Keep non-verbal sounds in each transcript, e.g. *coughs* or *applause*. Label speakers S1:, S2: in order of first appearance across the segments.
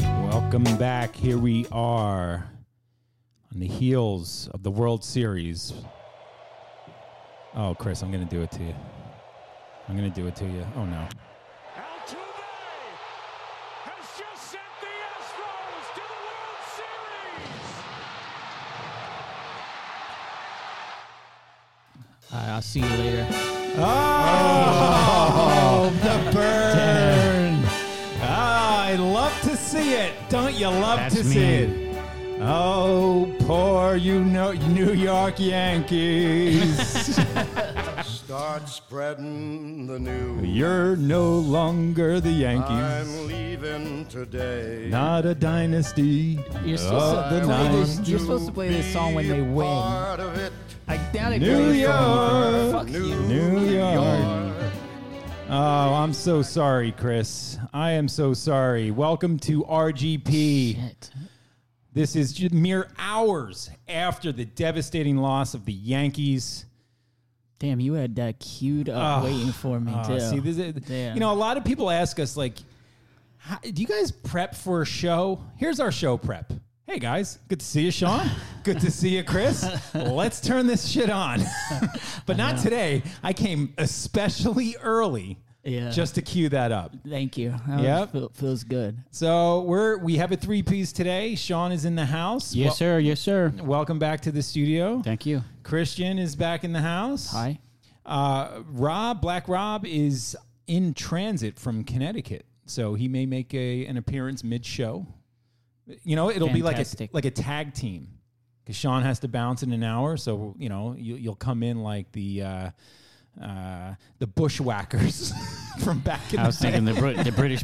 S1: Welcome back. Here we are on the heels of the World Series. Oh, Chris, I'm going to do it to you. I'm going to do it to you. Oh, no.
S2: Altuve has just sent the Astros to the World Series.
S3: All right, I'll see you later.
S1: Oh, the burn. Ah, I love to see it. Don't you love
S3: That's
S1: to
S3: me.
S1: see it? Oh, poor you know New York *laughs* Yankees.
S4: Start spreading the news.
S1: You're no longer the
S4: I'm
S1: Yankees.
S4: leaving today.
S1: Not a dynasty
S3: You're supposed,
S1: of
S3: to,
S1: the
S4: I'm
S3: play
S1: nine.
S3: this, you're supposed to play this song when
S4: Be
S3: they win. I
S4: Part of it.
S3: doubt it.
S1: New
S3: goes for
S1: York.
S3: Fuck you.
S1: New York. Oh, I'm so sorry, Chris. I am so sorry. Welcome to RGP.
S3: Shit.
S1: This is ju- mere hours after the devastating loss of the Yankees.
S3: Damn, you had that queued up
S1: Oh,
S3: waiting for me
S1: Uh,
S3: too.
S1: see, this is,
S3: Damn.
S1: you know, a lot of people ask us like, how, "Do you guys prep for a show?" Here's our show prep. Hey guys, good to see you, Sean. good to see you, Chris. Let's turn this shit on. *laughs* but not today. I came especially early,
S3: Yeah.
S1: just to cue that up.
S3: Thank you. That
S1: Yep.
S3: feel- feels good.
S1: So we're we have a three piece today. Sean is in the house.
S3: Yes, sir. Yes, sir.
S1: sir. Welcome back to the studio.
S3: Thank you.
S1: Christian is back in the house.
S3: Hi.
S1: Uh, Rob, Black Rob, is in transit from Connecticut, so he may make a an appearance mid show. You know, it'll
S3: Fantastic.
S1: be like a like a tag team because Sean has to bounce in an hour, so you know you, you'll come in like the. Uh, uh, the bushwhackers *laughs* from back in
S5: I was
S1: the day.
S5: thinking the, Brit-
S3: *laughs*
S5: the British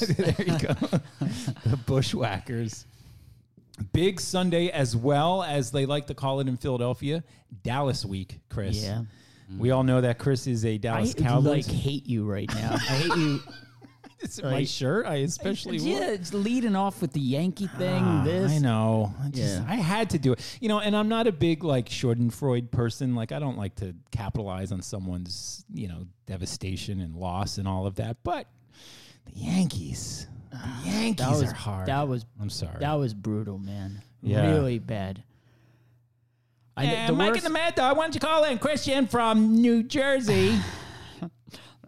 S1: *laughs* there you go. the Bushwhackers. Big Sunday, as well as they like to call it in Philadelphia, Dallas Week, Chris.
S3: Yeah.
S1: We all know that Chris is a Dallas
S3: I like
S1: Cowboys.
S3: hate you right now. I hate *laughs* you.
S1: Is it my shirt, I especially wore.
S3: yeah, it's leading off with the Yankee thing.
S1: Ah,
S3: this.
S1: I know. I just
S3: Yeah.
S1: I had to do it. You know, and I'm not a big like Schadenfreude person. Like I don't like to capitalize on someone's, you know, devastation and loss and all of that. But the Yankees. The Yankees
S3: Ah, That was
S1: are hard.
S3: That was
S1: I'm sorry.
S3: that was brutal, man.
S1: Yeah.
S3: Really bad. I,
S1: Yeah, Mike and the Mad Dog, why don't you call in Christian from New
S3: *laughs*
S1: Jersey?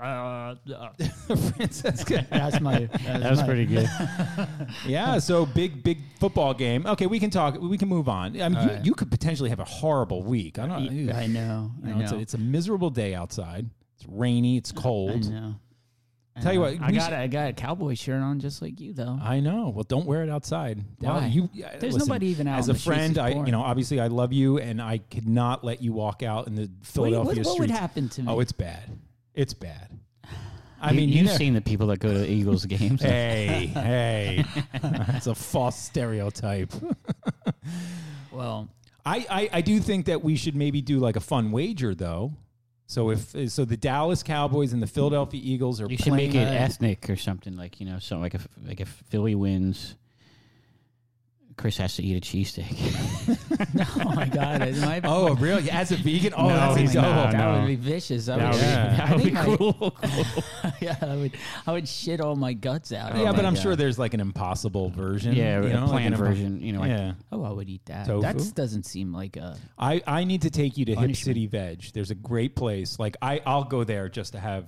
S3: Uh,
S1: *laughs* Francesca.
S3: That's my. That's
S5: That was
S3: my-
S5: pretty good.
S1: Yeah, so big, big football game. Okay, we can talk. We can move on. I mean, you, you could potentially have a horrible week. I don't ew.
S3: I know.
S1: You
S3: I
S1: know, It's, a,
S3: know.
S1: it's a miserable day outside. It's rainy. It's
S3: I
S1: cold.
S3: know.
S1: Tell you what,
S3: uh, I
S1: we
S3: got
S1: should-
S3: a, I got a cowboy shirt on just like you though.
S1: I know. Well, don't wear it outside.
S3: Why?
S1: You, uh,
S3: There's nobody even out
S1: As
S3: on
S1: a
S3: the streets.
S1: friend,
S3: It's
S1: I you
S3: boring.
S1: know obviously I love you, and I could not let you walk out in the Philadelphia
S3: what
S1: streets.
S3: would happen to me?
S1: Oh, it's bad. It's
S3: *sighs*
S1: bad. I
S5: I
S1: mean,
S5: mean, you
S1: you
S5: have
S1: know-
S5: seen the people that go to the Eagles
S3: *laughs*
S5: games.
S3: Eh,
S1: Hey, hey, that's a false stereotype.
S3: Well,
S1: I, I, I do think that we should maybe do like a fun wager though. So if so, the Dallas Cowboys and the Philadelphia Eagles are
S5: You should
S1: playing.
S5: make it *laughs* ethnic or something like you know, something like if like if Philly wins, Chris has to eat a cheesesteak.
S3: oh my god, it might
S5: *laughs*
S3: be-
S1: oh, really? As a vegan? Oh,
S5: No,
S1: that's
S5: he's
S1: a
S5: not.
S1: double.
S5: I
S3: that
S5: know.
S3: would be vicious. I
S5: That
S3: would,
S5: would be-
S1: Yeah.
S3: I
S5: *laughs* that would be
S3: think my-
S5: cruel.
S3: *laughs* yeah, I would, I would shit all my guts out.
S1: Yeah,
S3: Oh
S1: but
S3: my
S1: I'm
S3: God.
S1: sure there's like an impossible version.
S5: *laughs* yeah,
S1: you know,
S5: a
S1: like an
S5: planned
S1: impo-
S5: version. You know, like,
S1: yeah,
S3: Oh, I would eat that.
S1: Tofu?
S3: That doesn't seem like a.
S1: I, I need to take you to Hip
S5: Punishment.
S1: City Veg. There's a great place. Like I I'll go there just to have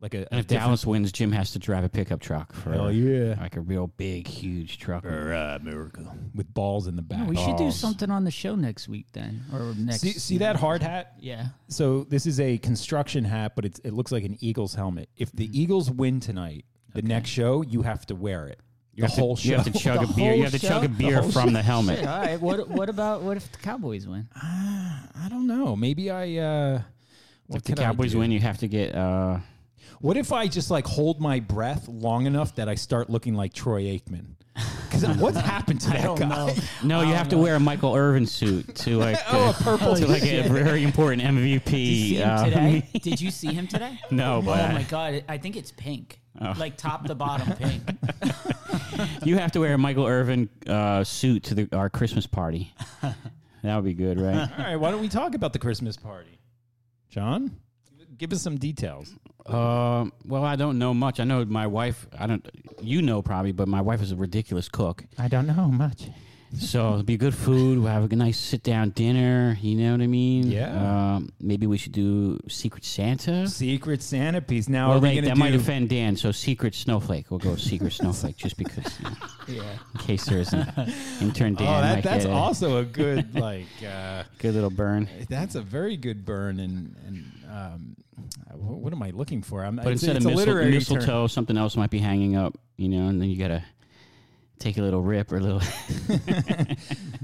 S1: like a,
S5: And if Dallas wins, Jim has to drive a pickup truck for
S1: Hell yeah.
S5: like a real big, huge truck.
S1: miracle with balls in the back.
S3: We should do
S5: balls.
S3: something on the show next week then, or next.
S1: See, see that hard hat?
S3: Yeah.
S1: So this is a construction hat, but it's, it looks like an Eagles helmet. If the
S5: Mm-hmm.
S1: Eagles win tonight, the next show you have to wear it. Your
S5: have to-
S1: whole show.
S5: You have to chug
S3: The
S5: a beer.
S3: whole
S5: You have to
S3: show?
S5: chug a
S3: The
S5: beer
S3: whole
S5: from the helmet.
S3: Shit, all right. What What about what if the Cowboys
S5: *laughs*
S3: win?
S1: I don't know. Maybe I. Uh, what
S5: If the
S1: could I
S5: Cowboys
S1: do?
S5: win, you have to get. uh
S1: What if I just like hold my breath long enough that I start looking like Troy Aikman?
S5: *laughs*
S1: Because what's happened to that guy? *laughs*
S5: No, you have to wear a Michael Irvin
S3: *laughs*
S5: suit to like
S1: Oh, a
S5: uh,
S1: purple
S5: to like a very important MVP.
S3: Did you see him
S5: uh,
S3: today? Did you see him today?
S5: *laughs* No, but
S3: Oh
S5: I-
S3: my god! I think it's pink,
S5: Oh.
S3: like top to bottom
S5: *laughs*
S3: pink.
S5: you have to wear a Michael Irvin uh, suit to the, our
S1: *laughs*
S5: Christmas party. that would be good, right?
S1: All right, why don't we talk about the Christmas party, John? give us some details.
S5: Um, well, I don't know much. I know my wife. I don't. You know probably, but my wife is a ridiculous cook.
S1: I don't know much.
S5: So it'll be good food. We'll have a nice sit down dinner. You know what I mean?
S1: Yeah.
S5: Um, maybe we should do Secret Santa.
S1: Secret Santa piece. Now
S5: Well,
S1: are we
S5: wait,
S1: going to
S5: that
S1: do?
S5: might offend Dan. So Secret Snowflake. We'll go
S1: *laughs*
S5: with Secret Snowflake just because. you know,
S3: Yeah.
S5: in case there isn't intern
S1: oh,
S5: Dan.
S1: that,
S5: might
S1: that's
S5: get a
S1: also a
S5: *laughs*
S1: good like. Uh,
S5: Good little burn.
S1: that's a very good burn and and um, uh, wh- what am I looking for? I'm,
S5: But
S1: it's,
S5: instead
S1: it's
S5: of
S1: a
S5: mistle-
S1: literary
S5: mistletoe,
S1: term.
S5: something else might be hanging up. You know, and then you gotta take a little rip or a little.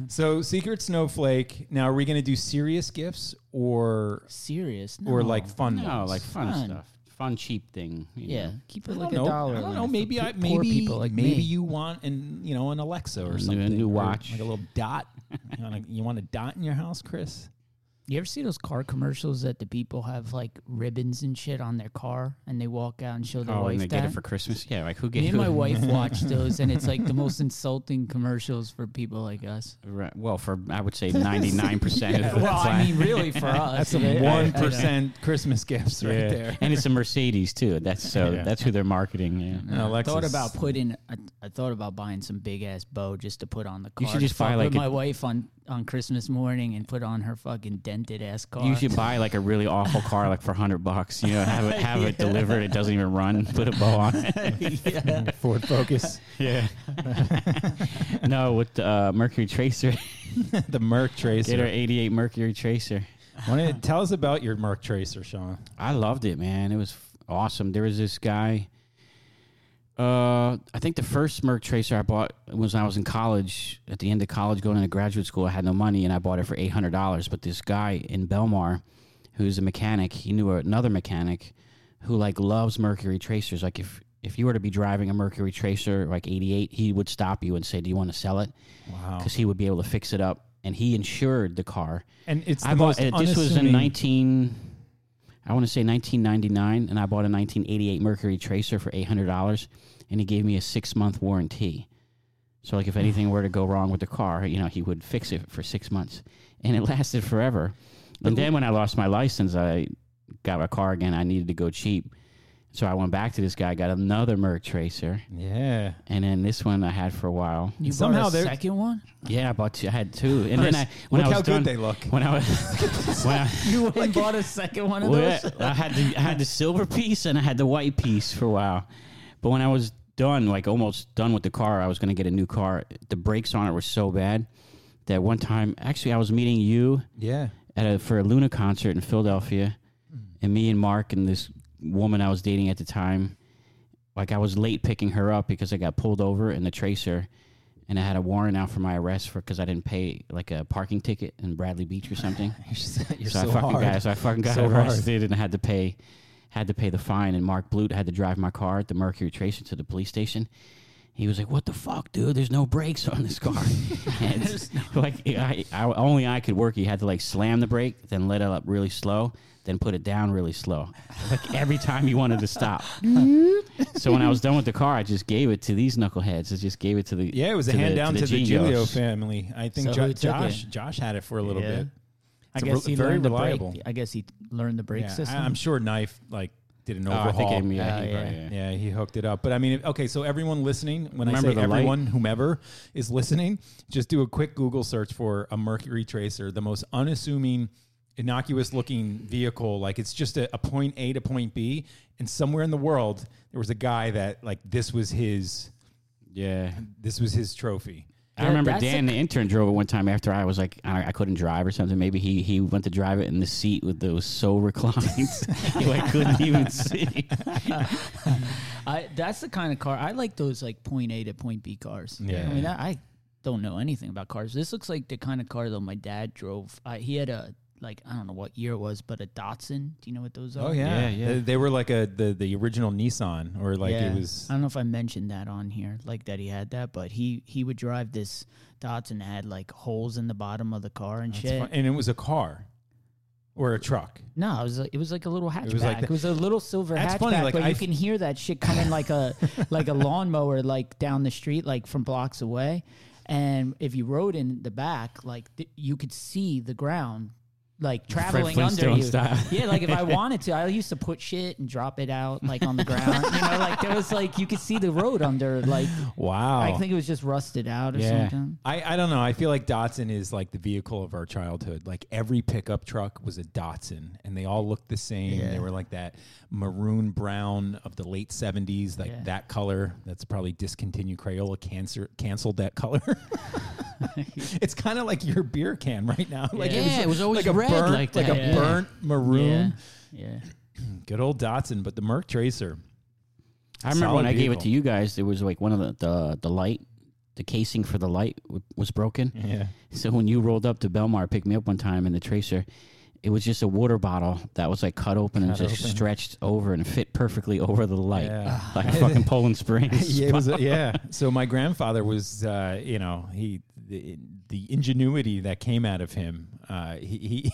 S1: So secret snowflake. Now are we going to do serious gifts or
S3: Serious.
S1: or
S3: No.
S1: like fun?
S5: *laughs* no,
S1: ones?
S5: like fun,
S3: Fun.
S5: stuff, fun cheap thing. you
S3: Yeah.
S5: know.
S3: Keep it
S1: I
S3: like
S1: don't know.
S3: a dollar.
S1: I don't
S3: limit
S1: know.
S3: for
S1: Maybe
S3: po-
S1: I
S3: poor
S1: maybe
S3: people like
S1: maybe
S3: me.
S1: you want an you know an Alexa or
S5: new-
S1: something.
S5: new
S1: or
S5: watch.
S1: like a little dot. you, want a, you want a dot in your house, Chris?
S5: *laughs*
S3: You ever see those car commercials that the people have like ribbons and shit on their car, and they walk out and show their
S5: Oh,
S3: wife
S5: and they
S3: that?
S5: get it for Christmas. Yeah, like who
S3: Me
S5: gave
S3: and my wife watch those, and it's like the most insulting commercials for people like
S5: *laughs*
S3: us.
S5: *laughs* Right. Well, for I would
S3: *laughs*
S5: say ninety nine percent of the
S3: Well, I
S5: class.
S3: mean, really
S5: *laughs*
S3: for us,
S1: That's some
S3: yeah.
S1: one percent Christmas gifts right there.
S5: and it's a Mercedes too. That's so.
S1: Yeah.
S5: That's who they're marketing. Yeah.
S1: And
S3: I
S1: Alexa's-
S3: thought
S5: *laughs*
S3: about putting. I, I thought about buying some big ass bow just to put on the car.
S5: You should
S3: to
S5: just buy,
S3: fuck
S5: like,
S3: with
S5: a-
S3: my wife on on Christmas morning and put on her fucking dented ass car.
S5: You should buy like a really awful car, like for hundred bucks. You know, have
S3: *laughs*
S5: it have it delivered. It doesn't even run. Put a bow on it.
S1: Ford Focus,
S5: Yeah. *laughs* no, with the uh, Mercury Tracer,
S1: *laughs* the Merc Tracer.
S5: get our eighty eight Mercury Tracer.
S1: Why don't you tell us about your Merc Tracer, Sean?
S5: I loved it, man. It was f- awesome. There was this guy. Uh, I think the first Merc Tracer I bought was when I was in college. At the end of college, going into graduate school, I had no money, and I bought it for eight hundred dollars. But this guy in Belmar, who's a mechanic, he knew another mechanic who like loves Mercury Tracers. Like if if you were to be driving a Mercury Tracer like eighty eight, he would stop you and say, "Do you want to sell it?"
S1: Wow.
S5: Because he would be able to fix it up, and he insured the car.
S1: And it's the
S5: I bought
S1: most
S5: it. uh, This was in
S1: unassuming-
S5: nineteen. I want to say 1999, and I bought a 1988 Mercury Tracer for $800, and he gave me a six month warranty.
S1: *sighs*
S5: So, like, if anything were to go wrong with the car, you know, he would fix it for six months, and it lasted forever. And then when I lost my license, I got a car again. I needed to go cheap, so I went back to this guy, got another Merc Tracer,
S1: Yeah.
S5: and then this one I had for a while.
S3: You
S1: Somehow
S3: somehow the
S1: there-
S3: second *laughs* one.
S5: Yeah, I bought two. I had two, and then I when
S1: look
S5: I was
S1: how
S5: done,
S1: good they look.
S5: when I was *laughs* when I.
S3: You went and bought a second one of
S5: Well,
S3: those.
S5: yeah, I had the I had the silver piece and I had the white piece for a while, but when I was done, like almost done with the car, I was going to get a new car. The brakes on it were so bad that one time, actually, I was meeting you
S1: Yeah.
S5: at a for a Luna concert in Philadelphia,
S1: Hmm.
S5: and me and Mark and this woman I was dating at the time, like I was late picking her up because I got pulled over in the tracer. And I had a warrant out for my arrest for because I didn't pay like a parking ticket in Bradley Beach or something
S1: *laughs* You're so, you're
S5: so,
S1: so
S5: I fucking
S1: hard.
S5: got so I fucking got
S1: So hard.
S5: arrested and had to pay had to pay the fine and Mark Blute had to drive my car the Mercury Tracer to the police station. He was like, "What the fuck, dude? There's no brakes on this
S3: *laughs*
S5: car." and it's *laughs* like I, I, only I could work. He had to like slam the brake, then let it up really slow, then put it down really slow. Like every time he wanted to stop. so when I was done with the car, I just gave it to these knuckleheads. I just gave it to the
S1: Yeah, it was a hand
S5: the-
S1: down to the,
S5: Gigios.
S1: Giulio family. I think
S3: So
S1: Jo-
S3: who took
S1: Josh
S3: it?
S1: Josh had it for a little
S3: Yeah.
S1: bit.
S3: I
S1: It's a
S3: guess
S1: re-
S3: he
S1: very
S3: learned the
S1: reliable.
S3: brake. I guess he learned the brake
S1: Yeah,
S3: system.
S1: I, am sure Knife like did an
S5: Oh, I
S1: overhaul.
S5: think Amy, yeah,
S3: Oh,
S5: he probably-
S3: yeah.
S5: yeah.
S1: yeah, he hooked it up. But I mean, okay, so everyone listening, when I
S5: Remember
S1: say
S5: the light?
S1: everyone, whomever is listening, just do a quick Google search for a Mercury Tracer, the most unassuming, innocuous looking vehicle. Like it's just a, a point A to point B. And somewhere in the world, there was a guy that like this was his
S5: yeah.
S1: this was his trophy.
S5: I
S3: Yeah,
S5: remember
S3: that's
S5: Dan,
S3: a-
S5: the intern, drove it one time after I was like, I, I couldn't drive or something. Maybe he he went to drive it in the seat with those so *laughs* reclined, I couldn't even see.
S3: I that's the kind of car I like. Those like point A to point B cars.
S1: Yeah.
S3: I mean, I, I don't know anything about cars. This looks like the kind of car though my dad drove. I, he had a like I don't know what year it was, but a Datsun. Do you know what those are?
S1: Oh yeah.
S5: Yeah, yeah.
S1: They, they were like a the, the original Nissan or like
S3: Yeah.
S1: it was
S3: I don't know if I mentioned that on here, like that he had that, but he he would drive this Datsun that had like holes in the bottom of the car and shit.
S1: It's fun- and it was a car or a truck.
S3: No, it was like, it was like a little hatchback.
S1: was
S3: It was,
S1: like the-
S3: a little silver
S1: That's
S3: hatchback,
S1: funny, like,
S3: but
S1: I've-
S3: you can hear that shit coming
S1: *laughs*
S3: like a like a lawnmower, like down the street, like from blocks away. And if you rode in the back, like th- you could see the ground like traveling under
S5: Flintstone
S3: you.
S5: style.
S3: Yeah, like
S1: *laughs*
S3: if I wanted to, I used to put shit and drop it out like on the ground. you know, like there was like you could see the road under. Like
S1: Wow.
S3: I think it was just rusted out or
S5: Yeah.
S3: something.
S1: I, I don't know. I feel like Datsun is like the vehicle of our childhood. Like every pickup truck was a Datsun, and they all looked the same. They were like that maroon brown of the late seventies, like
S3: Yeah.
S1: that color. That's probably discontinued. Crayola cancer canceled that color. *laughs* it's kind of like your beer can right now. *laughs* Like
S5: Yeah, it was always
S1: like a
S5: red
S1: burnt,
S5: like that.
S1: a
S5: Yeah.
S1: burnt maroon.
S3: Yeah, yeah.
S1: Good old Datsun, but the Merc Tracer.
S5: I remember when
S1: Solid
S5: I gave it to
S1: vehicle.
S5: you guys, there was like one of the the, the light, the casing for the light w- was broken.
S1: Yeah.
S5: So when you rolled up to Belmar, picked me up one time in the tracer, it was just a water bottle that was like cut open and
S1: Cut
S5: just
S1: open.
S5: stretched over and fit perfectly *laughs* over the light,
S1: Yeah. *laughs*
S5: like a fucking Poland Springs.
S1: yeah, it was a- yeah. *laughs* So my grandfather was, uh, you know, he the, the ingenuity that came out of him. Uh, he, *laughs* he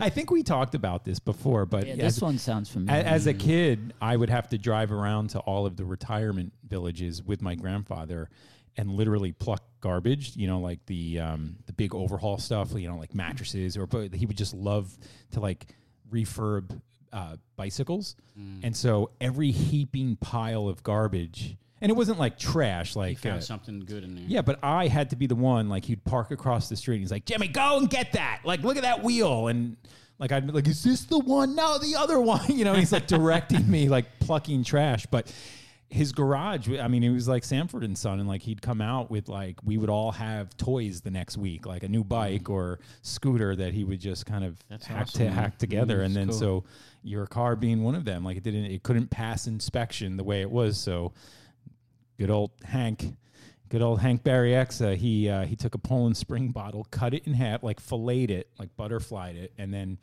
S1: I think we talked about this before, but
S3: Yeah,
S1: as,
S3: this one sounds
S1: a-
S3: familiar.
S1: as a kid, I would have to drive around to all of the retirement villages with my grandfather and literally pluck garbage. You know, like the um, the big overhaul stuff. You know, like mattresses, or but he would just love to like refurb uh, bicycles. And so every heaping pile of garbage, and it wasn't like trash, like uh,
S5: something good in there.
S1: yeah, but I had to be the one. Like he'd park across the street. And he's like, Jimmy, go and get that. Like, look at that wheel. And like I'd be like, is this the one? No, the other one. *laughs* You know, he's like directing me, like plucking trash. But his garage, I mean, it was like Sanford and Son, and like he'd come out with like we would all have toys the next week, like a new
S5: Mm-hmm.
S1: bike or scooter that he would just kind of hack
S5: awesome,
S1: to
S5: man.
S1: hack together,
S5: Mm,
S1: and
S5: that's
S1: then
S5: cool.
S1: so your car being one of them, like it didn't, it couldn't pass inspection the way it was, so good old Hank, good old Hank Barriexa. He uh, he took a Poland Spring bottle, cut it in half, like filleted it, like butterflied it, and then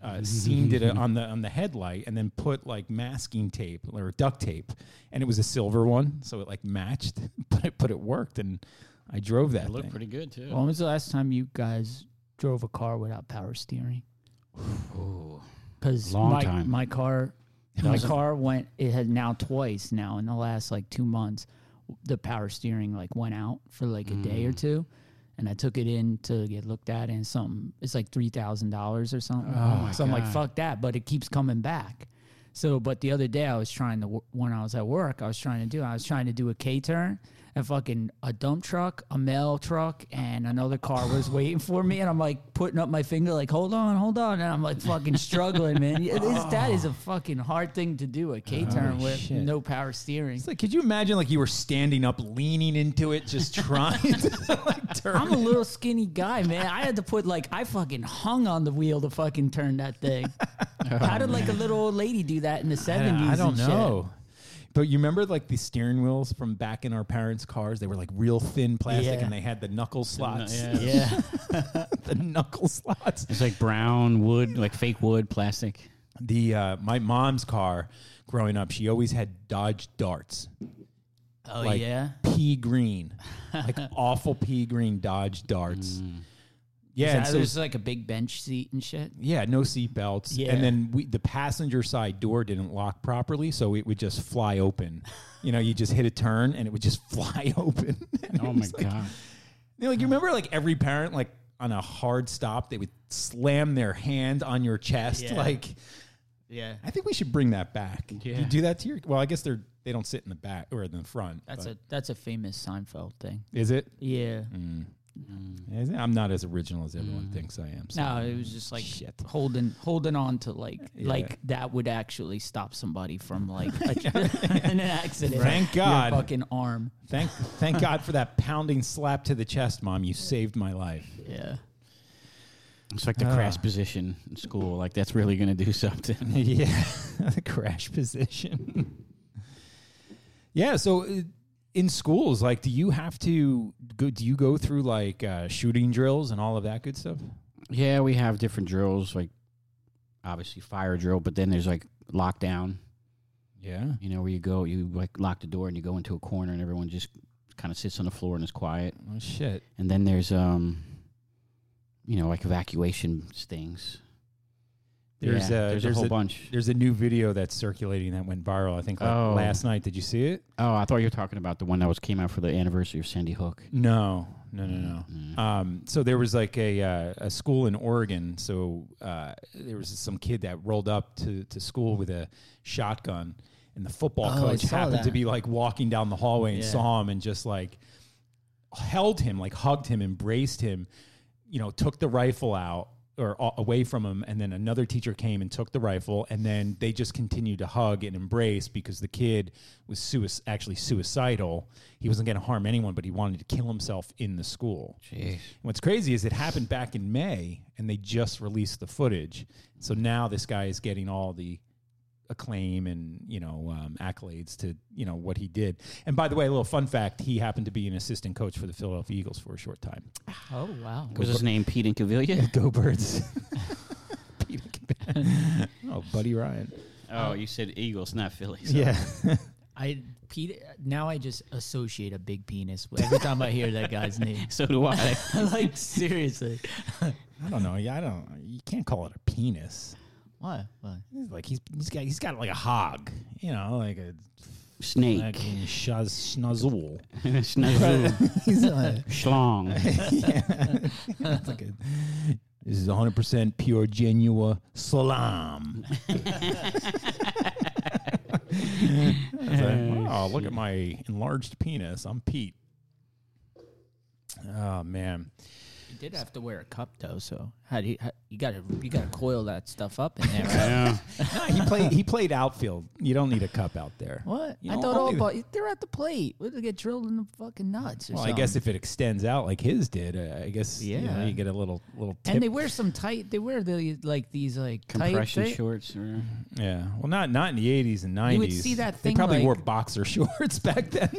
S1: uh, seamed it on the on the headlight, and then put like masking tape or duct tape, and it was a silver one, so it like matched, *laughs* but it but it worked, and I drove that. thing.
S5: good
S1: Oh,
S5: too.
S3: when was the last time you guys drove a car without power steering? Because
S5: Long
S3: my,
S5: time.
S3: my car, my car went. It had now twice now in the last like two months. The power steering like went out for like a day or two, and I took it in to get looked at and something. It's like three thousand dollars or something.
S5: Oh
S3: so I'm like, fuck that, but it keeps coming back. So, but the other day I was trying to wo- when I was at work, I was trying to do I was trying to do a K turn, and fucking a dump truck, a mail truck, and another car was waiting for me, and I'm like putting up my finger like, hold on, hold on, and I'm like fucking struggling, man. Yeah, this- That is a fucking hard thing to do a K turn with
S1: shit.
S3: no power steering.
S1: It's like, could you imagine like you were standing up, leaning into it, just trying to *laughs* like turn?
S3: I'm a little skinny guy, man. I had to put like I fucking hung on the wheel to fucking turn
S1: *laughs*
S3: that thing. How did like a little old lady do that in the seventies?
S1: Oh, I don't know. But you remember like the steering wheels from back in our parents' cars? They were like real thin plastic
S3: Yeah.
S1: and they had the knuckle slots.
S5: yeah.
S3: Yeah.
S1: *laughs* the knuckle slots.
S5: It's like brown wood, like fake wood, plastic.
S1: *laughs* The uh, my mom's car growing up, she always had Dodge darts.
S3: Oh
S1: like
S3: yeah.
S1: pea green.
S3: *laughs*
S1: Like awful pea green Dodge darts. Yeah, and
S3: Mm. Is that-
S1: so
S3: there's like a big bench seat and shit.
S1: Yeah, no seat belts.
S3: Yeah.
S1: And then we the passenger side door didn't lock properly, so it would just fly open. You know, you just hit a turn and it would just *laughs* fly open. And
S5: Oh
S1: it
S5: my
S1: was like-
S5: god!
S1: You know, like you remember like every parent like on a hard stop, they would slam their hand on your chest.
S3: Yeah.
S1: Like
S3: Yeah,
S1: I think we should bring that back.
S5: Yeah.
S1: You do that to your well, I guess they're they don't sit in the back or in the front.
S3: that's
S1: but-
S3: a that's a famous Seinfeld thing.
S1: Is it?
S3: Yeah.
S1: Mm. Is it? I'm not as original as everyone
S3: Mm.
S1: thinks I am. So.
S3: No, it was just like
S1: Shit.
S3: holding holding on to like
S1: Yeah.
S3: like that would actually stop somebody
S1: *laughs*
S3: from like *laughs* a, an accident.
S1: Thank
S3: Your
S1: God.
S3: fucking arm.
S1: Thank thank God for that pounding slap to the chest, mom. You saved my life. *laughs*
S3: Yeah.
S5: It's like the
S1: Ah.
S5: crash position in school. Like that's really gonna do *laughs* something.
S1: yeah, *laughs* the crash position. yeah, so uh, in schools, like, do you have to go? Do you go through like uh, shooting drills and all of that good stuff?
S5: Yeah, we have different drills, like obviously fire drill, but then there's like lockdown.
S1: Yeah,
S5: You know, where you go, you like lock the door and you go into a corner, and everyone just kind of sits on the floor and is quiet.
S1: oh shit.
S5: And then there's um, you know, like evacuation things.
S1: There's
S5: Yeah,
S1: a
S5: there's a whole bunch.
S1: There's a new video that's circulating that went viral. I think like
S5: Oh.
S1: last night. Did you see it?
S5: Oh, I thought you were talking about the one that was came out for the anniversary of Sandy Hook.
S1: No, no, no, no. Um, so there was like a uh, a school in Oregon. So uh, there was some kid that rolled up to to school with a shotgun, and the football
S3: Oh, I
S1: coach
S3: saw
S1: happened to
S3: that.
S1: be like walking down the hallway and
S3: Yeah.
S1: saw him and just like held him, like hugged him, embraced him. You know, took the rifle out or a- away from him, and then another teacher came and took the rifle, and then they just continued to hug and embrace because the kid was sui- actually suicidal. He wasn't going to harm anyone, but he wanted to kill himself in the school.
S5: Jeez.
S1: What's crazy is it happened back in May, and they just released the footage. So now this guy is getting all the acclaim and you know um, accolades to you know what he did. And by the way, a little fun fact: he happened to be an assistant coach for the Philadelphia Eagles for a short time.
S3: Oh wow.
S5: Was his name Pete *laughs* Incaviglia?
S1: Go *laughs* Birds! Peter Kibbe- oh, Buddy Ryan.
S5: Oh, you said Eagles, not
S1: *laughs*
S5: Phillies.
S1: Yeah,
S3: I Pete. Now I just associate a big penis with- every time I hear that *laughs* guy's name.
S5: *laughs* So do I.
S3: like seriously.
S1: I don't know. Yeah, I don't. You can't call it a penis.
S3: What? What?
S1: It's Like he's he's got he's got like a hog. You know, like a like
S5: *laughs* Snake.
S1: a shaz, schnozzle.
S5: *laughs*
S1: *laughs*
S5: Schnozzle.
S1: He's uh,
S5: *laughs* Schlong.
S1: It's like a, this is 100% pure Genua salam.
S3: *laughs*
S1: It's like, wow, look at my enlarged penis. I'm Pete. Oh, man.
S3: You did have to wear a cup though, so how do you? How, you gotta you gotta coil that stuff up in there.
S1: *laughs*
S3: Right?
S5: Yeah.
S1: Ah, he, played, he played outfield. You don't need a cup out there.
S3: what?
S1: You
S3: I
S1: know,
S3: thought
S1: I'll
S3: all
S1: do-
S3: about they're at the plate. What they get drilled in the fucking nuts? Or
S1: Well, I
S3: something.
S1: guess if it extends out like his did, uh, I guess you, know,
S3: Yeah.
S1: you get a little little tip.
S3: And they wear some tight. They wear the like these like
S5: Compression
S3: tight thi-
S5: shorts. Or,
S1: yeah, well, not not in the eighties and nineties.
S3: You would see that thing
S1: They probably
S3: like-
S1: wore boxer *laughs* shorts back then.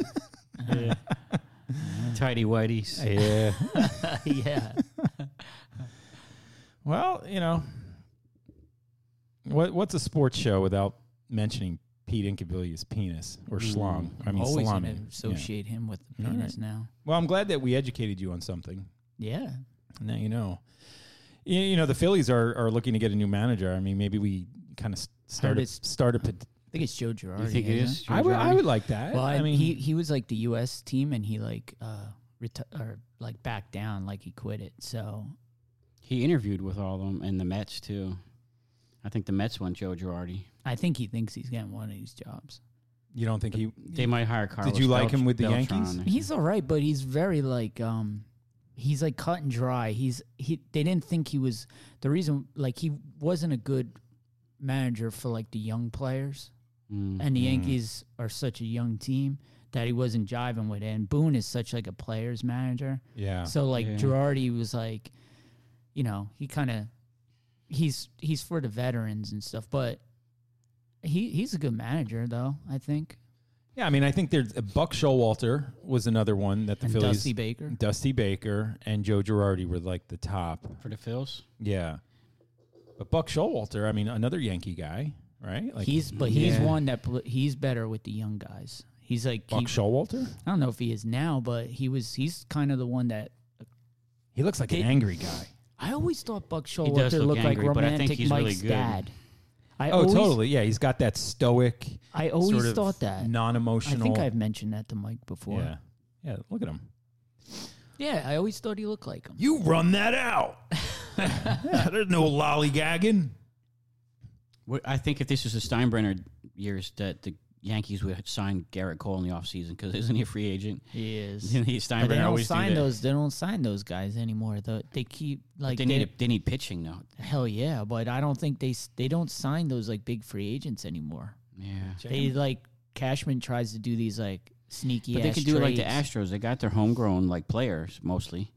S5: tidy whities.
S1: yeah.
S3: *laughs* yeah.
S1: Well, you know, what what's a sports show without mentioning Pete Incaviglia's penis or schlong? I mean,
S3: Always
S1: salami.
S3: gonna associate him with the
S1: All right.
S3: penis now.
S1: Yeah. Well, I'm glad that we educated you on something.
S3: Yeah.
S1: Now you know. You, you know, the Phillies are, are looking to get a new manager. I mean, maybe we kind of started
S3: it's-
S1: started. pet-
S3: I think it's Joe Girardi.
S5: You think it
S3: isn't
S5: is?
S1: I would I would like that.
S3: Well,
S1: I, mean,
S3: he he was like the U.S. team, and he like uh reti- or like backed down, like he quit it. So
S5: He interviewed with all of them and the Mets too. I think the Mets want Joe Girardi.
S3: I think he thinks he's getting one of these jobs.
S1: you don't think he?
S5: They might hire Carlos.
S1: you like
S5: Beltr-
S1: him with the
S5: Beltran.
S1: Yankees?
S3: He's all right, but he's very like um, he's like cut and dry. He's he they didn't think he was the reason like he wasn't a good manager for like the young players,
S5: Mm.
S3: and the Yankees are such a young team that he wasn't jiving with. it. And Boone is such like a players manager.
S1: Yeah.
S3: So like
S5: Yeah.
S3: Girardi was like, you know, he kind of he's he's for the veterans and stuff, but he he's a good manager though. I think
S1: yeah, I mean, I think there's uh, Buck Showalter was another one that the
S3: and
S1: Phillies,
S3: Dusty Baker.
S1: Dusty Baker, and Joe Girardi were like the top.
S5: for the Phils.
S1: Yeah. But Buck Showalter, I mean, another Yankee guy, right? Like
S3: he's but he's
S5: Yeah.
S3: one that pl- he's better with the young guys. He's like
S1: Buck
S3: he,
S1: Showalter.
S3: I don't know if he is now, but he was he's kind of the one that
S1: He looks like an
S3: They-
S1: angry guy.
S3: I always thought Buck
S5: does
S3: Showalter
S5: look
S3: looked like
S5: angry, but I think
S3: romantic
S5: he's really
S3: Mike's
S5: good.
S3: dad. I
S1: Oh,
S3: always,
S1: totally. Yeah, he's got that stoic.
S3: I always
S1: sort of
S3: thought that. I
S1: non-emotional.
S3: think I've mentioned that to Mike before.
S1: yeah, yeah. Look at him.
S3: yeah I always thought he looked like him.
S1: You run that out. *laughs* there's no lollygagging.
S5: What- I think if this is the Steinbrenner years, that the Yankees would sign Garrett Cole in the offseason because isn't he a free agent?
S3: He is.
S5: He-
S3: But they
S5: Steinbrenner
S3: don't
S5: always do
S3: sign
S5: that.
S3: those. They don't sign those guys anymore. Though they keep like
S5: They need a, they need pitching though.
S3: hell yeah, but I don't think they s- they don't sign those like big free agents anymore.
S5: Yeah,
S3: They like Cashman tries to do these like sneaky.
S5: but they
S3: ass
S5: could do it like the
S3: trades.
S5: Astros. They got their homegrown like players mostly,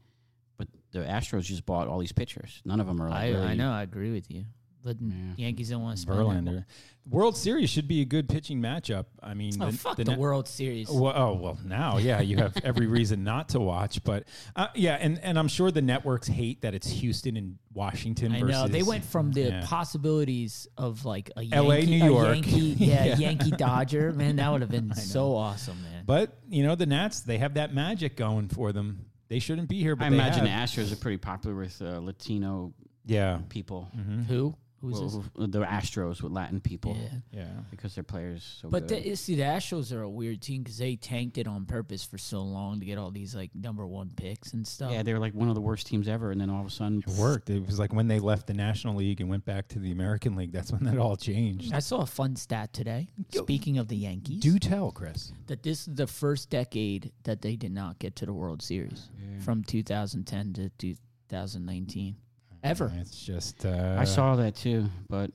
S5: but the Astros just bought all these pitchers. None of them are like
S3: I,
S5: really-
S3: I know. I agree with you. But the
S5: Yeah.
S3: Yankees don't want to spend. that money.
S1: Verlander. World Series should be a good pitching matchup. I mean,
S3: Oh fuck the,
S1: ne-
S3: World Series.
S1: Well, oh well, now yeah, you have every reason not to watch, but uh, yeah, and and I'm sure the networks hate that it's Houston and Washington.
S3: I
S1: versus,
S3: know they went from the
S1: Yeah.
S3: possibilities of like a Yankee,
S1: LA, New
S3: a
S1: York.
S3: Yankee, yeah,
S1: Yeah.
S3: Yankee Dodger. Man, that would have been so awesome, man.
S1: But you know the Nats, they have that magic going for them. They shouldn't be here, but
S5: I
S1: they
S5: imagine
S1: have.
S5: the Astros are pretty popular with uh, Latino
S1: yeah,
S5: people.
S3: Who? Who's this?
S5: Well, the Astros with Latin people
S3: Yeah.
S1: Yeah.
S5: because their players so
S3: But
S5: good.
S3: the, see, the Astros are a weird team because they tanked it on purpose for so long to get all these like number one picks and stuff.
S5: yeah, they were like one of the worst teams ever, and then all of a sudden,
S1: It worked. It was like when they left the National League and went back to the American League. That's when that all changed.
S3: I saw a fun stat today. Speaking of the Yankees,
S1: Do tell, Chris.
S3: that this is the first decade that they did not get to the World Series from 2010 to 2019 ever.
S1: It's just uh,
S5: I saw that too. But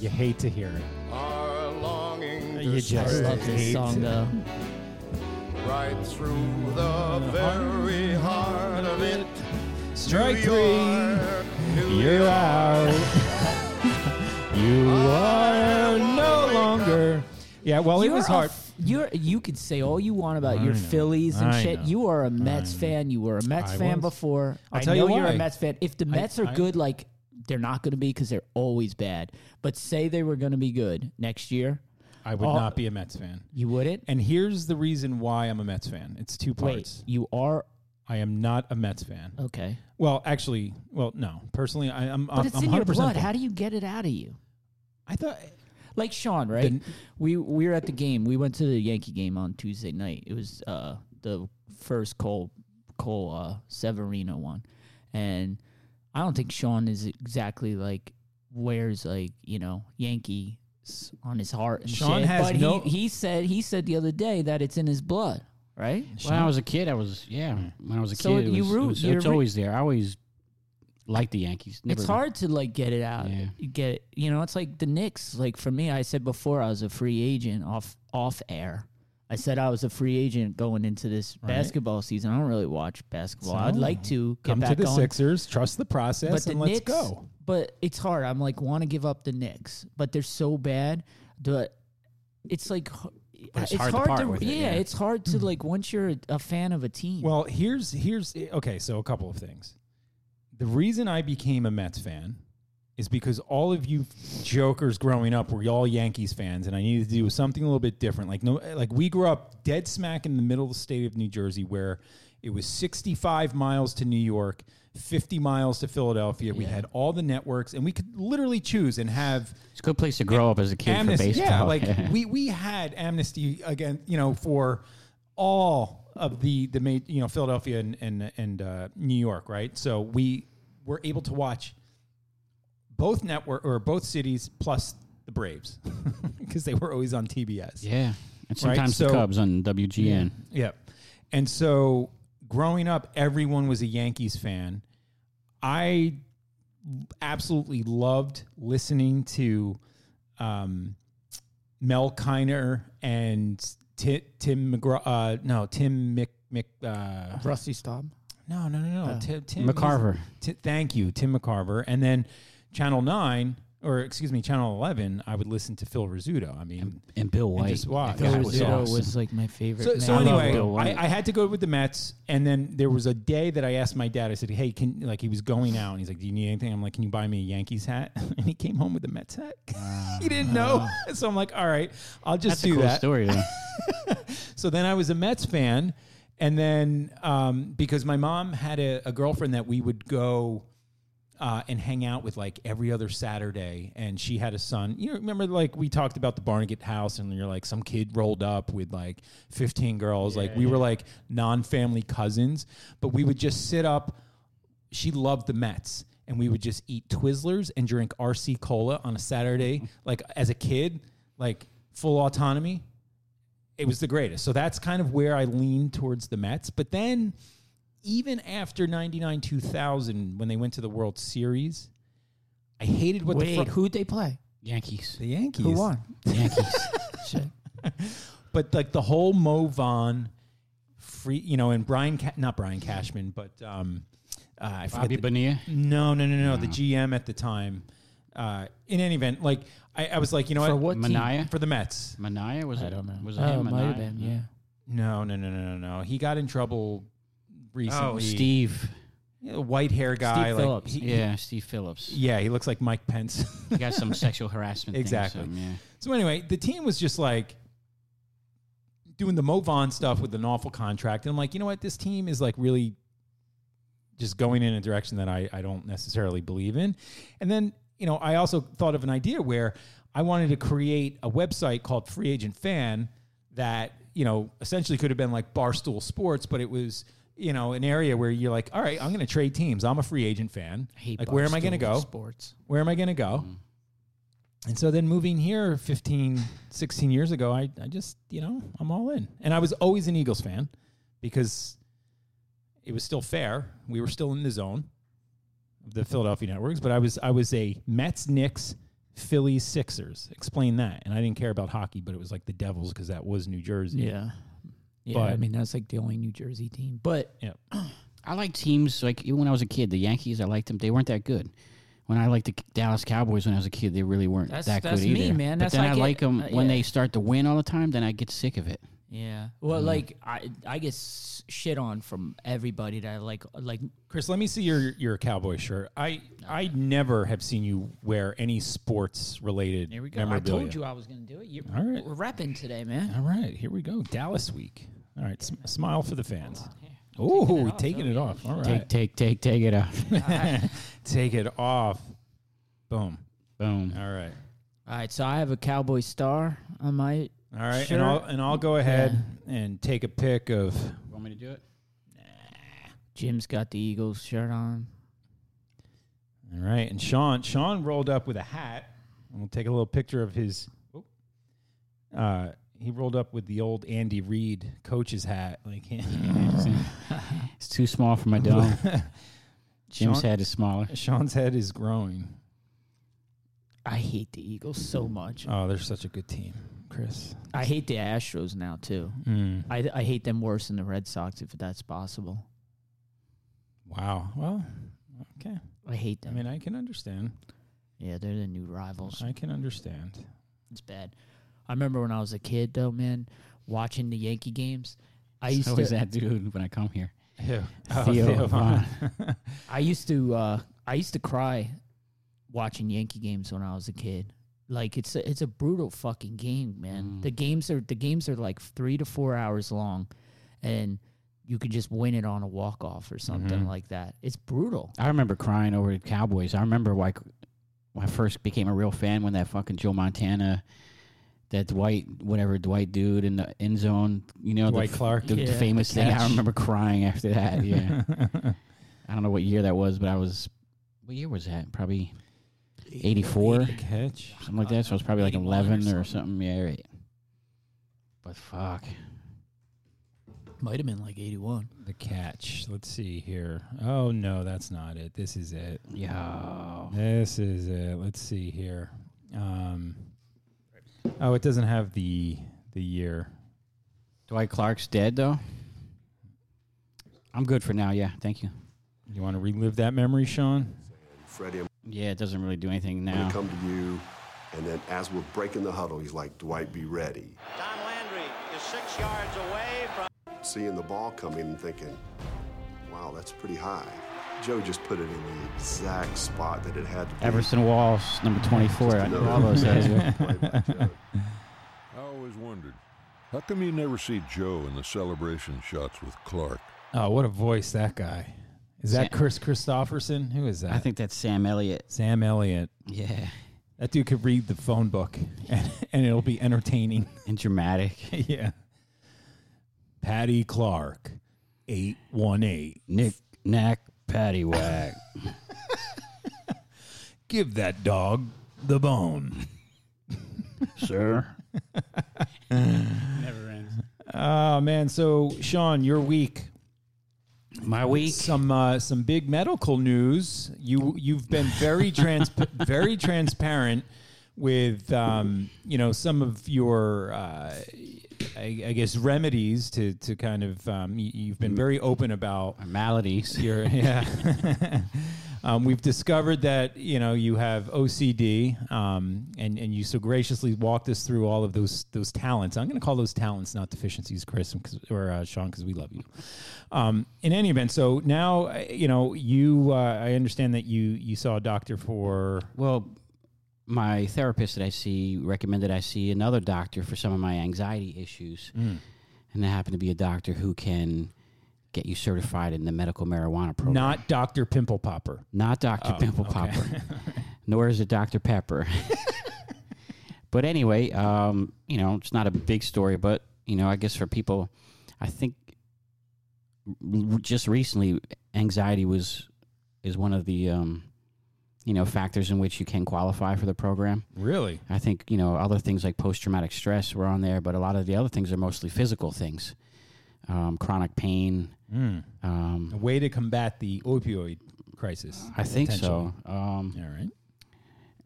S1: You hate to hear it.
S4: Our longing to
S1: You just
S3: I
S4: stray
S3: love this
S1: Eight. *laughs*
S3: song though.
S4: right through the very heart of it.
S1: Strike
S4: New
S1: three.
S4: York, New
S1: You're
S4: York.
S3: *laughs*
S1: out. you are no longer. Yeah. Well, it
S3: You're
S1: was
S3: a
S1: hard.
S3: f- You're you could say all you want about your
S1: know.
S3: Phillies and
S1: I
S3: shit.
S1: know.
S3: You are a Mets
S1: know.
S3: fan. You were a Mets
S1: I
S3: fan
S1: was.
S3: before.
S1: I'll
S3: I
S1: tell
S3: know
S1: you
S3: are
S1: why.
S3: a Mets fan. If the Mets are
S1: I-
S3: good, like they're not going to be because they're always bad. But say they were going to be good next year,
S1: I would
S3: Oh.
S1: not be a Mets fan.
S3: you wouldn't.
S1: And here's the reason why I'm a Mets fan. It's two
S3: Wait,
S1: parts.
S3: you are
S1: I am not a Mets fan.
S3: okay.
S1: Well, actually, well, no. Personally, I, I'm.
S3: But
S1: I'm,
S3: it's
S1: I'm
S3: in
S1: 100%
S3: your blood.
S1: for-
S3: How do you get it out of you?
S1: I thought
S3: Like Sean, right?
S1: The-
S3: we we were at the game. We went to the Yankee game on Tuesday night. It was uh, the first Cole Cole uh, Severino one, and I don't think Sean is exactly like wears like you know Yankee s- on his heart. And
S1: Sean
S3: shit,
S1: has
S3: but
S1: no-
S3: He, he said he said the other day that it's in his blood, right?
S5: when I was a kid, I was yeah. When I was a
S3: So
S5: kid, it
S3: you
S5: was, it
S3: root-
S5: was-
S3: you're
S5: it's
S3: root-
S5: always there. I always liked the Yankees. Never,
S3: It's hard to like get it out.
S5: Yeah.
S3: You Get it, you know, it's like the Knicks. Like for me, I said before I was a free agent off off air. I said I was a free agent going into this basketball season. I don't really watch basketball. I'd
S1: So,
S3: like to get
S1: come
S3: back
S1: to the
S3: on,
S1: Sixers, trust the process,
S3: but the
S1: and let's
S3: Knicks.
S1: go.
S3: But it's hard. I'm like want to give up the Knicks, but they're so bad. The it's like h-
S5: But it's hard to part with it,
S3: yeah,
S5: yeah. Mm-hmm.
S3: it's hard to like once you're a, a fan of a team.
S1: Well, here's here's eh, okay. So a couple of things. The reason I became a Mets fan is because all of you jokers growing up were all Yankees fans, and I needed to do something a little bit different. Like no, eh, like we grew up dead smack in the middle of the state of New Jersey, where it was 65 miles to New York, 50 miles to Philadelphia. We had all the networks, and we could literally choose and have
S5: It's a good place to grow up as a kid
S1: amnesty.
S5: for baseball.
S1: Yeah,
S5: *laughs*
S1: like we we had amnesty again, you know, for all of the the ma- you know Philadelphia and and and uh, New York, right? So we were able to watch both network or both cities plus the Braves *laughs* because they were always on TBS.
S5: yeah. And sometimes
S1: so-
S5: the Cubs on WGN.
S1: Yep. And so growing up, everyone was a Yankees fan. I absolutely loved listening to um, Mel Kiner and Ti- Tim McGraw. Uh, no, Tim Mc. Mc uh,
S3: Rusty Staub.
S1: no, no, no, no. Tim, Tim
S5: Uh, McCarver.
S1: T- thank you, Tim McCarver. And then Channel 9, or excuse me, Channel 11, I would listen to Phil Rizzuto. I mean,
S5: And Bill White.
S1: just watch.
S5: That guy
S1: Bill
S5: was
S1: Rizzuto
S5: awesome.
S3: was like my favorite.
S1: so,
S3: man.
S1: so
S5: I love
S1: anyway,
S5: Bill White.
S1: I, I had to go with the Mets, and then there was a day that I asked my dad. I said, "Hey, can like he was going out, and he's like, do you need anything?' I'm like, can you buy me a Yankees hat?' *laughs* And he came home with a Mets hat. *laughs* he didn't know, *laughs* so I'm like, all right, I'll just
S5: Ah. That's a
S1: do
S5: cool
S1: that.
S3: *laughs*
S5: story. Though.
S1: So then I was a Mets fan, and then um, because my mom had a, a girlfriend that we would go uh, and hang out with like every other Saturday, and she had a son. You remember, like we talked about the Barnegat house, and you're like some kid rolled up with like 15 girls. like we were like non-family cousins, but we would just sit up. She loved the Mets. And we would just eat Twizzlers and drink RC Cola on a *laughs* Saturday, like as a kid, like full autonomy it was the greatest. So that's kind of where I leaned towards the Mets. But then, even after 99 2000, when they went to the World Series, I hated what
S3: wait,
S1: the, fro-
S3: who'd they play?
S5: Yankees.
S1: the Yankees.
S3: Who won? *laughs*
S5: Yankees.
S3: Shit.
S1: But like the whole Mo Vaughn, free, you know, and Brian, Ca- not Brian Cashman, but um, uh, I forget.
S5: Bobby
S1: the-
S5: Bonilla.
S1: no, no, no, no, The GM at the time. Uh, in any event, like I, I was like, you know
S3: For
S1: what?
S3: what team?
S5: Manaya.
S1: For the Mets.
S5: Manaya was
S3: I
S5: it-
S3: don't know.
S5: Was it
S3: oh,
S5: him?
S3: might have
S5: Minaya?
S3: been. Yeah.
S1: No, no, no, no, no, no. He got in trouble recently.
S5: Oh, Steve.
S1: a white hair guy. like,
S3: Phillips.
S1: he-
S5: Yeah, Steve Phillips.
S1: yeah, he looks like Mike Pence. *laughs*
S5: He *laughs* got some sexual harassment. thing or
S1: Exactly.
S5: something, yeah.
S1: so anyway, the team was just like doing the Movon stuff with an awful contract, and I'm like, you know what, this team is like really just going in a direction that I, I don't necessarily believe in. And then you know, I also thought of an idea where I wanted to create a website called Free Agent Fan that, you know, essentially could have been like Barstool Sports, but it was, you know, an area where you're like, all right, I'm going to trade teams. I'm a free agent fan.
S3: hate
S1: like, where am I going to
S3: Barstool
S1: go?
S3: Sports.
S1: where am I going to go?
S3: Mm-hmm.
S1: And so then moving here 15, 16 years ago, I, I just, you know, I'm all in. And I was always an Eagles fan because it was still fair. We were still in the zone of the Philadelphia networks, but I was I was a Mets, Knicks, Phillies, Sixers. Explain that. And I didn't care about hockey, but it was like the Devils because that was New Jersey.
S3: Yeah. Yeah, I
S1: But-
S3: mean that's like the only New Jersey team, but
S5: I like teams like even when I was a kid, the Yankees. I liked them. They weren't that good. When I liked the Dallas Cowboys when I was a kid, they really weren't
S3: That's-
S5: that
S3: that's
S5: good
S3: me,
S5: either.
S3: man. That's
S5: but then
S3: like
S5: I
S3: it.
S5: like them
S3: Uh,
S5: when
S3: yeah.
S5: they start to win all the time. Then I get sick of it.
S3: yeah. Mm-hmm. Well, like I I get s- shit on from everybody that I like like
S1: Chris, let me see your your cowboy shirt. I I never have seen you wear any sports related
S3: Here we go. I told you I was going to do it. You're,
S1: All right.
S3: We're repping today, man.
S1: All right, here we go. Dallas week. All right, sm- smile for the fans. Oh, taking it off. All right.
S5: Take, take, take, take
S1: *laughs*
S5: it off.
S1: Take it off. Boom.
S5: Boom.
S1: All right.
S3: All right, so I have a cowboy star on my.
S1: All right.
S3: Sure.
S1: And I'll and I'll go ahead and take a pic of
S5: Want me to do it?
S3: Jim's got the Eagles shirt on.
S1: All right. And Sean Sean rolled up with a hat. And we'll take a little picture of his uh he rolled up with the old Andy Reid coach's hat. Like *laughs*
S5: It's too small for my dome. Jim's
S1: Sean-
S5: head is smaller.
S1: Sean's head is growing.
S3: I hate the Eagles so much.
S1: Oh, they're such a good team, Chris. Mm.
S3: I hate the Astros now too. I I hate them worse than the Red Sox if that's possible.
S1: Wow. Well, okay.
S3: I hate
S1: I
S3: them.
S1: mean, I can understand.
S3: yeah, they're the new rivals.
S1: I can understand.
S3: It's bad. I remember when I was a kid though, man, watching the Yankee games. I used
S5: So
S3: to
S5: is that dude when I come here?
S1: *laughs* Oh, Theo,
S5: Theo Vaughn.
S3: I used to uh, I used to cry watching Yankee games when I was a kid. Like it's a, it's a brutal fucking game, man.
S5: Mm.
S3: The games are the games are like three to four hours long, and you could just win it on a walk off or something
S5: Mm-hmm.
S3: like that. It's brutal.
S5: I remember crying over the Cowboys. I remember like when I first became a real fan when that fucking Joe Montana, that Dwight whatever Dwight dude in the end zone, you know,
S1: Dwight
S5: the, f-
S1: Clark.
S5: the, the
S3: Yeah,
S5: famous
S3: the
S5: thing. I
S3: catch.
S5: remember crying after
S1: *laughs*
S5: that. *laughs* Yeah, I don't know what year that was, but I was. What year was that? Probably eighty four,
S1: Catch.
S5: something like that. So I was probably like
S3: 81 or
S5: eleven or something. Yeah, right. But fuck,
S3: Might have been like eighty one.
S1: The catch. Let's see here. Oh, no, that's not it. This is it.
S5: yo,
S1: This is it. Let's see here. Um, oh, it doesn't have the the year.
S5: Dwight Clark's dead though. I'm good for now. Yeah, thank you.
S1: You want to relive that memory, Sean?
S6: Freddie, I'm
S5: Yeah, it doesn't really do anything now.
S6: gonna come to you. And then as we're breaking the huddle, he's like, Dwight, be ready.
S7: Don Landry is six yards away from.
S6: Seeing the ball coming and thinking, wow, that's pretty high. Joe just put it in the exact spot that it had to be.
S5: Everson Walls, number 24. I know
S6: Another
S5: all those
S6: *laughs*
S5: guys.
S6: great play by Joe.
S8: I always wondered, how come you never see Joe in the celebration shots with Clark?
S1: Oh, what a voice that guy. Is that
S5: Sa-
S1: Chris Christopherson? Who is that?
S5: I think that's Sam Elliott.
S1: Sam Elliott.
S5: Yeah.
S1: That dude could read the phone book *laughs* and, and it'll be entertaining. *laughs*
S5: And dramatic.
S1: yeah. Patty Clark, 818.
S5: Nick, Knack, Paddywhack.
S1: Give that dog the bone.
S5: Sir. *laughs* Never ends.
S1: Oh, man. So, Sean, your week.
S5: My week.
S1: Some uh, some big medical news. You you've been very trans *laughs* very transparent with um, you know some of your uh, I, I guess remedies to to kind of um, you, you've been very open about
S5: Maladies.
S1: You're, *laughs* yeah. *laughs* um, we've discovered that you know you have OCD, um, and and you so graciously walked us through all of those those talents. I'm going to call those talents, not deficiencies, Chris 'cause- or uh, Sean, because we love you. Um, in any event, so now uh, you know you. Uh, I understand that you you saw a doctor for
S5: Well, my therapist that I see recommended I see another doctor for some of my anxiety issues. And that happened to be a doctor who can get you certified in the medical marijuana program.
S1: not Doctor Pimple Popper.
S5: Not Dr. Pimple Popper. nor is it Dr. Pepper. but anyway, um, you know, it's not a big story, but, you know, I guess for people, I think r- just recently, anxiety was is one of the, um, you know, factors in which you can qualify for the program.
S1: Really?
S5: I think, you know, other things like post traumatic stress were on there, but a lot of the other things are mostly physical things um, chronic pain. Um,
S1: Hmm. A way to combat the opioid crisis.
S5: I think
S1: potentially.
S5: so. Um,
S1: All right.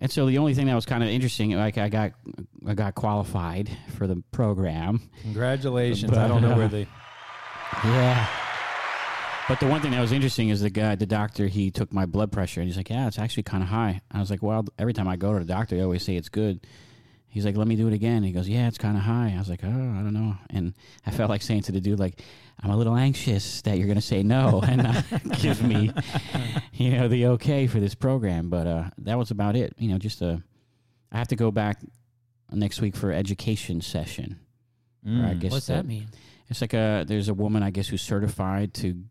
S5: And so the only thing that was kind of interesting, like I got, I got qualified for the program.
S1: Congratulations.
S5: But,
S1: I don't
S5: *laughs*
S1: know
S5: uh,
S1: where they.
S5: Yeah. But the one thing that was interesting is the guy, the doctor, he took my blood pressure and he's like, "Yeah, it's actually kind of high." And I was like, "Well, every time I go to the doctor, they always say it's good." He's like, "Let me do it again." He goes, "Yeah, it's kind of high." I was like, "Oh, I don't know." And I felt like saying to the dude, "Like, I'm a little anxious that you're gonna say no *laughs* and not give me, *laughs* you know, the okay for this program." But uh, that was about it. You know, just a. I have to go back next week for education session. or I
S1: Mm.
S5: guess
S3: What's that mean?
S5: it's like a there's a woman I guess who's certified to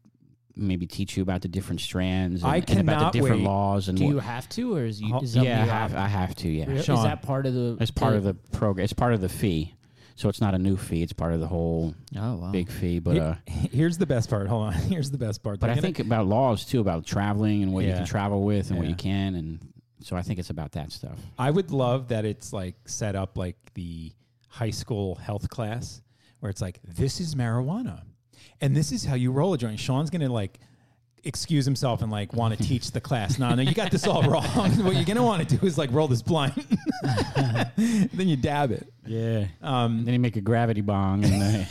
S5: maybe teach you about the different strands and,
S1: I
S5: and about
S1: cannot
S5: the different
S1: wait.
S5: laws and
S3: Do
S5: what- Uh-huh.
S3: you have to, or is you?
S1: Oh,
S3: Is that
S5: yeah I
S3: what you
S5: have, I have to yeah
S3: Really? Uh, Is
S1: Sean.
S3: that part of the?
S5: it's part of the program it's part of the fee so it's not a new fee it's part of the whole
S3: Oh wow.
S5: big fee but
S1: Here-
S5: uh
S1: here's the best part. Hold on. *laughs* Here's the best part.
S5: but
S1: They're
S5: I
S1: gonna-
S5: think about laws too about traveling and what you
S1: Yeah.
S5: can travel with and what
S1: Yeah.
S5: you can and so I think it's about that stuff
S1: I would love that it's like set up like the high school health class where it's like, this is marijuana and this is how you roll a joint. Sean's going to like excuse himself and like
S5: *laughs*
S1: want to teach the class. No, no, you got this all wrong. *laughs* what you're going to want to do is like roll this blind. *laughs* then you dab it.
S5: yeah um and then you make a gravity bong and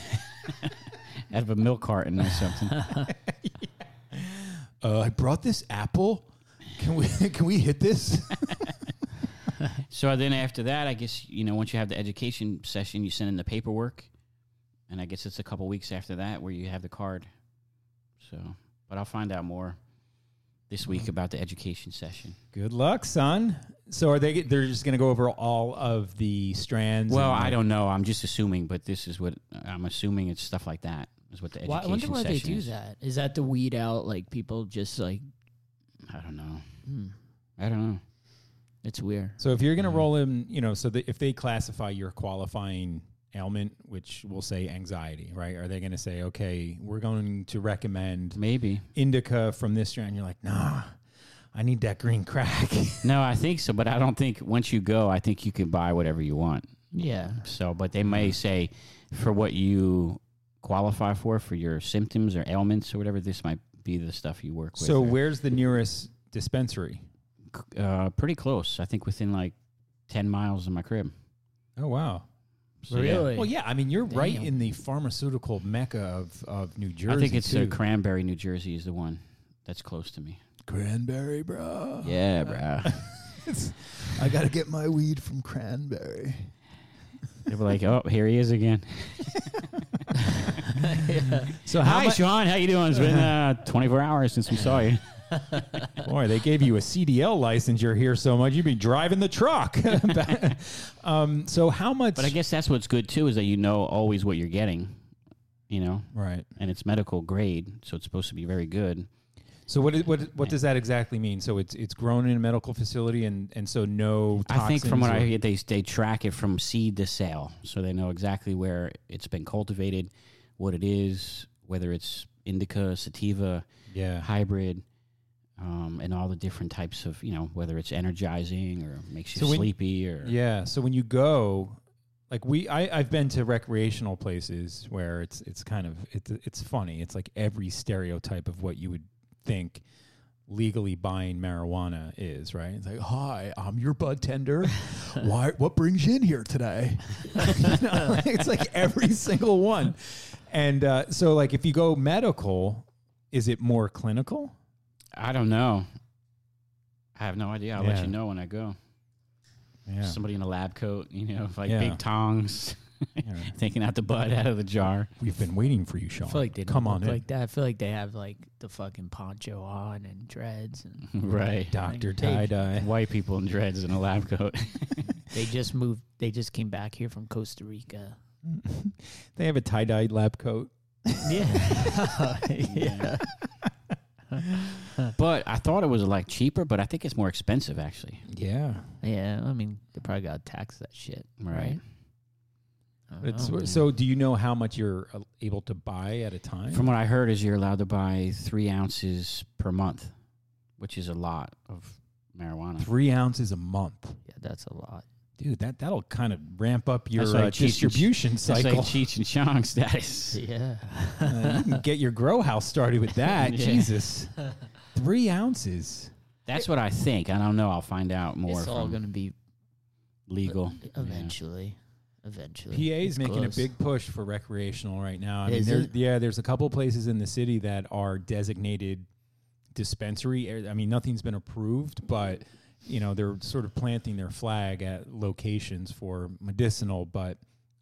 S5: uh, *laughs* out of a milk carton or something
S1: Uh, I brought this apple. Can we *laughs* can we hit this? *laughs*
S5: So then after that, I guess you know once you have the education session, you send in the paperwork, and I guess it's a couple weeks after that where you have the card. So, but I'll find out more this week about the education session.
S1: Good luck, son. So are they? They're just going to go over all of the strands.
S5: Well,
S1: and,
S5: I
S1: like-
S5: don't know. I'm just assuming, but this is what I'm assuming. It's stuff like that is what the
S3: Why, I
S5: education
S3: wonder why they
S5: session
S3: do
S5: is.
S3: that. Is that to weed out like people just like
S5: I don't know.
S3: Hmm.
S5: I don't know.
S3: it's weird.
S1: So if you're going to roll in, you know, so that if they classify your qualifying ailment, which will say anxiety, right? Are they going to say, okay, we're going to recommend
S5: Maybe
S1: indica from this strand? You're like, nah, I need that green crack. *laughs*
S5: no. I think so, but I don't think once you go, I think you can buy whatever you want.
S3: Yeah.
S5: So, but they may say for what you qualify for, for your symptoms or ailments or whatever, this might be the stuff you work with.
S1: so
S5: or-
S1: where's the nearest dispensary?
S5: uh, pretty close. I think within like 10 miles of my crib.
S1: Oh wow.
S5: So, yeah.
S3: Really?
S1: Well, yeah. I mean, you're right
S3: Damn.
S1: in the pharmaceutical mecca of, of New Jersey.
S5: I think it's uh,
S1: too.
S5: Cranberry, New Jersey is the one that's close to me.
S1: cranberry, Oh, bro.
S5: Yeah,
S1: Uh,
S5: bro.
S1: I got to get my weed from cranberry.
S5: they were like, oh, here he
S1: *laughs*
S5: is again.
S1: So how
S5: Hi,
S1: mu-
S5: Sean. How you doing? It's been uh, 24 hours since we saw you.
S1: Boy, they gave you a CDL license. You're here so much, you'd be driving the
S5: *laughs*
S1: truck. *laughs* um, so how much?
S5: But I guess that's what's good too is that you know always what you're getting, you know,
S1: right.
S5: and it's medical grade, so it's supposed to be very good.
S1: So what? is- What? What does that exactly mean? So it's it's grown in a medical facility, and and so no. Toxins
S5: I think from what
S1: or-
S5: I hear, they they track it from seed to sale, so they know exactly where it's been cultivated, what it is, whether it's indica, sativa,
S1: yeah.
S5: hybrid, um, and all the different types of you know whether it's energizing or makes you
S1: So when-
S5: sleepy or
S1: Yeah. So when you go, like we, I, I've been to recreational places where it's it's kind of it's it's funny. It's like every stereotype of what you would think legally buying marijuana is, right? It's like, hi, I'm your bud
S3: *laughs*
S1: tender. Why? What brings you in here today? *laughs* You know, like, it's like every *laughs* single one. And uh, so, like, if you go medical, is it more clinical?
S5: I don't know. I have no idea. I'll
S1: Yeah.
S5: let you know when I go.
S1: Yeah.
S5: Somebody in a lab coat, you know, with, like
S1: Yeah.
S5: big tongs, *laughs* taking out the bud out of
S1: *laughs*
S5: the jar.
S1: We've been waiting for you,
S3: I
S1: Sean.
S3: feel like they don't
S1: Come on
S3: look
S1: in.
S3: like that. I feel like they have like the fucking poncho on and dreads, and *laughs*
S5: right.
S1: Doctor
S3: Hey.
S1: tie dye.
S5: White people in dreads in a lab coat.
S3: they just moved. They just came back here from Costa *laughs* Rica.
S1: *laughs*
S3: *laughs*
S1: They have a tie dye lab coat.
S3: Yeah. yeah.
S5: *laughs* But I thought it was like cheaper, but I think it's more expensive actually.
S1: Yeah.
S3: Yeah, I mean, they probably got to tax that shit, right? I don't
S1: It's,
S3: know.
S1: so do you know how much you're uh, able to buy at a time?
S5: From what I heard, is you're allowed to buy three ounces per month, which is a lot of
S1: *laughs*
S5: marijuana.
S1: three ounces a month.
S3: yeah, that's a lot.
S1: Dude, that, that'll kind of ramp up your
S5: That's like
S1: uh,
S5: Cheech and Ch-
S1: distribution
S5: That's
S1: *laughs*
S5: like
S1: cycle.
S5: E Cheech and Chong
S1: *laughs*
S3: *laughs*
S5: status.
S3: Yeah,
S1: Uh, you
S3: *laughs*
S1: can get your grow house started with *laughs* that.
S5: Yeah.
S1: Jesus. Three ounces.
S5: That's what I think. I don't know. I'll find out more.
S3: it's all
S5: from
S3: gonna be
S5: legal.
S3: eventually. Eventually,
S1: PA's
S3: It's
S1: making
S3: close.
S1: a big push for recreational right now. I mean,
S3: Is
S1: there,
S3: it?
S1: yeah, there's a couple places in the city that are designated dispensary. I mean, nothing's been approved, but you know they're sort of planting their flag at locations for medicinal. But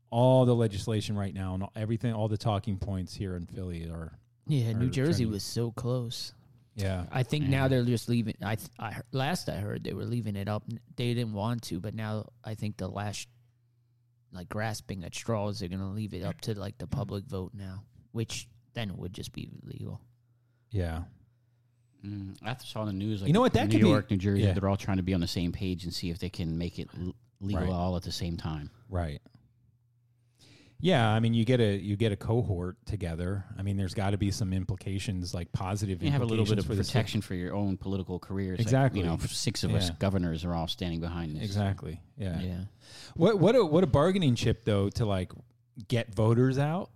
S1: all the legislation right now and everything, all the talking points here in Philly are
S3: Yeah,
S1: or
S3: New Jersey
S1: trending.
S3: was so close.
S1: yeah.
S3: I think
S1: Mm.
S3: now they're just leaving. I, th- I he- last I heard they were leaving it up. They didn't want to, but now I think the last like grasping at straws, they're gonna leave it up to like the public vote now, which then would just be legal.
S1: Yeah.
S5: Mm, I saw the news. Like
S1: You know what? That
S5: New
S1: could be-
S5: York, New Jersey.
S1: yeah.
S5: They're all trying to be on the same page and see if they can make it l- legal
S1: Right.
S5: all at the same time.
S1: Right. Yeah, I mean, you get a you get a cohort together. I mean, there's got to be some implications, like positive.
S5: You have a little bit
S1: implications
S5: of
S1: for this-
S5: protection for your own political careers.
S1: Exactly.
S5: Like, you know, six of us
S1: Yeah.
S5: governors are all standing behind this.
S1: Exactly. Yeah.
S3: Yeah,
S1: What what a what a bargaining chip though to like get voters out.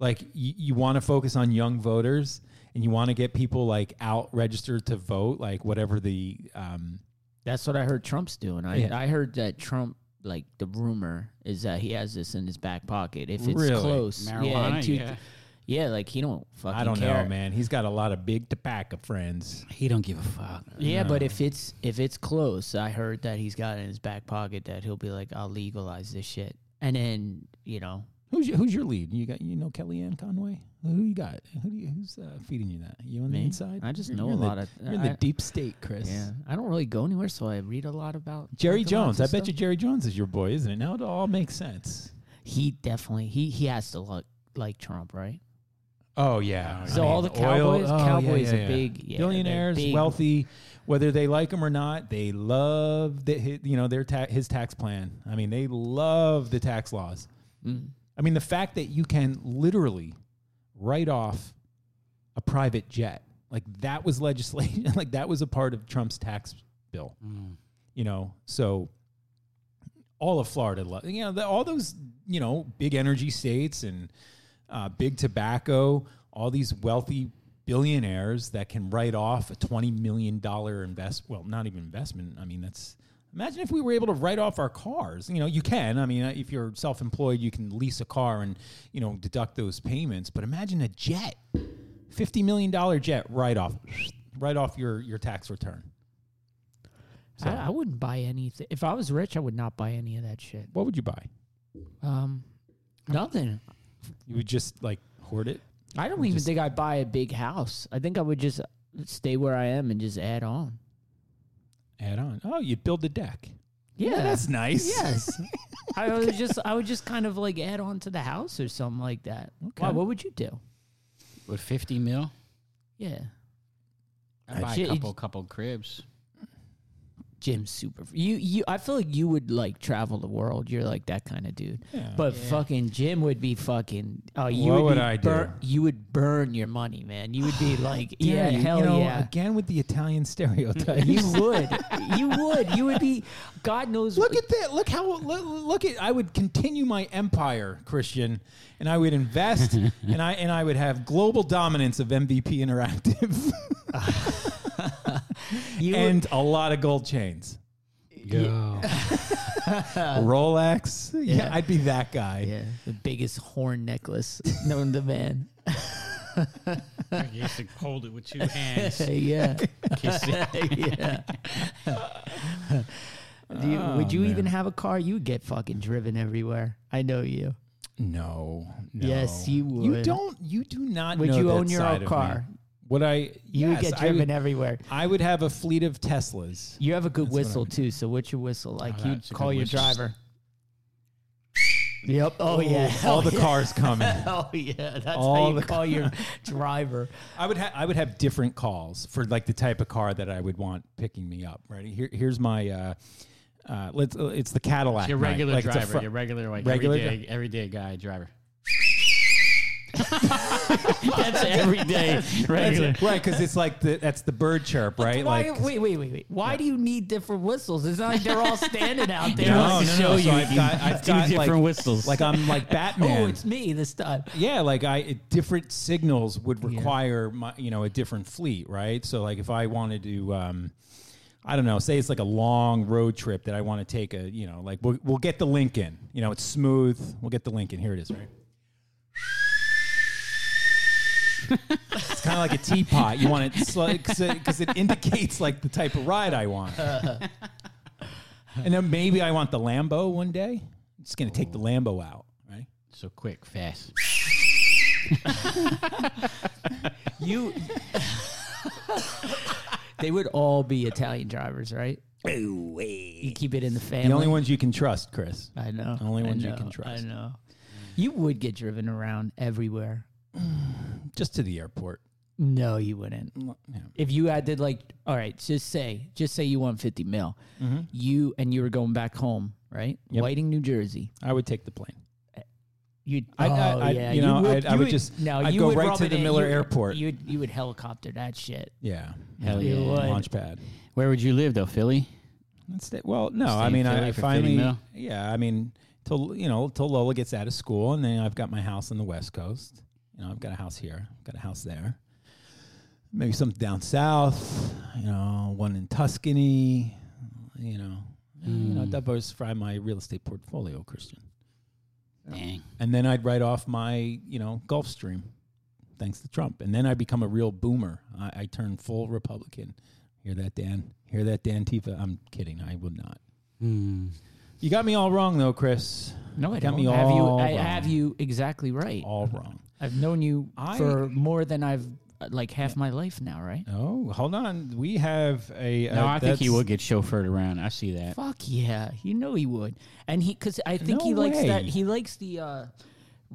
S1: Like you, you want to focus on young voters and you want to get people like out registered to vote, like whatever the um
S3: that's what I heard Trump's doing. I
S1: Yeah.
S3: I heard that Trump. Like the rumor is that he has this in his back pocket. If it's
S1: Really?
S3: close, yeah,
S5: Marijuana,
S3: and two-
S5: yeah.
S3: yeah, like he don't fucking.
S1: I don't
S3: care.
S1: know, man. He's got a lot of big tobacco friends.
S5: He don't give a fuck.
S3: Yeah, but if it's if it's close, I heard that he's got in his back pocket that he'll be like, I'll legalize this shit, and then you know,
S1: Who's your, who's your lead? You got you know Kellyanne Conway? Who you got? Who do you, who's uh, feeding you that? You on
S3: Me?
S1: the inside?
S3: I just
S1: You're-
S3: know
S1: you're
S3: a
S1: in the-
S3: lot of-
S1: You're in the
S3: I-
S1: deep state, Chris.
S3: yeah, I don't really go anywhere, so I read a lot about
S1: Jerry
S3: like, a lot
S1: Jones. I
S3: of
S1: bet you
S3: stuff.
S1: Jerry Jones is your boy, isn't it? Now it all makes sense.
S3: he definitely he he has to look like Trump, right?
S1: Oh yeah.
S3: So all the Cowboys-
S1: oh,
S3: Cowboys are big- yeah, they're
S1: billionaires,
S3: big.
S1: wealthy, whether they like him or not. They love the, hi- you know their ta- his tax plan. I mean, they love the tax laws.
S3: Mm.
S1: I mean, the fact that you can literally write off a private jet like that was legislation. *laughs* Like that was a part of Trump's tax bill.
S3: Mm.
S1: You know, so all of Florida, lo- you know, the, all those you know big energy states and uh, big tobacco, all these wealthy billionaires that can write off a twenty million dollar invest. Well, not even investment. I mean, that's imagine if we were able to write off our cars. You know, you can. I mean, uh, if you're self employed, you can lease a car and you know deduct those payments. But imagine a jet, fifty million dollar jet write off, right off your your tax return.
S3: I, I wouldn't buy anything if I was rich. I would not buy any of that shit.
S1: What would you buy?
S3: Um, nothing.
S1: You would just like hoard it.
S3: I don't even think I'd buy a big house. I think I would just stay where I am and just add on.
S1: Add on. Oh, you'd build the deck.
S3: Yeah,
S1: That's nice.
S3: Yes. *laughs* I would just I would just kind of like add on to the house or something like that. Wow, what would you do?
S5: With fifty mil,
S3: Yeah.
S5: I buy a
S3: Shit, you-
S5: couple couple cribs.
S3: Jim's super you you I feel like you would like travel the world. You're like that kind of dude.
S1: Yeah.
S3: But fucking Jim would be fucking oh you
S1: What would
S3: be
S1: I do?
S3: burn- you would burn your money, man. You *sighs* would be like yeah,
S1: Damn you. You
S3: hell
S1: know,
S3: yeah.
S1: Again with the Italian *laughs* stereotype.
S3: You would. you would. You would be God
S1: *laughs*
S3: knows
S1: look at that. Look how look, look at I would continue my empire, Christian, and I would
S3: *laughs*
S1: invest and I and I would have global dominance of MVP Interactive *laughs*
S3: you would-
S1: and a lot of gold chains. *laughs*
S3: *laughs*
S1: Rolex. Yeah. I'd be that guy.
S3: yeah, the biggest horn necklace known to man.
S5: you have to hold it with two hands.
S3: *laughs* yeah. *laughs* yeah. Do you, would you even have a car? You would get fucking driven everywhere. I know you.
S1: No, no.
S3: Yes, you
S1: You
S3: would.
S1: don't you do not
S3: Would
S1: know
S3: you
S1: that
S3: own your
S1: side
S3: own
S1: of
S3: car?
S1: me. Would I
S3: You would
S1: yes,
S3: get
S1: I
S3: driven
S1: would-
S3: everywhere.
S1: I would have a fleet of Teslas.
S3: You have a good
S1: what I
S3: whistle
S1: would
S3: too. So what's your whistle like?
S5: Oh,
S3: You'd
S5: that's a good
S3: call your
S5: whistle.
S3: driver. Yep. Oh, yeah.
S1: all
S3: *laughs* Oh,
S1: the
S3: yeah.
S1: cars coming.
S3: Oh yeah. That's
S1: All
S3: how you
S1: the-
S3: call your driver.
S1: I would ha- I would have different calls for like the type of car that I would want picking me up. Right here, here's my uh, uh, let's uh, it's the Cadillac.
S5: Your
S1: night.
S5: regular
S1: Like, it's a
S5: driver,
S1: fr-
S5: your regular like
S1: Regular
S5: everyday, everyday guy driver. *laughs* That's everyday regular.
S1: right, because it's like the that's the bird chirp, right?
S3: Why,
S1: like
S3: wait, wait, wait, wait. Why do you need different whistles? It's not like they're *laughs* all standing out there.
S1: no, no,
S3: like,
S1: no. So
S5: show you
S1: I've got I've
S5: two
S1: got
S5: different
S1: like
S5: whistles.
S1: like I'm like
S3: *laughs* Oh,
S1: Batman.
S3: it's me this time.
S1: yeah, like I it- different signals would require my you know a different fleet, right? So like if I wanted to. Um, I don't know. Say it's like a long road trip that I want to take. A you know, like we'll, we'll get the Lincoln. You know, it's smooth. We'll get the Lincoln. Here it is, right? it's kind of like a teapot. You want it because it, 'cause it indicates like the type of ride I want. and then maybe I want the Lambo one day. I'm just gonna take the Lambo out, right?
S5: So quick, fast.
S3: You. they would all be Italian drivers, right? You keep it in the family.
S1: The only ones you can trust, Chris.
S3: I know.
S1: The only
S3: I
S1: ones you
S3: know,
S1: can trust.
S3: I know. You would get driven around everywhere.
S1: Just to the airport.
S3: No, you wouldn't. If you had to like, all right, just say, just say you won fifty mil,
S1: Mm-hmm.
S3: you and you were going back home, right? Whiting, New Jersey. oh,
S1: I would take the plane.
S3: You,
S1: I'd- I- I'd- you know, I'd- I would just- I'd go right
S3: rub
S1: to
S3: it
S1: the
S3: in.
S1: Miller
S3: You-
S1: Airport.
S3: You would, you would helicopter that shit.
S1: Yeah.
S5: Hell
S3: You
S5: yeah.
S3: would.
S1: Launch pad.
S5: Where would you live though, Philly?
S1: That's it. Well, no, I
S5: in
S1: mean,
S5: Philly
S1: I, I
S5: for 50
S1: finally,
S5: mil?
S1: yeah, I mean, till you know, till Lola gets out of school, and then I've got my house on the West Coast. You know, I've got a house here, got a house there. Maybe some down south. You know, one in Tuscany. You know, you know, diversify my real estate portfolio, Christian.
S5: Dang.
S1: And then I'd write off my, you know, Gulf Stream, thanks to Trump. And then I become a real boomer. I, I turn full Republican. Hear that, Dan? Hear that, Dan Tifa? I'm kidding. I would not.
S5: Hmm.
S1: You got me all wrong, though,
S5: *laughs*
S1: Chris.
S3: No, I
S1: got me
S3: Have you?
S1: all
S3: I
S1: wrong.
S3: have you exactly right.
S1: All wrong.
S3: I've known you
S1: I-
S3: for more than I've uh, like half my life now, right?
S1: Oh, hold on. We have a.
S5: No,
S1: uh,
S5: I think he
S1: that's-
S5: would get chauffeured around. I see that.
S3: Fuck yeah, you know he would, and he because I think
S1: No
S3: he likes that.
S1: way.
S3: He likes the uh,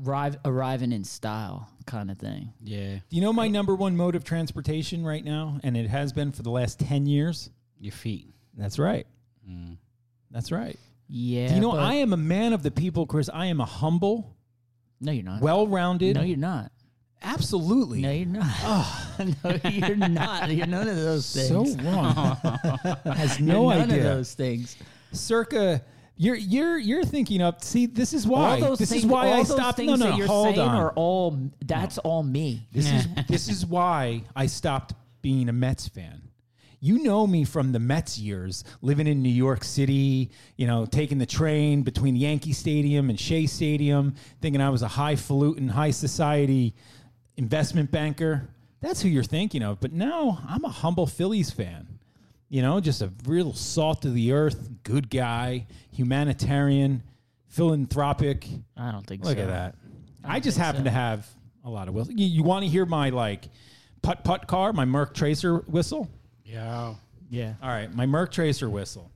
S3: arrive, arriving in style kind of thing.
S5: Yeah.
S1: You know my number one mode of transportation right now, and it has been for the last ten years.
S5: Your feet.
S1: That's right.
S5: Hmm.
S1: That's right.
S3: Yeah,
S1: Do you know,
S3: but-
S1: I am a man of the people, Chris. I am a humble,
S3: no, you're not.
S1: well-rounded.
S3: no, you're not.
S1: absolutely.
S3: No, you're not. *laughs* no, you're not. You're none of those things.
S1: so
S3: *laughs*
S1: wrong. Has
S3: You're
S1: no
S3: none
S1: idea.
S3: of those things.
S1: Circa. You're you're you're thinking up. See, this is why.
S3: All those
S1: this
S3: things,
S1: is why
S3: all
S1: I
S3: those
S1: stopped.
S3: Things
S1: No, no.
S3: that you're
S1: hold
S3: saying
S1: on.
S3: Are all that's all me.
S1: this is this is why I stopped being a Mets fan. You know me from the Mets years, living in New York City. You know, taking the train between Yankee Stadium and Shea Stadium, thinking I was a highfalutin, high society investment banker. That's who you're thinking of. But now I'm a humble Phillies fan. You know, just a real salt of the earth, good guy, humanitarian, philanthropic.
S3: I don't think
S1: Look
S3: so.
S1: at that. I, just happen to have a lot of whistles. You, want to hear my like putt putt car, my Merc Tracer whistle?
S5: Yeah.
S3: Yeah.
S1: All right, my Merc Tracer whistle.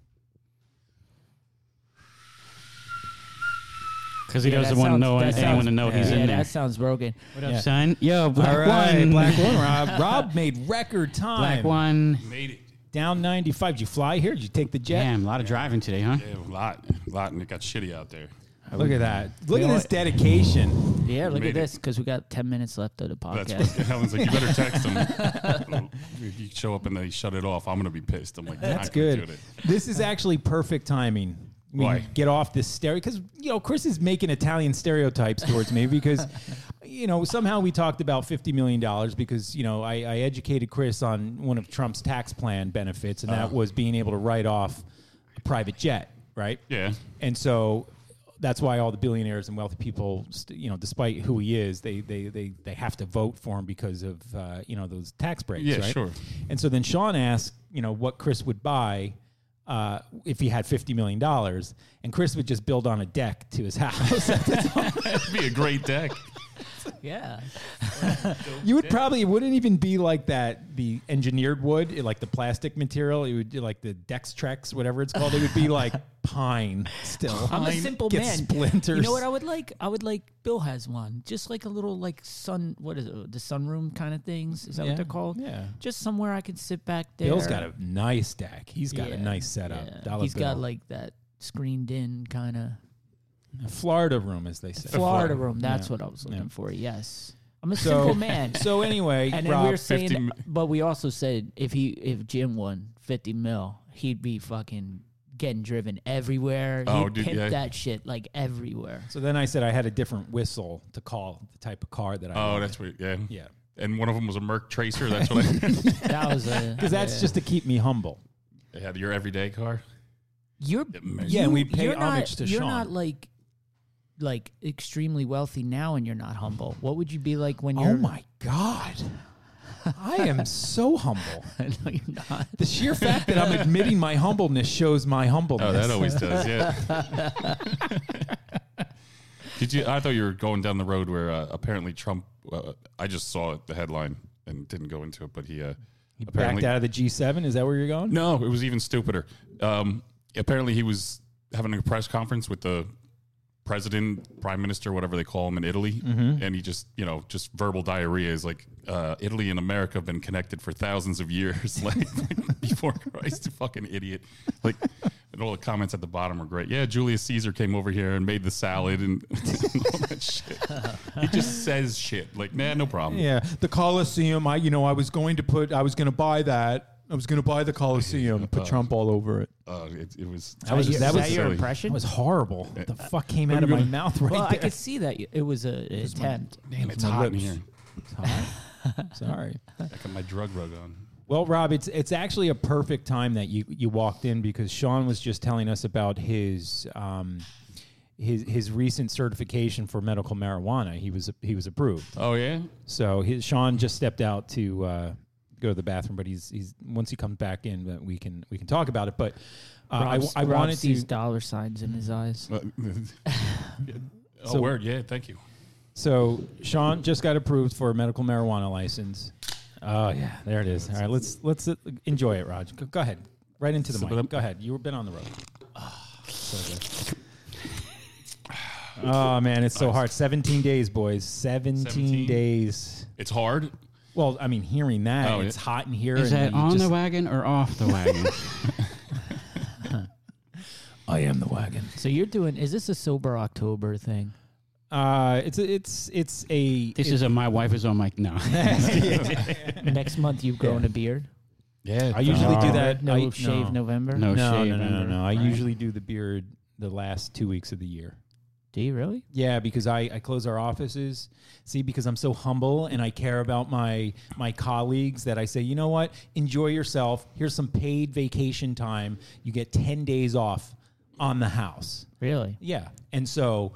S5: Because he
S3: Yeah,
S5: doesn't
S3: that
S5: want to
S3: sounds-
S5: know
S3: that
S5: anyone
S3: sounds-
S5: to know he's
S3: yeah,
S5: in there.
S3: That sounds broken.
S5: What up, son? Yo, black
S1: All right,
S5: one.
S1: Black One, Rob. Rob made record time.
S5: Black one.
S9: Made it.
S1: Down 95. Did you fly here? Did you take the jet?
S5: Damn, a lot of driving today, huh?
S9: Yeah, a lot, a lot, and it got shitty out there.
S1: Look at that. Look at this dedication.
S3: Yeah, look at
S9: made it.
S3: this because we got ten minutes left of the
S1: *laughs*
S9: That's
S3: podcast.
S9: what Helen's like. You better text him. if you show up and they shut it off, I'm gonna be pissed. I'm like,
S1: That's
S9: I can't
S1: good.
S9: Do it.
S1: This is actually perfect timing. We
S9: Why?
S1: get off this stereo because you know Chris is making Italian stereotypes towards me
S9: *laughs*
S1: because you know somehow we talked about fifty million dollars because you know I, I educated Chris on one of Trump's tax plan benefits and
S9: Uh-huh.
S1: that was being able to write off a private jet, right?
S9: Yeah.
S1: and so that's why all the billionaires and wealthy people, st- you know, despite who he is, they they they they have to vote for him because of uh, you know those tax breaks.
S9: Yeah,
S1: right?
S9: sure.
S1: And so then Sean asked, you know, what Chris would buy uh, if he had fifty million dollars, *laughs* and Chris would just build on a deck to his house. *laughs*
S9: It'd be a great deck.
S10: yeah.
S1: You would probably it wouldn't even be like that the engineered wood, it- like the plastic material. It would like the Dextrex, whatever it's called. It would
S3: *laughs*
S1: be like pine still.
S3: I'm a simple
S1: Get
S3: man.
S1: Splinters.
S3: You know what I would like? I would like Bill has one, just like a little like sun. What is it? The sunroom kind of things. Is that
S1: Yeah,
S3: what they're called?
S1: *laughs* yeah.
S3: Just somewhere I can sit back there.
S1: Bill's got a nice deck. He's got a
S3: Yeah,
S1: nice setup.
S3: yeah.
S1: Dollar
S3: He's got
S1: bill.
S3: like that screened in kind of
S1: A Florida room, as they say.
S3: Florida room. That's
S1: Yeah.
S3: what I was looking
S1: Yeah.
S3: for. Yes. I'm a
S1: So-
S3: simple man.
S1: So anyway,
S3: *laughs* and then
S1: Rob,
S3: we were saying,
S9: 50 mi-
S3: but we also said if he if Jim won 50 mil, he'd be fucking getting driven everywhere.
S9: Oh,
S3: He'd
S9: dude,
S3: pimp
S9: yeah.
S3: that shit like everywhere.
S1: so then I said I had a different whistle to call the type of car that I.
S9: Oh,
S1: wanted.
S9: that's what. Yeah.
S1: yeah,
S9: And one of them was a Merc Tracer.
S1: *laughs*
S9: That's what I
S3: That
S9: *laughs*
S3: was a
S1: because that's just to keep me humble.
S9: they had. Your everyday car.
S3: you're
S1: Yeah, and
S3: you-
S1: we pay
S3: you're not-
S1: homage to
S3: You're
S1: Sean.
S3: not like like extremely wealthy now, and you're not humble. What would you be like when you're?
S1: Oh my god, I am so humble.
S3: *laughs* no, you're not.
S1: The sheer fact that I'm admitting my humbleness shows my humbleness.
S9: Oh, that always does. Yeah. *laughs* Did you? I thought you were going down the road where uh, apparently Trump. Uh, I just saw it, the headline and didn't go into it, but he uh, apparently
S1: backed out of the G7. Is that where you're going?
S9: no, it was even stupider. Um, apparently, he was having a press conference with the president, prime minister, whatever they call him in Italy, and he just, you know, just verbal diarrhea is like uh, Italy and America have been connected for thousands of years, *laughs* like before Christ, you fucking idiot. Like, and all the comments at the bottom were great. Yeah, Julius Caesar came over here and made the salad and *laughs* all that shit. He just says shit like, nah, no problem.
S1: Yeah, the Coliseum. I, you know, I was going to put. I was going to buy that. I was going to buy the Coliseum. Put Trump all over it.
S9: Uh, it, it was
S1: That was-
S9: just
S1: that was-
S3: Is that your
S9: silly.
S1: That *laughs*
S3: impression?
S1: was horrible.
S9: Uh,
S1: What the fuck came out of my mouth right
S3: well, I
S1: there?
S3: could see that you- it was a attempt.
S9: Damn, it's
S1: my
S9: hot in
S1: lips.
S9: here.
S1: *laughs* Sorry.
S9: I got my drug rug on.
S1: Well, Rob, it's it's actually a perfect time that you you walked in because Sean was just telling us about his um his his recent certification for medical marijuana. He was he was approved.
S9: Oh yeah,
S1: So his Sean just stepped out to uh, go to the bathroom, but he's he's once he comes back in, that we can we can talk about it. But uh, I,
S3: Rob-
S1: I
S3: Rob
S1: wanted
S3: sees
S1: to.
S3: dollar signs in his eyes.
S9: Uh, *laughs* oh,
S1: So-
S9: word. Yeah, thank you.
S1: So Sean just got approved for a medical marijuana license. Oh yeah, there it is. All right, let's let's uh, enjoy it, Raj. Go, go ahead, right into the
S9: Sip it
S1: mic.
S9: up.
S1: Go ahead. You've been on the road. Ah. So good. Oh man, it's so hard. Seventeen days, boys. Seventeen,
S9: 17?
S1: days.
S9: It's hard.
S1: Well, I mean, hearing that,
S9: Oh,
S1: it's
S9: yeah.
S1: hot in here.
S5: Is
S1: and you
S5: that on
S1: just,
S5: the wagon or off
S1: *laughs*
S5: the wagon?
S1: I am the wagon.
S3: So you're doing? Is this a sober
S1: *laughs*
S3: October thing?
S1: Uh, it's a, it's it's a
S5: this
S1: it-
S5: is a my wife is on my
S1: *laughs*
S5: no.
S3: Next month you've grown a beard.
S9: Yeah,
S1: I usually do
S3: No.
S1: that.
S3: No
S1: I,
S3: shave November.
S5: No,
S1: No,
S5: shave
S1: no, no, no,
S5: under.
S1: no. I
S5: Right.
S1: usually do the beard the last two weeks of the year.
S3: Do you really?
S1: Yeah, because I, I close our offices. See, because I'm so humble and I care about my my colleagues that I say, you know what, enjoy yourself. Here's some paid vacation time. You get ten days off on the house.
S3: Really?
S1: Yeah, and so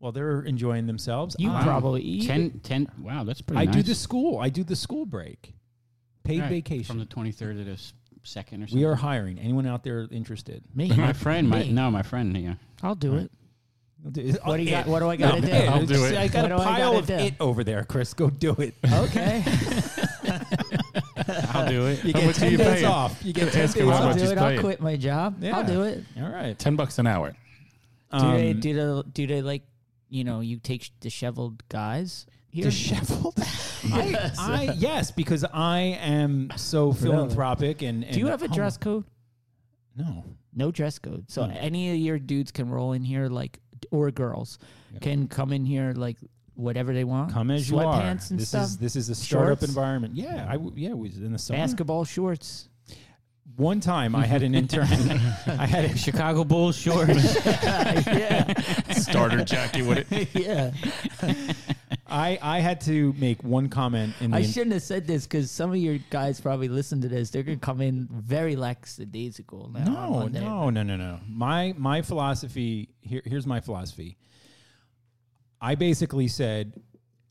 S1: while they're enjoying themselves,
S3: You
S1: I,
S3: probably eat.
S5: Ten, ten. Wow, that's pretty.
S1: I do
S5: nice.
S1: the school. I do the school break, paid
S5: Right,
S1: vacation.
S5: from the twenty third to the s- second or something.
S1: we are hiring. Anyone out there interested?
S3: me.
S1: *laughs*
S5: my friend. My
S3: Me.
S5: no, my friend. Yeah,
S3: I'll do it.
S1: What do
S3: you got- what do I gotta do?
S9: I'll do it.
S1: I got
S3: What
S1: a
S3: do I
S1: pile
S3: gotta
S1: of
S3: do?
S1: it over there, Chris. Go do it.
S3: *laughs*
S9: *laughs*
S3: Okay.
S9: I'll do it.
S1: You
S9: How
S1: get
S9: much are
S1: 10
S9: you
S1: days
S9: paying?
S1: off. You get 10
S9: Ask him
S1: days
S9: how
S1: off.
S9: much
S3: I'll
S9: he's
S3: do it. I'll
S9: paying.
S3: quit my job.
S1: Yeah.
S3: I'll do it.
S1: All right.
S9: Ten bucks an hour.
S3: Do they
S1: Um,
S3: do they, do they like you know you take disheveled guys here?
S1: disheveled? *laughs* I, I, yes, because I am so philanthropic and, and
S3: do you have a dress code? Hmm.
S1: No.
S3: No dress code. So
S1: No.
S3: any of your dudes can roll in here like or girls can come in here like whatever they want.
S1: Come as you are.
S3: Sweatpants and
S1: this
S3: stuff.
S1: is this is a startup
S3: Shorts?
S1: environment. Yeah, I w- yeah, it was in the summer.
S3: basketball *laughs* shorts.
S1: One time I had an
S3: *laughs*
S1: intern. I had a
S5: Chicago *laughs* Bulls shorts.
S3: yeah.
S9: Starter
S1: *laughs*
S9: Jackie with it.
S3: Yeah.
S1: I, I had to make one comment in the
S3: I
S1: in-
S3: shouldn't have said this because some of your guys probably listen to this. They're gonna come in very lackadaisical now. on
S1: No,
S3: Monday.
S1: no, no, no, no. My my philosophy here here's my philosophy. I basically said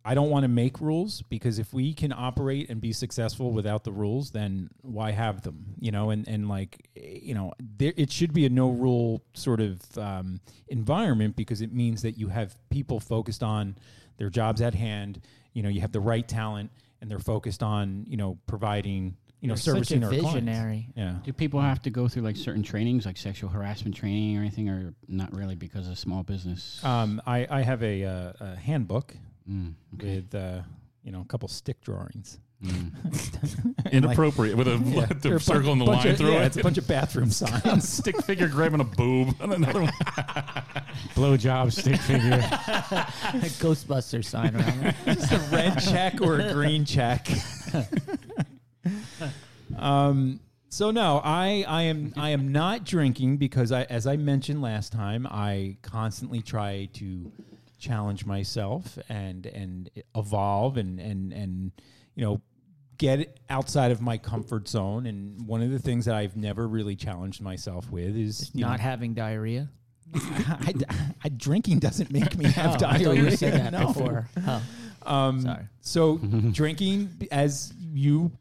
S1: I don't want to make rules because if we can operate and be successful without the rules, then why have them? You know, and and like eh, you know, there it should be a no rule sort of um, environment because it means that you have people focused on their jobs at hand. You know, you have the right talent, and they're focused on you know providing you know
S3: You're such
S1: servicing
S3: a
S1: our clients.
S3: visionary.
S1: Yeah.
S5: Do people have to go through like certain trainings, like sexual harassment training or anything, or not really because of small business?
S1: Um, I, I have a, uh, a handbook
S5: Mm,
S1: with uh, you know a couple stick
S9: *laughs*
S1: drawings.
S9: Inappropriate, with a- with the
S1: they're bu-
S9: circle and the
S1: bunch
S9: line
S1: of-
S9: through
S1: yeah,
S9: it.
S1: It's a bunch of bathroom *laughs* signs.
S9: Stick figure grabbing a boob and another one.
S5: Blowjob stick
S10: *laughs*
S5: figure. *laughs*
S10: Ghostbuster sign around.
S1: *laughs*
S10: it.
S1: Just a red check or *laughs* a green check. um, so no, I, I am I am not drinking because I as I mentioned last time, I constantly try to challenge myself and and evolve and and and you know get outside of my comfort zone and one of the things that I've never really challenged myself with is you know,
S10: Not having *laughs* diarrhea.
S1: *laughs* I, I- drinking doesn't make *laughs* me have
S10: Oh, I
S1: diarrhea.
S10: thought you said that
S1: *laughs* No.
S10: before. Oh,
S1: Um,
S10: Sorry.
S1: So drinking, as you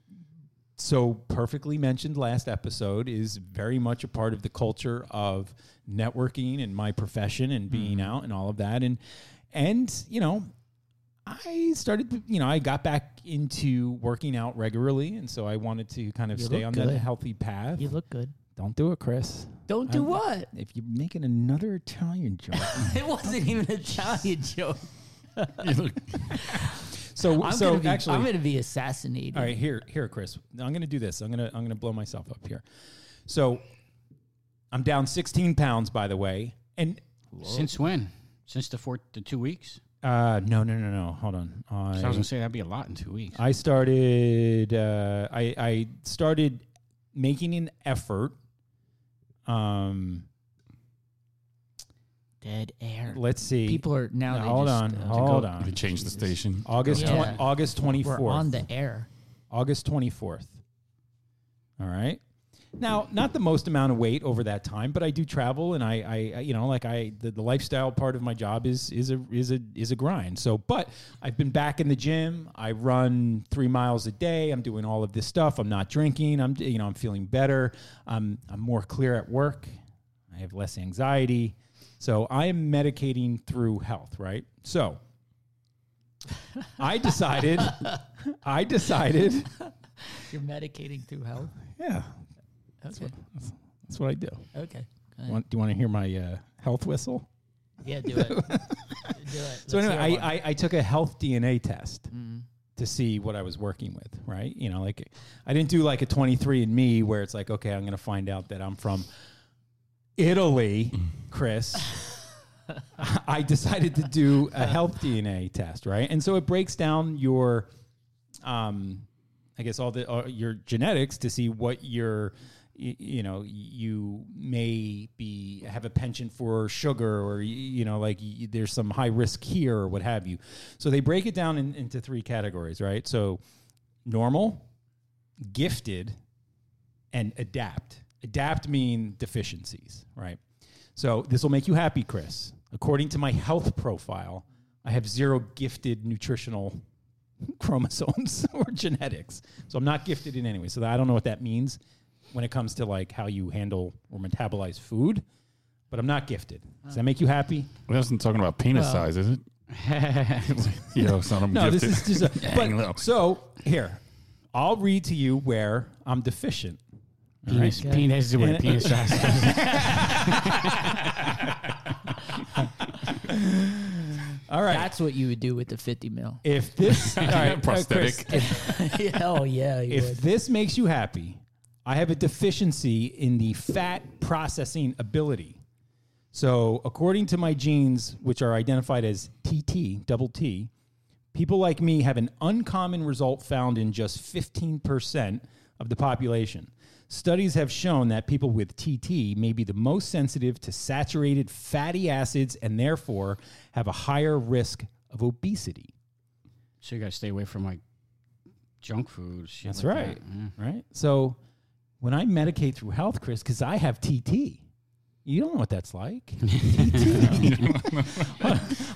S1: so perfectly mentioned last episode, is very much a part of the culture of networking and my profession and being out and all of that. And and you know, I started. to- You know, I got back into working out regularly, and so I wanted to kind of
S10: You
S1: stay
S10: look
S1: on that
S10: good.
S1: healthy path.
S10: you look good. Um,
S1: Don't do it, Chris.
S10: Don't do what? *laughs*
S1: If you're making another Italian joke,
S10: It wasn't even an Italian
S1: *laughs*
S10: joke.
S1: so
S10: I'm
S1: so
S10: gonna be,
S1: actually,
S10: I'm gonna be assassinated.
S1: All right, here, here, Chris. I'm gonna do this. I'm gonna, I'm gonna blow myself up here. So, I'm down 16 pounds, by the way. And
S5: Since when? Since the four, the two weeks?
S1: uh, no, no, no, no. Hold on.
S5: 'Cause
S1: I,
S5: I was gonna say that'd be a lot in two weeks.
S1: I started. Uh, I, I started making an effort. Um,
S10: Dead air.
S1: let's see.
S10: People are now.
S1: Now,
S10: they
S1: hold
S10: just,
S1: on,
S10: uh,
S1: hold
S9: You
S1: on.
S9: can change the station.
S1: August,
S10: Yeah.
S1: twen- August 24th.
S10: We're on the air.
S1: August 24th. All right. Now, not the most amount of weight over that time, but I do travel, and I, I, I you know, like I, the, the lifestyle part of my job is is a is a is a grind. So, but I've been back in the gym. I run three miles a day. I'm doing all of this stuff. I'm not drinking. I'm, you know, I'm feeling better. I'm I'm more clear at work. I have less anxiety. So I am medicating through health, right? So I decided, I decided.
S10: You're medicating through health.
S1: Yeah,
S10: Okay.
S1: that's what I do.
S10: Okay. Go ahead.
S1: Want, do you want to hear my uh, health whistle?
S10: Yeah, do
S1: *laughs*
S10: it. do it.
S1: So
S10: Let's
S1: anyway,
S10: hear one.
S1: I, I, I took a health DNA test to see what I was working with, right? You know, like I didn't do like a 23andMe where it's like, okay, I'm going to find out that I'm from Italy, Chris. I decided to do a health DNA test, right? And so it breaks down your, um, I guess all the uh, your genetics to see what your y- you know you may be have a penchant for sugar or y- you know like y- there's some high risk here or what have you so they break it down in, into three categories right so normal gifted and adapt adapt mean deficiencies right so this will make you happy chris according to my health profile i have zero gifted nutritional chromosomes *laughs* or genetics. So I'm not gifted in any way. So I don't know what that means when it comes to like how you handle or metabolize food, but I'm not gifted. Does that make you happy?
S9: We wasn't talking about penis
S1: *laughs*
S9: size, is it? you know, son, I'm
S1: No, this
S9: gifted.
S1: is just
S9: *laughs*
S1: a,
S9: Hang
S1: but
S9: up.
S1: so here, I'll read to you where I'm deficient.
S5: penis, penis is what a *laughs* penis size. is.
S1: All right.
S10: That's what you would do with the 50 mil.
S1: if this all right, uh, Chris,
S9: Prosthetic.
S1: if-
S10: Hell *laughs* yeah, you
S1: If
S10: would.
S1: this makes you happy, I have a deficiency in the fat processing ability. So, according to my genes, which are identified as TT, double T, people like me have an uncommon result found in just 15% of the population. Studies have shown that people with TT may be the most sensitive to saturated fatty acids and therefore have a higher risk of obesity.
S5: so you gotta stay away from like junk food. Shit
S1: That's
S5: like
S1: right.
S5: that. Mm.
S1: Right. So when I medicate through health, Chris, because I have TT, you don't know what that's
S5: *laughs*
S1: like. TT. *laughs*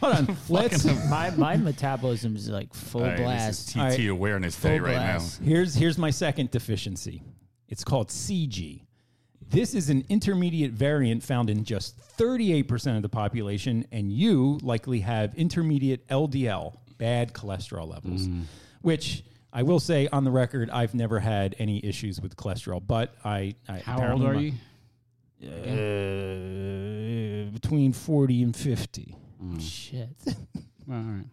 S1: hold on. Let's.
S10: *laughs* my my metabolism is like full
S9: Hey, This is
S10: blast.
S9: TT
S1: All right.
S9: Awareness Day
S10: Full
S9: right
S10: blast.
S9: now.
S1: Here's here's my second deficiency. It's called CG. This is an intermediate variant found in just 38% of the population, and you likely have intermediate LDL, bad cholesterol levels,
S5: Mm.
S1: which I will say on the record, I've never had any issues with cholesterol, but I. I
S5: How
S1: apparently
S5: old are
S1: my-
S5: you?
S1: Uh, between 40 and 50.
S10: Oh,
S3: Shit.
S10: *laughs*
S5: All right.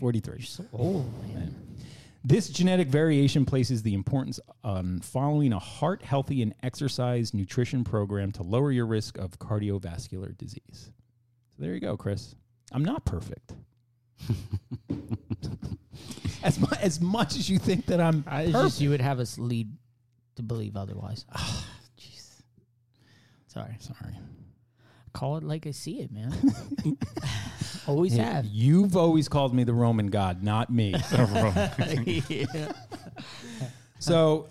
S1: 43. This genetic variation places the importance on following a heart healthy and exercise nutrition program to lower your risk of cardiovascular disease. So there you go, Chris. I'm
S10: *laughs*
S1: not perfect. as, mu- as much as you think that I'm
S10: I, it's
S1: perfect.
S10: just you would have us lead to believe *sighs* otherwise. Sorry.
S1: Sorry.
S10: Call it like I see it, *laughs* man. Always
S1: Hey,
S10: have.
S1: You've always called me the Roman God, not me.
S10: *laughs*
S9: *laughs*
S1: *laughs*
S10: yeah.
S1: so,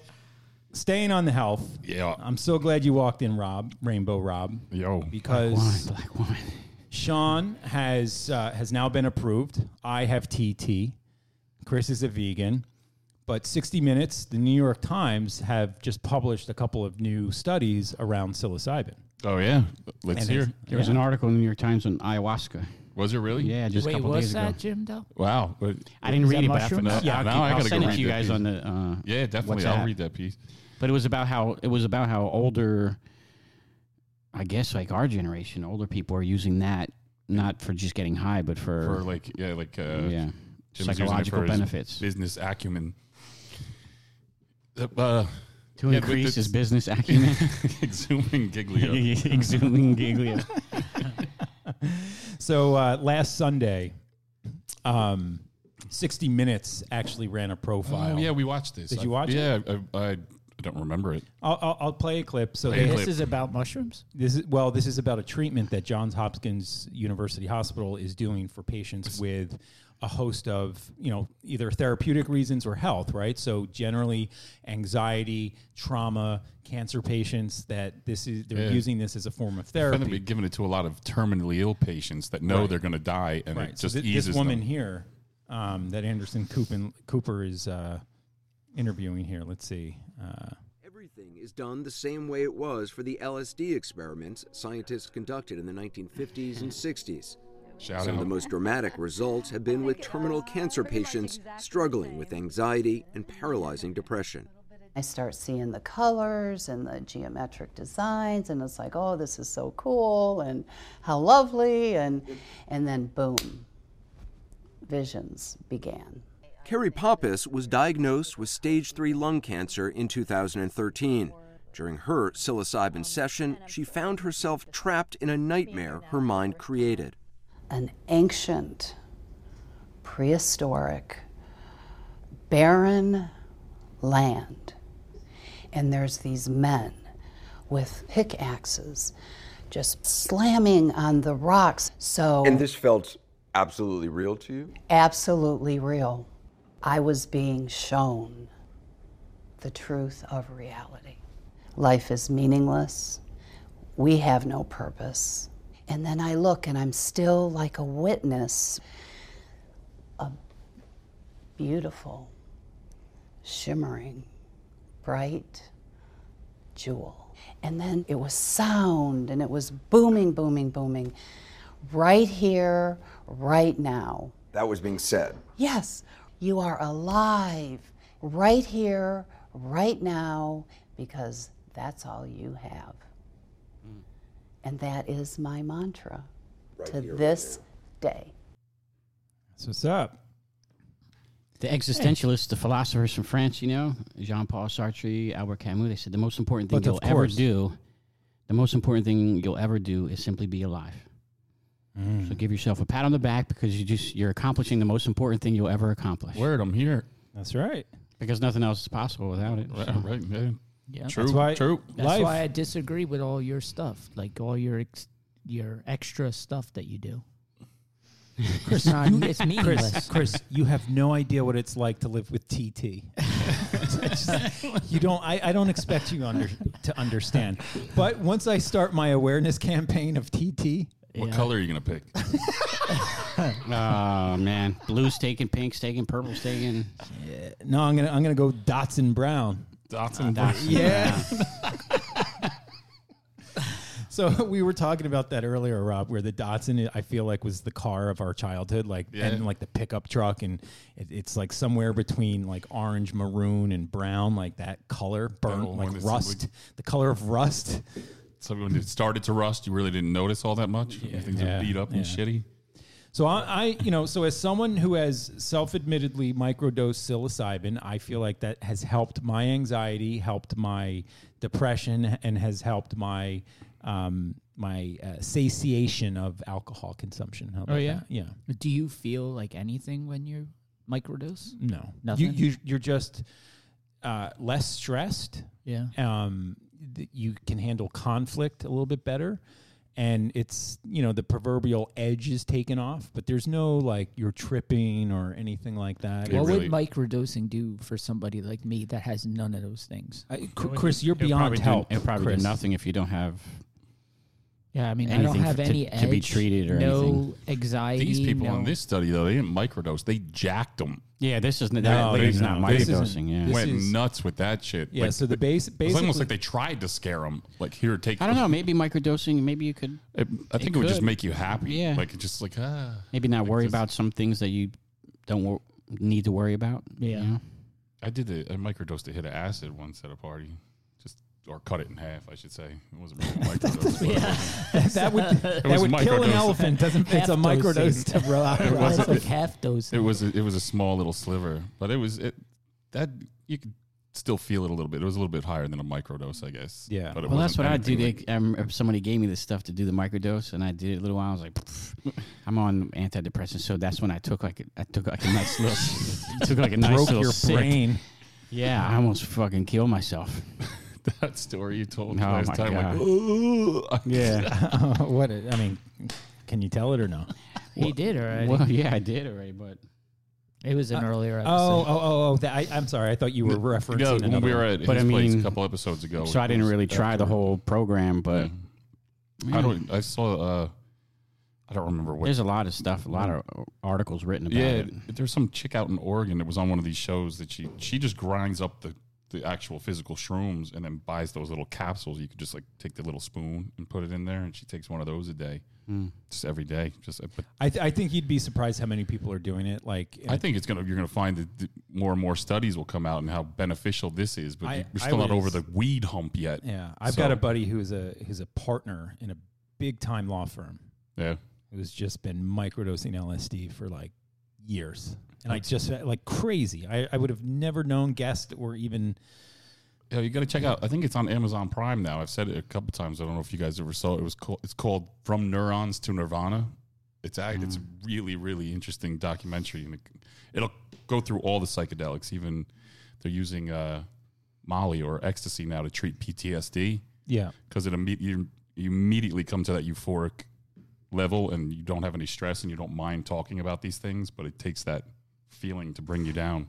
S1: staying on the health,
S9: Yeah.
S1: I'm so glad you walked in, Rob, Rainbow Rob,
S9: Yo.
S1: because
S5: Black woman.
S1: Sean has uh, has now been approved. I have TT. Chris is a vegan. But 60 Minutes, the New York Times have just published a couple of new studies around psilocybin.
S9: Oh yeah. Let's
S1: And
S9: hear.
S1: it's-
S5: There was an article in the New York Times on ayahuasca.
S9: Was it really?
S5: Yeah, just a
S10: Wait,
S5: couple
S10: what's
S5: days ago.
S10: that, Jim? Though
S9: Wow. But
S5: I didn't
S10: Is
S5: read
S10: that
S5: it, but I
S10: mushrooms?
S5: forgot.
S9: Yeah,
S5: I'll,
S9: now
S5: keep-
S9: I
S5: I'll
S9: gotta go
S5: send it
S9: read
S5: to you
S9: that
S5: guys
S9: piece.
S5: on the. Uh,
S9: yeah, definitely. I'll
S5: WhatsApp.
S9: read that piece.
S5: But it was about how it was about how older, I guess, like our generation, older people are using that not for just getting high, but
S9: For
S5: for,
S9: like yeah, like uh,
S5: yeah,
S9: Jim was using it
S5: psychological
S9: for his
S5: benefits
S9: business acumen. Uh, Uh,
S5: to
S9: yeah, but
S5: increase
S9: *laughs* that's-
S5: his business acumen. *laughs*
S9: *laughs*
S1: *laughs*
S9: exhuming giglio.
S5: Exhuming giggling.
S1: So uh, last Sunday, um, 60 Minutes actually ran a profile.
S9: Oh, yeah, we watched this.
S1: Did
S9: I-
S1: you watch it?
S9: yeah, I, I, I don't remember it.
S1: I'll, I'll, I'll play a clip. So
S9: Play a
S1: they,
S9: clip.
S10: this is about mushrooms.
S1: This is well. This is about a treatment that Johns Hopkins University Hospital is doing for patients with a host of you know either therapeutic reasons or health, right? So generally, anxiety, trauma, cancer patients that this is they're
S9: Yeah.
S1: using this as a form of
S9: They're going to
S1: therapy.
S9: be giving it to a lot of terminally ill patients that know they're going to die, and
S1: right.
S9: it just
S1: so thi-
S9: eases
S1: this woman
S9: them.
S1: here um, that Anderson Cooper, Cooper is uh, interviewing here. Let's see. Uh,
S11: Everything is done the same way it was for the LSD experiments scientists conducted in the 1950s and 60s.
S9: Shout
S11: Some of the
S9: out.
S11: most dramatic results have been with terminal cancer patients struggling with anxiety and paralyzing depression.
S12: I start seeing the colors and the geometric designs, and it's like, oh, this is so cool, and how lovely, and and then boom, visions began.
S11: Carrie Pappas was diagnosed with stage 3 lung cancer in 2013. During her psilocybin session, she found herself trapped in a nightmare her mind created.
S12: An ancient, prehistoric, barren land, and there's these men with pickaxes just slamming on the rocks. So
S4: And this felt absolutely real to you?
S12: absolutely real. I was being shown the truth of reality. Life is meaningless. We have no purpose. And then I look and I'm still like a witness, a beautiful, shimmering, bright jewel. And then it was sound and it was booming, booming, booming, right here, right now.
S4: That was being said.
S12: Yes, you are alive right here, right now, because that's all you have. And that is my mantra to this day.
S1: so what's up?
S5: The existentialists, the philosophers from France, you know, Jean Paul Sartre, Albert Camus, they said the most important thing
S1: But
S5: you'll
S1: of
S5: ever
S1: course.
S5: do, the most important thing you'll ever do is simply be alive. So give yourself a pat on the back because you just you're accomplishing the most important thing you'll ever accomplish.
S9: Word, I'm here.
S1: That's right.
S5: Because nothing else is possible without it.
S9: Right,
S5: so.
S9: right, yeah.
S10: Yeah.
S9: True,
S1: That's why-
S9: true.
S10: That's
S1: Life.
S10: why I disagree with all your stuff, like all your ex- your extra stuff that you do. Chris, it's meaningless.
S1: Chris, Chris, you have no idea what it's like to live with TT. It's just- you don't. I, I don't expect you under, to understand. But once I start my awareness campaign of TT,
S9: What
S10: Yeah.
S9: color are you going to
S1: *laughs*
S9: pick?
S5: Oh man. Blue's taken, pink's taken, purple's taken.
S1: no, I'm gonna I'm gonna go Dotson Brown. *laughs*
S9: Dotson.
S5: That's-
S1: Yeah. So we were talking about that earlier, Rob, where the Datsun I feel like was the car of our childhood, like
S9: Yeah.
S1: and like the pickup truck, and it, it's like somewhere between like orange, maroon, and brown, like that color, burnt,
S9: one
S1: like
S9: that's
S1: rust, the color of rust.
S9: So when it started to rust, you really didn't notice all that much. Things
S1: Yeah.
S9: are beat up and
S1: Yeah.
S9: shitty.
S1: So I, I, you know, so as someone who has self-admittedly microdosed psilocybin, I feel like that has helped my anxiety, helped my depression, and has helped my um, my uh, satiation of alcohol consumption. How about that? yeah.
S10: Do you feel like anything when you microdose?
S1: No,
S10: nothing.
S1: You, you you're just uh, less stressed.
S10: Yeah.
S1: Um, th- you can handle conflict a little bit better, and it's you know the proverbial edge is taken off, but there's no like you're tripping or anything like that.
S10: what would microdosing do for somebody like me that has none of those things?
S1: I- Cr- Chris, you're
S5: It'll
S1: beyond
S5: probably do-
S1: help.
S5: it'll probably
S1: Chris.
S5: do nothing if you don't have.
S10: Yeah, I mean, I don't
S5: anything
S10: have
S5: for- to-
S10: any edge
S5: to be treated or
S10: no
S5: anything.
S10: anxiety.
S9: These people
S10: no.
S9: in this study though, they didn't microdose. They jacked them.
S5: Yeah, this is
S1: No,
S5: that lady's
S1: no,
S5: not
S1: this isn't-
S5: microdosing. Yeah,
S1: this
S9: went
S1: is-
S9: nuts with that shit.
S1: Yeah, so the base-
S9: it was almost
S1: basically-
S9: like they tried to scare them. Like here, take.
S5: I don't know. Maybe microdosing. Maybe you could.
S9: It, I think it, would just
S5: could.
S9: make you happy.
S5: Yeah.
S9: like it just like ah.
S5: Maybe not worry about some things that you don't wor- need to worry about. you
S9: Yeah.
S5: know?
S9: I did a, a microdose to hit of acid once at a party, just or cut it in half, I should say. It wasn't really
S5: *laughs*
S9: a microdose. but it
S1: That- *laughs*
S9: was-
S1: that would
S9: *laughs* It
S1: that
S9: was
S1: would kill an
S9: microdosing.
S1: elephant. Doesn't it's a microdose to roll
S5: *laughs*
S1: out. *laughs*
S9: It was
S1: It's
S9: a-
S1: like
S9: It was a, it was a small little sliver, but it was it that you could still feel it a little bit. It was a little bit higher than a microdose, I guess.
S1: Yeah.
S9: but it
S5: Well, that's
S9: wasn't
S5: what I do.
S9: anything
S5: They,
S9: like- *laughs*
S5: I remember somebody gave me this stuff to do the microdose, and I did it a little while. I was like, "Pff, I'm on antidepressants, so that's when I took like a- I took like a
S1: *laughs*
S5: nice little took like a nice
S1: Broke
S5: little
S1: your
S5: sip.
S1: brain. *laughs*
S5: Yeah, I almost fucking killed myself.
S9: that story you told
S5: Oh
S9: last
S5: my
S9: time,
S5: God.
S9: like, ooh,
S5: *laughs*
S1: yeah. what? a- I mean, can you tell it or no?
S10: He did already.
S5: Well, yeah, I did already, but
S10: It was an earlier episode.
S1: Oh, oh, oh, oh! That, I, I'm sorry. I thought you were referencing.
S9: No, when
S1: another
S9: we were
S1: one.
S9: at his place a couple episodes ago.
S5: so I didn't really try the whole program, but
S9: I don't. I saw. uh I don't remember what.
S5: there's a lot of stuff, a lot of articles written about
S9: yeah,
S5: it.
S9: there's some chick out in Oregon that was on one of these shows that she she just grinds up the the actual physical shrooms and then buys those little capsules. You could just like take the little spoon and put it in there, and she takes one of those a day,
S5: Hmm.
S9: just every day. Just but
S1: I, th- I think you'd be surprised how many people are doing it. Like,
S9: I think it's gonna you're gonna find that th- more and more studies will come out and how beneficial this is. But
S1: I-
S9: you- we're
S1: I
S9: still not
S1: was-
S9: over the weed hump yet.
S1: yeah, I've
S9: So-
S1: got a buddy who's a who's a partner in a big time law firm.
S9: Yeah.
S1: who's just been microdosing LSD for like years, and I just like crazy. I, I would have never known, guessed, or even
S9: Yeah, you got to check out. I think it's on Amazon Prime now. I've said it a couple times. I don't know if you guys ever saw it. It was called. It's called From Neurons to Nirvana. It's act. It's a really really interesting documentary, and it, it'll go through all the psychedelics. Even they're using uh, Molly or ecstasy now to treat PTSD.
S1: Yeah.
S9: because it imme- you, you immediately come to that euphoric level, and you don't have any stress, and you don't mind talking about these things. But it takes that feeling to bring you down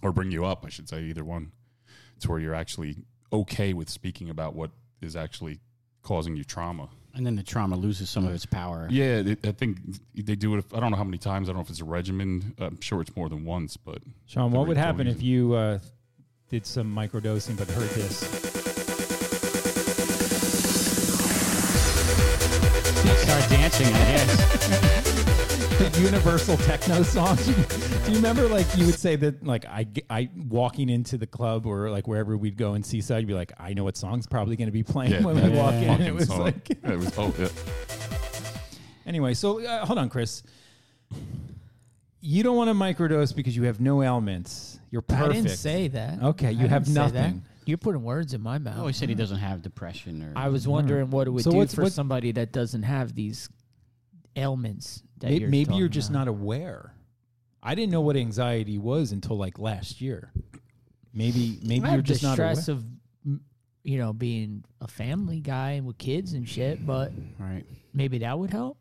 S9: or bring you up, I should say, either one. It's where you're actually okay with speaking about what is actually causing you trauma.
S5: And then the trauma loses some of its power.
S9: Yeah, th- I think they do it. I don't know how many times. I don't know if it's a regimen. I'm sure it's more than once. But
S1: Sean. What would
S9: They're
S1: happen
S9: doing-
S1: if you uh, did some microdosing but heard this?
S5: Start dancing, I
S1: *laughs* the universal techno songs. *laughs* Do you remember, like, you would say that, like, I, I walking into the club or like wherever we'd go in Seaside, you'd be like, I know what song's probably going to be playing
S9: Yeah,
S1: *laughs* when
S9: that
S1: we walk in. And *laughs*
S9: fucking
S1: it was
S9: song.
S1: like,
S9: Yeah, it was- oh, yeah.
S1: anyway. So uh, hold on, Chris. You don't want to microdose because you have no ailments. You're perfect.
S10: I didn't say that.
S1: Okay, you
S10: I
S1: have
S10: didn't say that.
S1: nothing.
S10: You're putting words in my mouth.
S5: Oh, he said he doesn't have depression or.
S10: I was wondering what it would
S1: Hmm. So
S10: do
S1: what's-
S10: for
S1: what-
S10: somebody that doesn't have these ailments. That
S1: May-
S10: you're
S1: maybe you're
S10: talking
S1: just
S10: about.
S1: not aware. I didn't know what anxiety was until like last year. Maybe maybe
S10: I
S1: you're
S10: have
S1: just
S10: the
S1: not aware.
S10: stress of m- you know being a family guy and with kids and shit. But
S5: right,
S10: maybe that would help.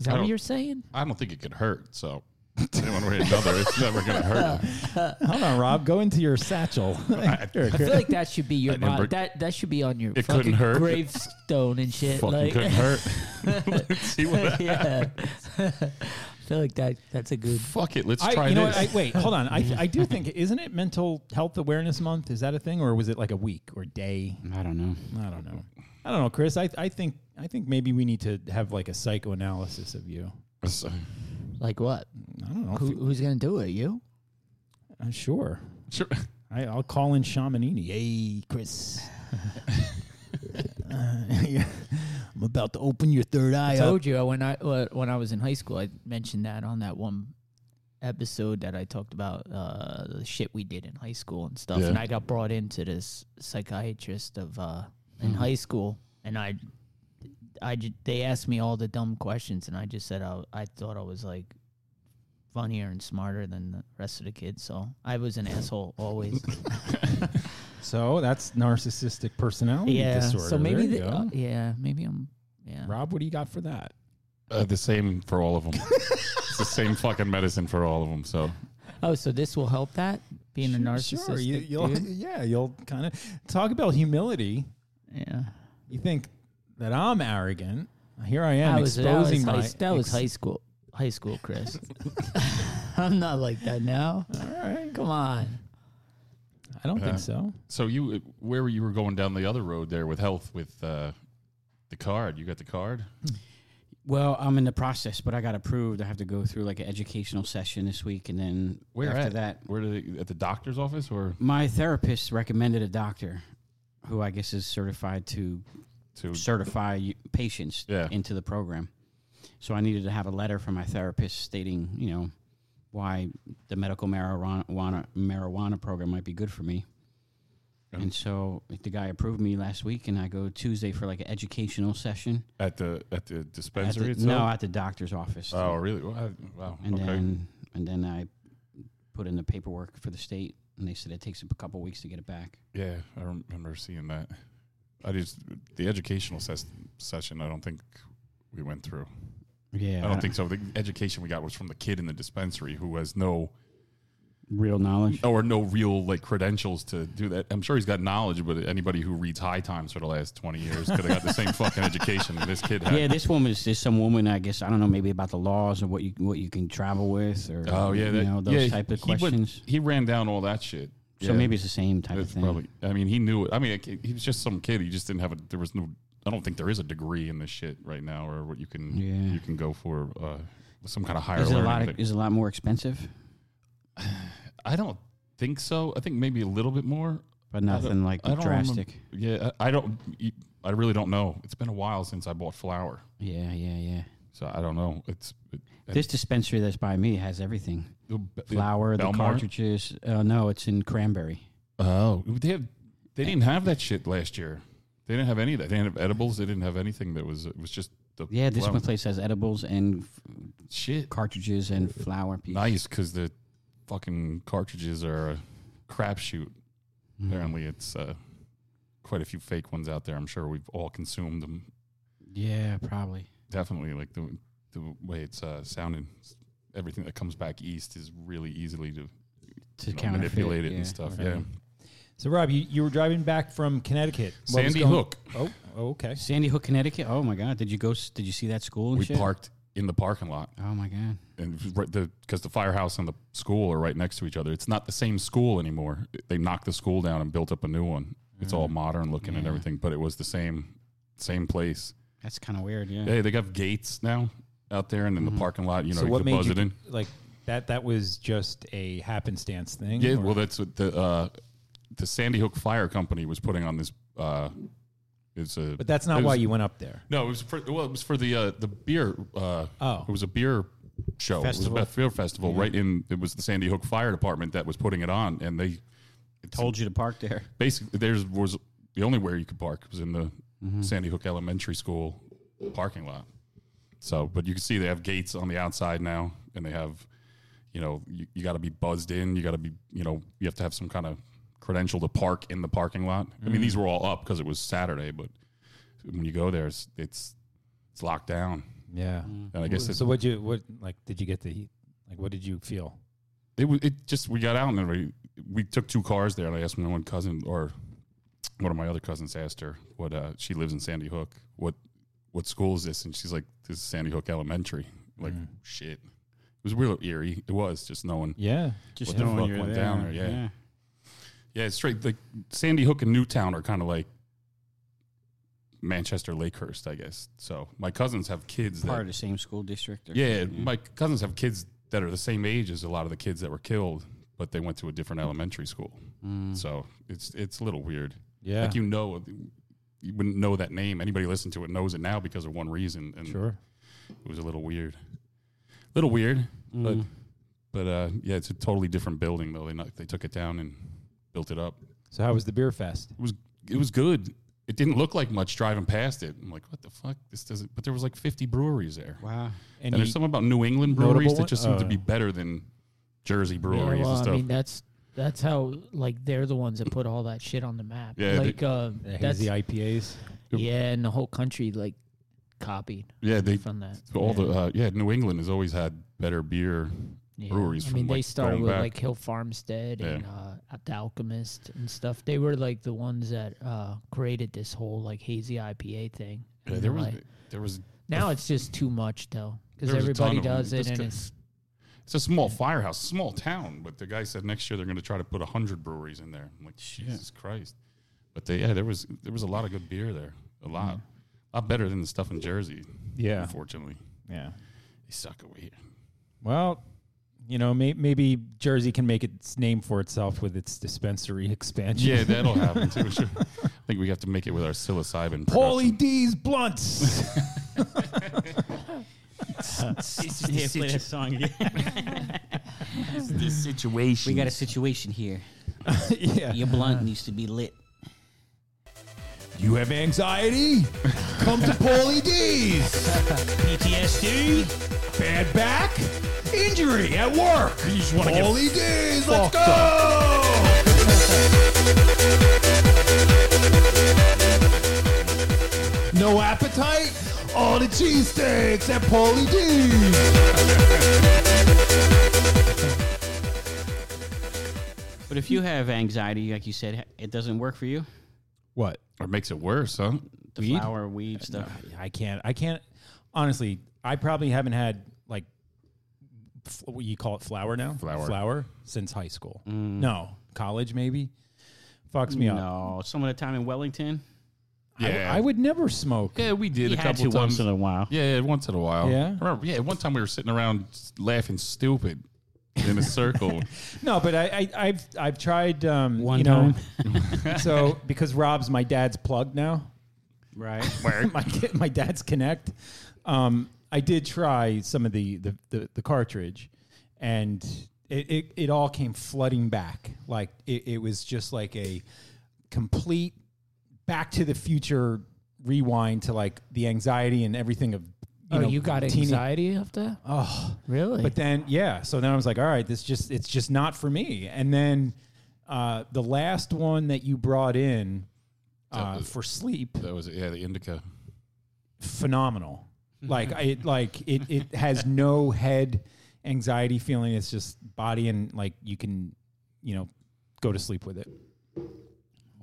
S10: Is that
S9: I
S10: what
S9: don't-
S10: you're saying?
S9: I don't think it could hurt. So *laughs* one way or another, it's never going to hurt.
S1: Hold on, Rob. Go into your satchel. *laughs* Here,
S10: *laughs* I feel like that should
S9: *laughs*
S10: be your
S9: That number-
S10: mo- that that should be on your
S9: It couldn't
S10: fucking
S9: hurt.
S10: gravestone and shit.
S9: Fucking
S10: like, *laughs*
S9: couldn't hurt. Let's see what
S10: yeah, *laughs* I feel like that that's a good
S9: *laughs* Fuck it. Let's
S1: I,
S9: try
S1: you know
S9: this.
S1: What, I, wait,
S10: *laughs*
S1: hold on. I, th- I do think isn't it Mental Health Awareness Month? Is that a thing, or was it like a week or day?
S5: I don't know.
S1: I don't know. I don't know, Chris. I I think I think maybe we need to have like a psychoanalysis of you.
S10: Like what?
S1: I don't know.
S10: Who, who's gonna do it? You?
S1: I'm Uh, sure. Sure. *laughs* I, I'll call in Shamanini. Hey, *laughs* Chris. Uh, *laughs* I'm about to open your third eye.
S10: I
S1: up.
S10: told you uh, when I uh, when I was in high school, I mentioned that on that one episode that I talked about uh, the shit we did in high school and stuff.
S3: Yeah.
S10: And I got brought into this psychiatrist of uh, in
S1: Mm-hmm.
S10: high school, and I, I ju- they asked me all the dumb questions, and I just said uh, I, I thought I was like funnier and smarter than the rest of the kids, so I was an asshole
S1: *laughs*
S10: always.
S1: So that's narcissistic personality
S10: yeah,
S1: disorder.
S10: so maybe
S1: There you
S10: the,
S1: go.
S10: uh, yeah, maybe I'm yeah.
S1: Rob, what do you got for that?
S9: Uh, the same for all of them. it's the same fucking medicine for all of them. So
S10: Oh, so this will help that being a narcissist.
S1: Sure, you, you'll, *laughs* yeah, you'll kind of talk about humility.
S10: Yeah,
S1: you think that I'm arrogant. Here I am
S10: That was- that was
S1: exposing
S10: high-
S1: my.
S10: that was high school. High school, Chris. I'm not like that now. All
S1: right,
S10: come on.
S1: I don't
S9: Uh,
S1: think so.
S9: So you, where were you were going down the other road there with health with uh, the card? You got the card.
S5: Well, I'm in the process, but I got approved. I have to go through like an educational session this week, and then
S9: Where
S5: after
S9: at?
S5: that,
S9: where did it, at the doctor's office or
S5: my therapist recommended a doctor, who I guess is certified to
S9: to
S5: certify y- patients into the program. So I needed to have a letter from my therapist stating, you know, why the medical marijuana marijuana program might be good for me. And so the guy approved me last week, and I go Tuesday for like an educational session.
S9: at the at the dispensary?
S5: At the-
S9: itself?
S5: No, at the doctor's office.
S9: Oh, really? Well, I- wow.
S5: And
S9: okay.
S5: then and then I put in the paperwork for the state, and they said it takes a couple weeks to get it back.
S9: yeah, I remember seeing that. I just the educational ses- session. I don't think we went through.
S5: Yeah,
S9: I
S5: I-
S9: don't think so. The education we got was from the kid in the dispensary who has no
S5: Real knowledge.
S9: or no real like credentials to do that. I'm sure he's got knowledge, but anybody who reads High Times for the last 20 years could have got the same fucking education that this kid had.
S5: Yeah, this woman is just some woman. I guess I don't know, maybe about the laws or what you what you can travel with, or
S9: Oh yeah,
S5: you
S9: that-
S5: know those
S9: yeah,
S5: type of
S9: he went-
S5: questions.
S9: he ran down all that shit.
S5: So maybe it's the same type of
S9: It's
S5: thing.
S9: Probably. I mean, he knew it. I mean, it- he was just some kid. He just didn't have a. There was no. I don't think there is a degree in this shit right now, or what you can
S5: Yeah.
S9: you can go for uh, some kind of higher.
S5: is it a
S9: learning
S5: lot?
S9: thing.
S5: Of, is it a lot more expensive?
S9: I don't think so. I think maybe a little bit more,
S5: But
S9: I don't-
S5: nothing, like,
S9: I don't
S5: drastic.
S9: remem- yeah, I I don't. I really don't know. It's been a while since I bought flour.
S5: Yeah, yeah, yeah.
S9: So I don't know. It's it,
S5: This dispensary that's by me has everything:
S9: The B-
S5: flour, the
S9: Belmar?
S5: cartridges. Uh, no, it's in Cranberry.
S9: Oh, they have. They didn't have that shit last year. They didn't have any of that. They didn't have edibles. They didn't have anything that was. It was just the
S5: Yeah, this
S9: flour.
S5: one place has edibles and f-
S9: shit
S5: cartridges and flour. Pieces.
S9: nice because the fucking cartridges are a crapshoot.
S5: Mm-hmm.
S9: Apparently, it's uh, quite a few fake ones out there. I'm sure we've all consumed them.
S5: Yeah, probably.
S9: Definitely, like the the way it's uh, sounding, everything that comes back east is really easily to,
S5: To
S1: counterfeit,
S9: manipulate it
S1: yeah,
S9: and stuff.
S1: whatever.
S9: Yeah.
S1: So, Rob, you, you were driving back from Connecticut. What was
S9: Sandy
S1: going-
S9: Hook.
S1: Oh, okay.
S5: Sandy Hook, Connecticut. Oh my God! Did you go? s- Did you see that school? And
S9: we
S5: shit?
S9: parked in the parking lot.
S5: Oh my god!
S9: And it was right- the because the firehouse and the school are right next to each other. It's not the same school anymore. They knocked the school down and built up a new one. It's
S1: Mm.
S9: all modern looking and
S5: Yeah.
S9: everything, but it was the same same place.
S5: That's kind of weird. Yeah.
S9: Hey, they got gates now out there and in the parking lot. You
S1: Mm-hmm.
S9: know,
S1: so
S9: you
S1: what
S9: could
S1: made
S9: buzz
S1: you
S9: it in.
S1: like that? That was just a happenstance thing.
S9: Yeah,
S1: or-
S9: well, that's what the uh, the Sandy Hook Fire Company was putting on this. Uh, it's a,
S1: But that's not
S9: it
S1: why
S9: was-
S1: you went up there.
S9: No, it was for well, it was for the uh, the beer. Uh,
S1: Oh.
S9: it was a beer show.
S5: Festival.
S9: It was a beer festival,
S5: Yeah.
S9: right? In it was the Sandy Hook Fire Department that was putting it on, and they
S5: Told you to park there.
S9: basically there's was the only where you could park was in the
S5: Mm-hmm. Mm.
S9: Sandy Hook Elementary School parking lot. So, but you can see they have gates on the outside now, and they have, you know, you, you got to be buzzed in. You got to be, you know, you have to have some kind of credential to park in the parking lot. I mean,
S5: Mm.
S9: these were all up because it was Saturday, but when you go there, it's it's, it's locked down.
S1: Yeah.
S9: and I guess
S1: so.
S9: it,
S1: what you what like? Did you get the heat? Like, what did you feel?
S9: it wa- it just we got out and we, we took two cars there and I asked my one cousin or one of my other cousins asked her what uh, she lives in Sandy Hook what what school is this and she's like this is Sandy Hook Elementary I'm like
S1: Mm.
S9: shit it was real eerie it was just knowing
S1: Yeah. Just
S9: what the
S1: knowing
S9: fuck
S1: you're
S9: went
S1: there,
S9: down there yeah.
S1: yeah.
S9: yeah it's straight like Sandy Hook and Newtown are kind of like Manchester Lakehurst, I guess. So my cousins have kids
S5: Part of
S9: that
S5: the same school district. or
S9: yeah,
S5: something,
S9: my cousins have kids that are the same age as a lot of the kids that were killed, but they went to a different elementary school.
S5: Mm.
S9: So it's it's a little weird.
S1: Yeah.
S9: like you know, you wouldn't know that name. Anybody listening to it knows it now because of one reason. And
S1: Sure.
S9: it was a little weird, little weird,
S5: Mm-hmm.
S9: but but uh, yeah, it's a totally different building though. They knocked, they took it down and built it up.
S1: So how was the beer fest?
S9: It was it was good. It didn't look like much driving past it. I'm like, what the fuck? This doesn't. But there was like 50 breweries there.
S5: *laughs* Wow.
S9: And,
S1: Any
S9: there's something about New England
S1: notable
S9: breweries that
S1: one-
S9: just seem
S1: oh,
S9: to
S1: yeah.
S9: be better than Jersey
S10: Uh, Yeah,
S9: breweries
S10: well,
S9: and stuff.
S10: I mean, that's that's how like they're the ones that put all that shit on the map.
S9: Yeah, they-
S10: like uh,
S1: The
S10: that's
S1: hazy IPAs.
S10: yeah, and the whole country like copied.
S9: yeah, they
S10: from that.
S9: all the uh, yeah. New England has always had better beer
S10: Yeah.
S9: breweries.
S10: I mean,
S9: from,
S10: they
S9: like,
S10: started
S9: going
S10: with
S9: back.
S10: like Hill Farmstead
S9: Yeah.
S10: and uh, the Alchemist and stuff. They were like the ones that uh, created this whole like hazy IPA thing.
S9: Yeah,
S10: And
S9: there
S10: then,
S9: was
S10: like-
S9: there was
S10: now it's just too much though because
S9: There was a ton
S10: everybody
S9: of them.
S10: does it
S9: Just
S10: and
S9: 'cause-
S10: it's
S9: It's a small firehouse, small town, but the guy said next year they're going to try to put 100 breweries in there. I'm like, Jesus Christ. But they, yeah, there was there was a lot of good beer there. A lot. A lot better than the stuff in Jersey.
S1: Yeah.
S9: Unfortunately.
S1: Yeah.
S9: They suck over here.
S1: Well, you know, may, maybe Jersey can make its name for itself with its dispensary *laughs* expansion.
S9: Yeah, that'll happen too. Sure. I think we have to make it with our psilocybin.
S1: Paulie D's blunts. *laughs*
S5: *laughs* yeah, play that song again. this situation. *laughs* We got a situation *laughs* here.
S1: yeah.
S5: Your blunt needs to be lit.
S1: You have anxiety? Come to Paulie D's. PTSD? Bad back? Injury at work? You just
S2: wanna get
S1: Paulie D's, let's
S2: fucked
S1: go! No appetite? All the cheesesteaks at Paulie D's.
S5: But if you have anxiety, like you said, it doesn't work for you.
S1: What?
S9: Or makes it worse, huh?
S5: The
S1: Weed?
S5: flower, weed Uh, stuff.
S1: I can't. I can't. Honestly, I probably haven't had like f- what you call it flower now.
S9: Flower.
S1: Flower since high school. No, college maybe. Fucks me up.
S5: No, some of the time in Wellington.
S1: I w-
S9: Yeah.
S1: I, would never smoke.
S9: *laughs* yeah, we did
S5: He
S9: a
S5: had
S9: couple
S5: to
S9: times.
S5: once in a while.
S9: Yeah, yeah, once in a while.
S1: Yeah?
S9: I remember, yeah, one time we were sitting around laughing stupid in
S1: *laughs*
S9: a circle.
S1: No, but I, I I've I've tried um,
S5: One
S1: you know, *laughs* so because Rob's my dad's plug now.
S5: Right.
S1: *coughs* my ki- my dad's Connect. Um, I did try some of the the, the, the cartridge, and it, it it all came flooding back. Like it, it was just like a complete Back to the Future rewind to like the anxiety and everything of. You
S10: oh,
S1: know,
S10: you got
S1: teeny-
S10: anxiety after?
S1: Oh,
S10: really?
S1: But then, yeah. So then I was like, all right, this just it's just not for me. And then uh, the last one that you brought in uh, for sleep,
S9: that was, yeah, the indica.
S1: *laughs* phenomenal. Like I- it, like it, it has *laughs* no head anxiety feeling. It's just body and like you can, you know, go to sleep with it.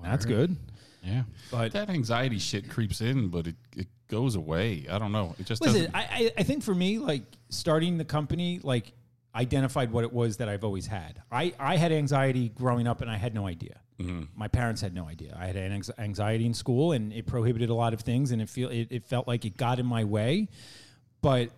S1: That's good.
S9: Yeah,
S1: but
S9: that anxiety shit creeps in, but it, it goes away. I don't know. It just
S1: Listen,
S9: doesn't.
S1: I, I, I think for me, like starting the company, like identified what it was that I've always had. I, I had anxiety growing up and I had no idea. My parents had no idea. I had an anx- anxiety in school and it prohibited a lot of things and it feel it, it felt like it got in my way. But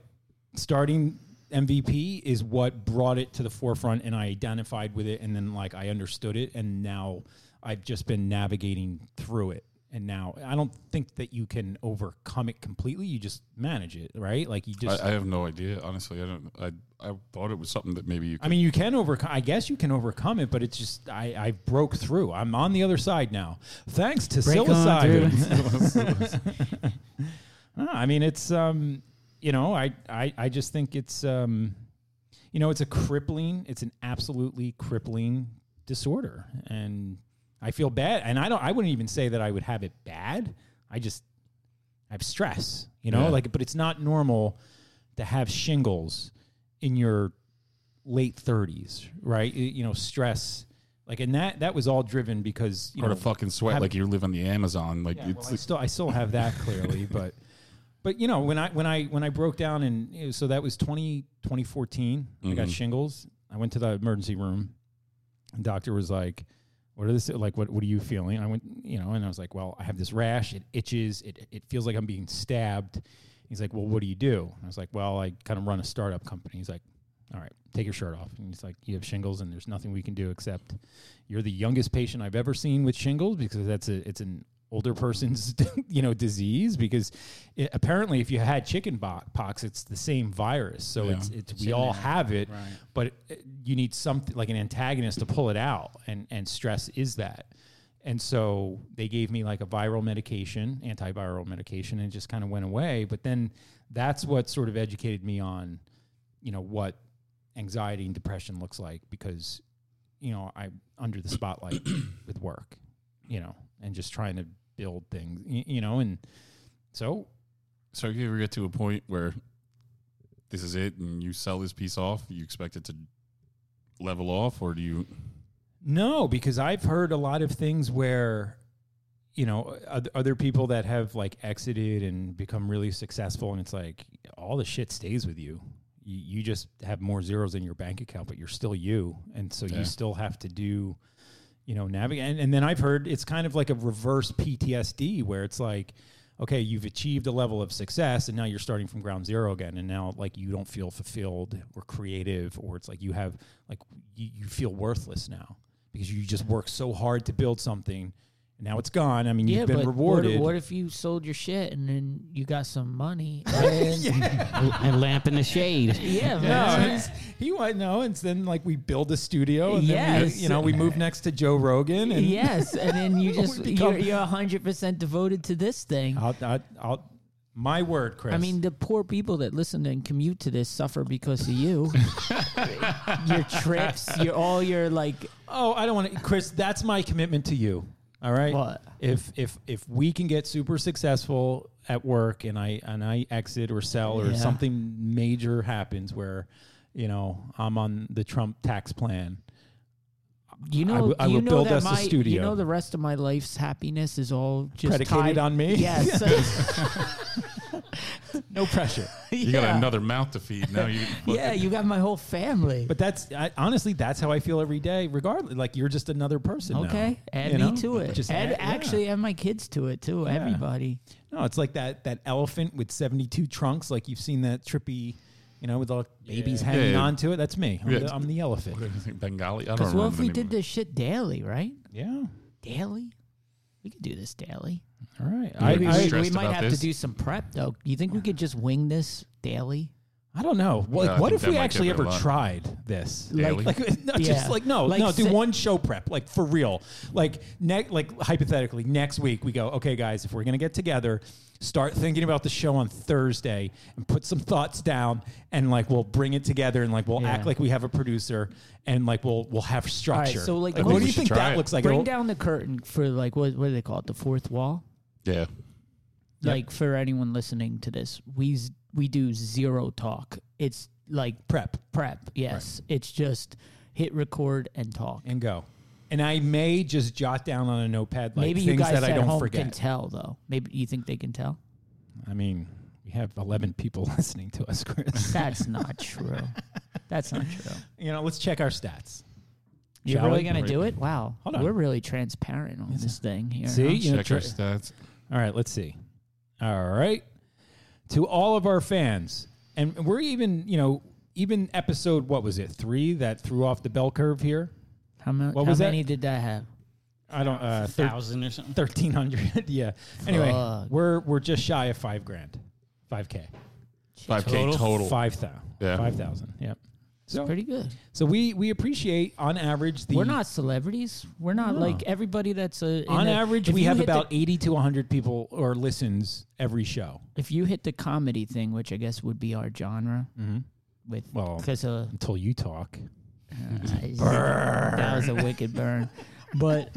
S1: starting MVP is what brought it to the forefront and I identified with it and then like I understood it and now I've just been navigating through it. And now I don't think that you can overcome it completely. You just manage it, right? Like you just
S9: I, I have no idea. Honestly, I don't. I I thought it was something that maybe you. Could,
S1: I mean, you can overcome. I guess you can overcome it, but it's just I, I broke through. I'm on the other side now, thanks to
S5: Break on *laughs*
S1: psilocybin. No, I mean, it's um, you know, I, I I just think it's um, you know, it's a crippling. It's an absolutely crippling disorder, and I feel bad. And I don't. I wouldn't even say that I would have it bad. I just I have stress, you know,
S9: Yeah.
S1: like, but it's not normal to have shingles in your late 30s, right? Y- You know, stress. Like, and that that was all driven because you
S9: or
S1: know
S9: to fucking sweat
S1: having-
S9: like you live on the Amazon. Like
S1: yeah,
S9: it's
S1: well, I
S9: like-
S1: still I still have that
S9: *laughs*
S1: clearly, but but you know when I when I when I broke down and you know, so that was 20, 2014, I got
S9: Mhm.
S1: shingles. I went to the emergency room, and doctor was like, what are this like what, what are you feeling i went you know and i was like well i have this rash it itches it, it feels like i'm being stabbed he's like well what do you do and i was like well i kind of run a startup company he's like all right take your shirt off and he's like you have shingles and there's nothing we can do except you're the youngest patient i've ever seen with shingles because that's a it's an older person's *laughs* you know disease because it, apparently if you had chicken bo- pox it's the same virus so
S9: Yeah.
S1: it's it's we
S9: Same
S1: all
S9: there.
S1: have it
S9: Right.
S1: but it- you need something like an antagonist to pull it out and and stress is that and so they gave me like a viral medication antiviral medication and it just kind of went away but then that's what sort of educated me on you know what anxiety and depression looks like because you know i'm under the spotlight with work you know and just trying to build things y- you know and so
S9: So if you ever get to a point where this is it and you sell this piece off, you expect it to level off or do you
S1: No, because I've heard a lot of things where, you know, oth- other people that have like exited and become really successful, and it's like all the shit stays with you. You, you just have more zeros in your bank account, but you're still you, and so
S9: Yeah.
S1: you still have to do, you know, navigate. And, and then I've heard it's kind of like a reverse PTSD where it's like. Okay, you've achieved a level of success and now you're starting from ground zero again. And now, like, you don't feel fulfilled or creative, or it's like you have, like, you, you feel worthless now because you just worked so hard to build something and now it's gone. I mean, you've been
S3: but
S1: rewarded.
S3: What, what if you sold your shit and then you got
S1: *laughs*
S3: some money and
S5: *laughs* and lamp in the
S3: *laughs*
S5: shade.
S3: Yeah,
S1: No,
S3: man.
S1: it's- he went no, and then like we build a studio, and then we,
S3: Yes.
S1: you know we move next to Joe Rogan, and
S3: yes, and
S1: *laughs*
S3: then you just
S1: We become-
S3: you're you're hundred percent devoted to this thing.
S1: I'll, I'll, I'll, my word, Chris.
S3: I mean, the poor people that listen and commute to this suffer because
S1: *laughs*
S3: of you. your trips, your all your like.
S1: Oh, I don't want to, Chris. That's my commitment to you. All right.
S3: What?
S1: If if if we can get super successful at work, and I and I exit or sell or
S3: Yeah.
S1: something major happens where, you know, I'm on the Trump tax plan.
S3: You know,
S1: I will- I
S3: you
S1: will
S3: know
S1: build
S3: that
S1: us a
S3: my, You
S1: studio.
S3: know, the rest of my life's happiness is all just
S1: Predicated
S3: tied-
S1: on me?
S3: *laughs* Yes.
S1: *laughs* No pressure.
S9: you got another mouth to feed now you *laughs*
S3: Yeah, you got my whole family.
S1: But that's I, honestly that's how I feel every day. Regardless, like you're just another person. now,
S3: Okay, add
S1: you
S3: me
S1: know?
S3: to it.
S1: Just
S3: add,
S1: add- yeah.
S3: actually add my kids to it too.
S1: Yeah.
S3: Everybody.
S1: No, it's like that that elephant with seventy two trunks. Like you've seen that trippy, you know, with all the babies
S9: Yeah.
S1: hanging
S9: Yeah.
S1: on to it. That's me. I'm,
S9: Yeah.
S1: the, I'm the elephant.
S9: What do you think, Bengali? I don't
S3: Because what if
S9: remember
S3: we
S9: the name
S3: did this shit daily, right?
S1: Yeah.
S3: Daily. We could do this daily.
S1: All right.
S9: I-
S3: Maybe
S9: I-
S3: we- we
S9: stressed
S3: might
S9: about
S3: have
S9: this?
S3: to do some prep though. You think we could just wing this daily?
S1: I don't know. What,
S9: Yeah, I
S1: what
S9: think
S1: if
S9: that
S1: we
S9: might
S1: actually
S9: give it a
S1: ever
S9: lot.
S1: tried this?
S9: Daily?
S1: Like, like *laughs* no,
S3: Yeah.
S1: just like no,
S3: Like
S1: no. Do
S3: sit-
S1: one show prep, like for real. Like ne- like hypothetically, next week we go. Okay, guys, if we're gonna get together, start thinking about the show on Thursday and put some thoughts down, and like we'll bring it together, and like we'll
S3: Yeah.
S1: act like we have a producer, and like we'll we'll have
S3: All
S1: structure.
S3: right, so like,
S1: what
S3: let's
S1: do you think that looks like? oh.
S3: Bring
S1: It'll-
S3: down the curtain for like what what do they call it? The fourth wall.
S9: Yeah.
S1: Yep.
S3: Like for anyone listening to this, we z- we do zero talk. It's like
S1: prep
S3: prep. Yes, it's just hit record and talk.
S1: and go. And I may just jot down on a notepad like
S3: Maybe
S1: things
S3: you guys
S1: that
S3: at
S1: I don't
S3: home
S1: forget.
S3: can tell though. Maybe you think they can tell.
S1: I mean, we have 11 people *laughs* listening to us, Chris.
S3: That's
S1: *laughs*
S3: not true. That's not true.
S1: you know, let's check our stats.
S3: You're
S1: Shall
S3: really
S1: we?
S3: gonna do it? Wow.
S1: Hold on.
S3: We're really transparent on this thing here.
S1: See,
S3: huh?
S1: you know,
S9: Check our
S1: tra-
S9: stats.
S1: all right, let's see. All right. To all of our fans, and we're even, you know, even episode, what was it, three that threw off the bell curve here?
S3: How, mu-
S1: What
S3: how
S1: was that?
S3: many did that have?
S1: I don't, uh, thir-
S5: thousand or something.
S1: 1300. *laughs* yeah. Anyway,
S3: Fuck.
S1: we're, we're just shy of five grand, 5K,
S9: Five K
S5: Total?
S9: total.
S1: 5,000.
S9: Yeah.
S1: 5,000. Yep. So,
S3: Pretty good.
S1: so we, we appreciate on average the
S3: We're not celebrities. We're not
S1: No.
S3: like everybody that's a. in
S1: on
S3: the-
S1: average
S3: if
S1: we
S3: you
S1: have
S3: hit
S1: about
S3: The,
S1: 80 to 100 people or listens every show
S3: if you hit the comedy thing, which I guess would be our genre,
S1: Mhm.
S3: with
S1: Well, Mm-hmm.
S3: because uh,
S1: until you talk
S3: that was a wicked burn, but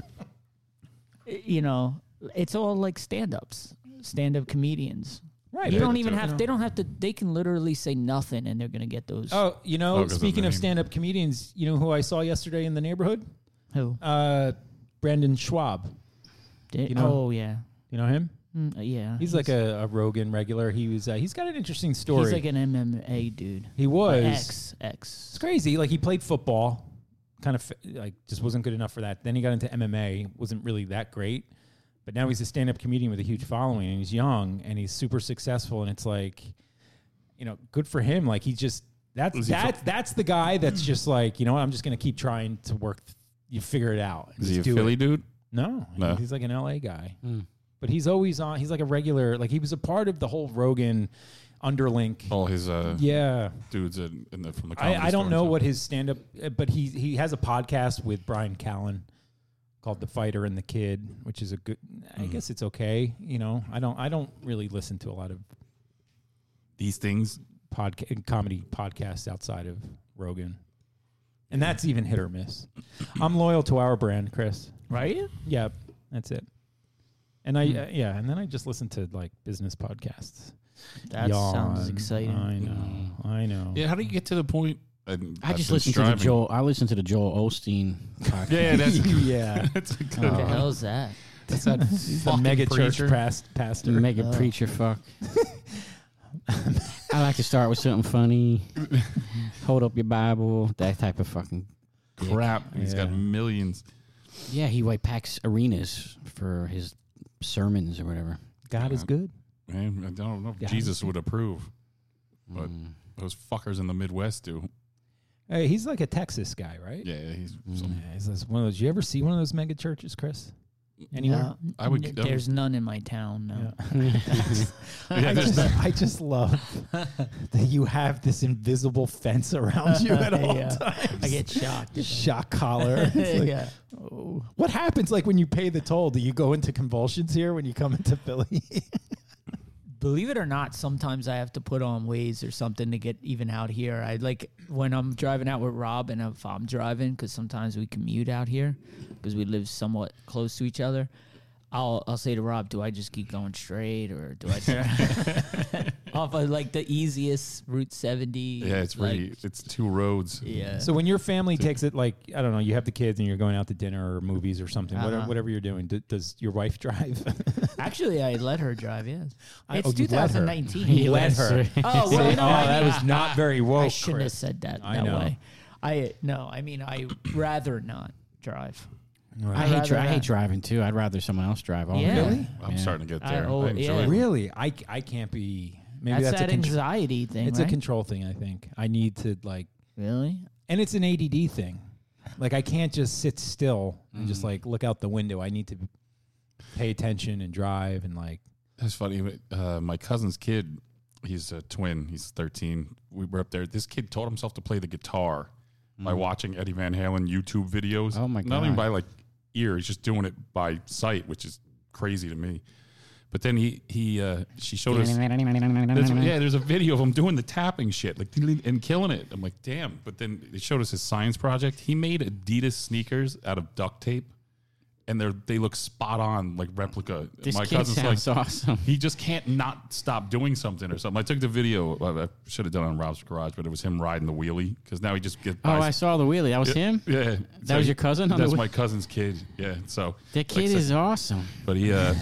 S3: *laughs* you know it's all like stand-ups, stand-up comedians.
S1: right
S3: you
S1: but-
S3: don't even have.
S9: yeah.
S3: They don't have to. They can literally say nothing, and they're gonna get those.
S1: oh you
S9: Oh,
S1: know
S9: 'cause of
S1: speaking
S9: the
S1: of
S9: name.
S1: stand-up comedians you know who i saw yesterday in the neighborhood
S3: who?
S1: uh brandon schwab
S3: Did-
S1: you know-
S3: oh yeah,
S1: you know him
S3: Mm, uh, yeah.
S1: he's like a, a rogan regular he was uh, he's got an interesting story
S3: He's like an MMA dude.
S1: he
S3: Or
S1: was
S3: X X.
S1: it's crazy like he played football kind of like just wasn't good enough for that. Then he got into MMA, wasn't really that great, but now he's a stand-up comedian with a huge following, and he's young and he's super successful, and it's like, you know, good for him. Like he just that's
S9: he
S1: that's that's the guy that's just like you know what I'm just gonna keep trying to work. th- you figure it out. and
S9: Is he a
S1: just do
S9: Philly
S1: it.
S9: dude?
S1: No,
S9: No.
S1: he's like an LA guy. But he's always on. He's like a regular. Like he was a part of the whole Rogan underlink.
S9: All his uh,
S1: Yeah.
S9: dudes in, in the, from the. Comedy
S1: I, I don't
S9: Store.
S1: know what his stand up, but he he has a podcast with Brian Callen called The Fighter and the Kid, which is a good. I
S9: Mhm.
S1: guess it's okay. You know, I don't I don't really listen to a lot of
S9: these things
S1: podcast comedy podcasts outside of Rogan, and that's even hit or miss.
S9: *clears throat*
S1: I'm loyal to our brand, Chris.
S3: Right?
S1: Yeah, that's it. And I
S3: Hmm.
S1: uh, yeah, and then I just listen to like business podcasts.
S3: That sounds
S1: Yawn.
S3: exciting.
S1: I know. I know.
S9: Yeah, how do you get to the point? I,
S5: I just listened to the Joel. I listened to the Joel Osteen. uh,
S9: *laughs*
S5: podcast.
S9: Yeah, that's
S1: *laughs* Yeah.
S9: *laughs* that's a good
S3: What the
S9: one.
S3: hell is that?
S1: That's that
S9: He's
S1: the
S9: fucking
S1: mega church
S9: preacher.
S1: past, pastor. *laughs*
S5: Mega preacher, fuck. I like to start with something
S9: *laughs*
S5: funny. Hold up your Bible, that type of fucking dick.
S9: crap. He's got millions.
S5: Yeah, he like packs arenas for his sermons or whatever.
S1: God is good.
S9: Man, I don't know if
S1: Yeah.
S9: Jesus would approve, but
S5: Mm.
S9: those fuckers in the Midwest do.
S1: Hey, he's like a Texas guy, right?
S9: Yeah, *laughs* he's.
S1: Yeah, he's just one of those. You ever see one of those mega churches, Chris? Anywhere?
S3: No,
S9: I would-
S3: n-
S9: I would-
S3: there's none in my town. No.
S1: *laughs* I,
S9: Yeah, there's
S1: just, I just love *laughs* that you have this invisible fence around you at all
S3: *laughs* Yeah.
S1: times.
S3: I get shocked.
S1: Your shock *laughs* collar. It's like,
S3: *laughs*
S1: "Oh."
S3: yeah.
S1: What happens like when you pay the toll? Do you go into convulsions here when you come into *laughs* Philly?
S3: Believe it or not, sometimes I have to put on ways or something to get even out here. I like when I'm driving out with Rob and if I'm driving, because sometimes we commute out here because we live somewhat close to each other. I'll I'll say to Rob, do I just keep going straight or do I
S1: *laughs*
S3: turn *laughs* off of like the easiest Route 70?
S9: *laughs* Yeah, it's really it's two roads.
S3: yeah.
S1: so when your family takes it like I don't know, you have the kids and you're going out to dinner or movies or something, whatever,
S3: Uh-huh.
S1: whatever you're doing. d- does your wife drive? *laughs*
S3: Actually, I let her drive. Yes,
S1: I-
S3: it's
S1: oh, you let her. *laughs*
S3: 2019.
S1: You let her.
S3: Oh, well,
S1: See,
S3: no,
S1: oh,
S3: I
S1: that
S3: mean,
S1: was not very woke.
S3: I shouldn't have
S1: Chris.
S3: said that
S1: I
S3: that
S1: know.
S3: way. I no, I mean, I rather not drive.
S5: I
S3: I'd
S5: hate
S3: rather
S5: dri- I hate
S3: not.
S5: driving too. I'd rather someone else drive.
S13: Oh,
S5: All
S3: Yeah.
S5: day.
S3: Really?
S5: *laughs*
S9: I'm
S5: Yeah.
S9: starting to get
S3: I-
S9: there.
S3: oh,
S9: I enjoy
S3: yeah.
S9: it.
S1: Really? I, c- I can't be. Maybe that's,
S3: that's, that
S1: a contr-
S3: anxiety thing.
S1: It's a
S3: right?
S1: control thing, I think. I need to like,
S3: really.
S1: and it's an ADD thing. Like I can't just sit still and just like look out the window. I need to pay attention and drive and like.
S9: That's funny. Uh, my cousin's kid, he's a twin. He's 13. We were up there. This kid taught himself to play the guitar by watching Eddie Van Halen YouTube videos.
S5: Mm. Oh my
S9: Not even
S5: God.
S9: by like ear. He's just doing it by sight, which is crazy to me. But then he he uh, she showed us. That's, yeah, there's a video of him doing the tapping shit, like and killing it. I'm like, damn. But then it showed us his science project. He made Adidas sneakers out of duct tape, and they they look spot on, like replica.
S5: This kid sounds awesome.
S9: He just can't not stop doing something or something. I took the video. I I should have done it on Rob's garage, but it was him riding the wheelie because now he just gets.
S5: Oh, I saw the wheelie. That was
S9: *laughs*
S5: him.
S9: Yeah,
S5: That was your cousin on the
S9: That's
S5: whe-
S9: my cousin's kid. Yeah, so
S5: That
S9: like
S5: kid
S9: I said-
S5: is awesome.
S9: But he
S5: *laughs*
S9: uh,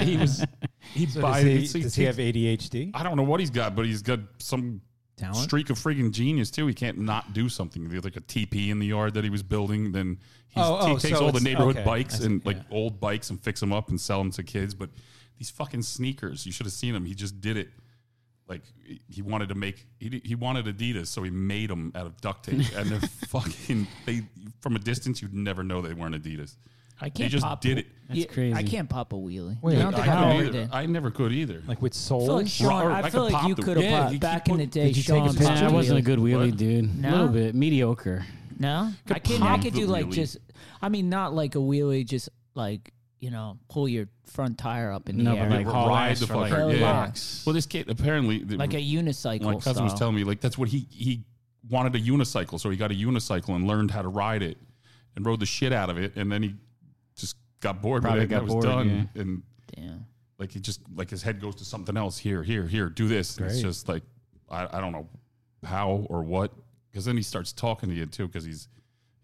S9: he was he
S1: So
S9: buys.
S1: does he, does he have ADHD?
S9: I don't know what he's got, but he's got some
S1: Talent?
S9: streak of freaking genius too. He can't not do something. There's like a teepee in the yard that he was building. Then he's,
S1: Oh,
S9: he
S1: oh,
S9: takes
S1: so
S9: all the
S1: it's-
S9: neighborhood
S1: okay. I
S9: bikes
S1: see,
S9: and like
S1: yeah.
S9: old bikes and fix them up and sell them to kids. But these fucking sneakers, you should have seen him. He just did it. Like he- he wanted to make he di- he wanted Adidas, so he made them out of duct tape,
S1: *laughs*
S9: and they're fucking they from a distance you'd never know they weren't Adidas.
S3: I can't.
S9: They just
S3: pop
S9: did it.
S3: That's
S5: crazy.
S3: I can't pop a wheelie.
S1: Wait,
S3: I don't think
S9: I,
S3: I
S9: couldn't
S3: ever
S9: either.
S3: did.
S9: I never could either.
S1: Like with
S3: I feel
S1: soul?
S3: like, Sean,
S9: Or
S3: I
S9: like
S3: feel
S9: a
S3: like
S9: pop
S3: you
S9: the-
S3: could have
S9: Yeah, you
S3: popped
S9: keep
S3: back in the
S9: putting-
S3: day.
S9: Did you take a
S3: Sean
S9: picture?
S3: popped
S5: Nah, I wasn't a
S3: wheelie.
S5: good wheelie,
S9: What?
S5: dude. A
S3: No?
S5: little bit mediocre.
S3: No,
S9: Could
S3: I can. I
S9: pop
S3: could
S9: the
S3: do like
S9: wheelie.
S3: just. I mean, not like a wheelie. Just like you know, pull your front tire up in the
S5: No,
S3: air,
S5: but like
S9: Ri-
S5: haul
S9: ride
S5: ass
S9: the
S5: for like
S9: fucker,
S5: a
S9: yeah.
S5: box.
S9: well, this kid apparently the-
S3: like a unicycle.
S9: my cousin was
S3: style.
S9: telling me like that's what he he wanted a unicycle so he got a unicycle and learned how to ride it and rode the shit out of it and then he just got bored
S5: Probably
S9: with it
S5: got
S9: and that
S5: bored,
S9: was done and
S3: Damn.
S9: like he just like his head goes to something else here here here do this and it's
S1: Great.
S9: just like I, I don't know how or what because then he starts talking to you too because he's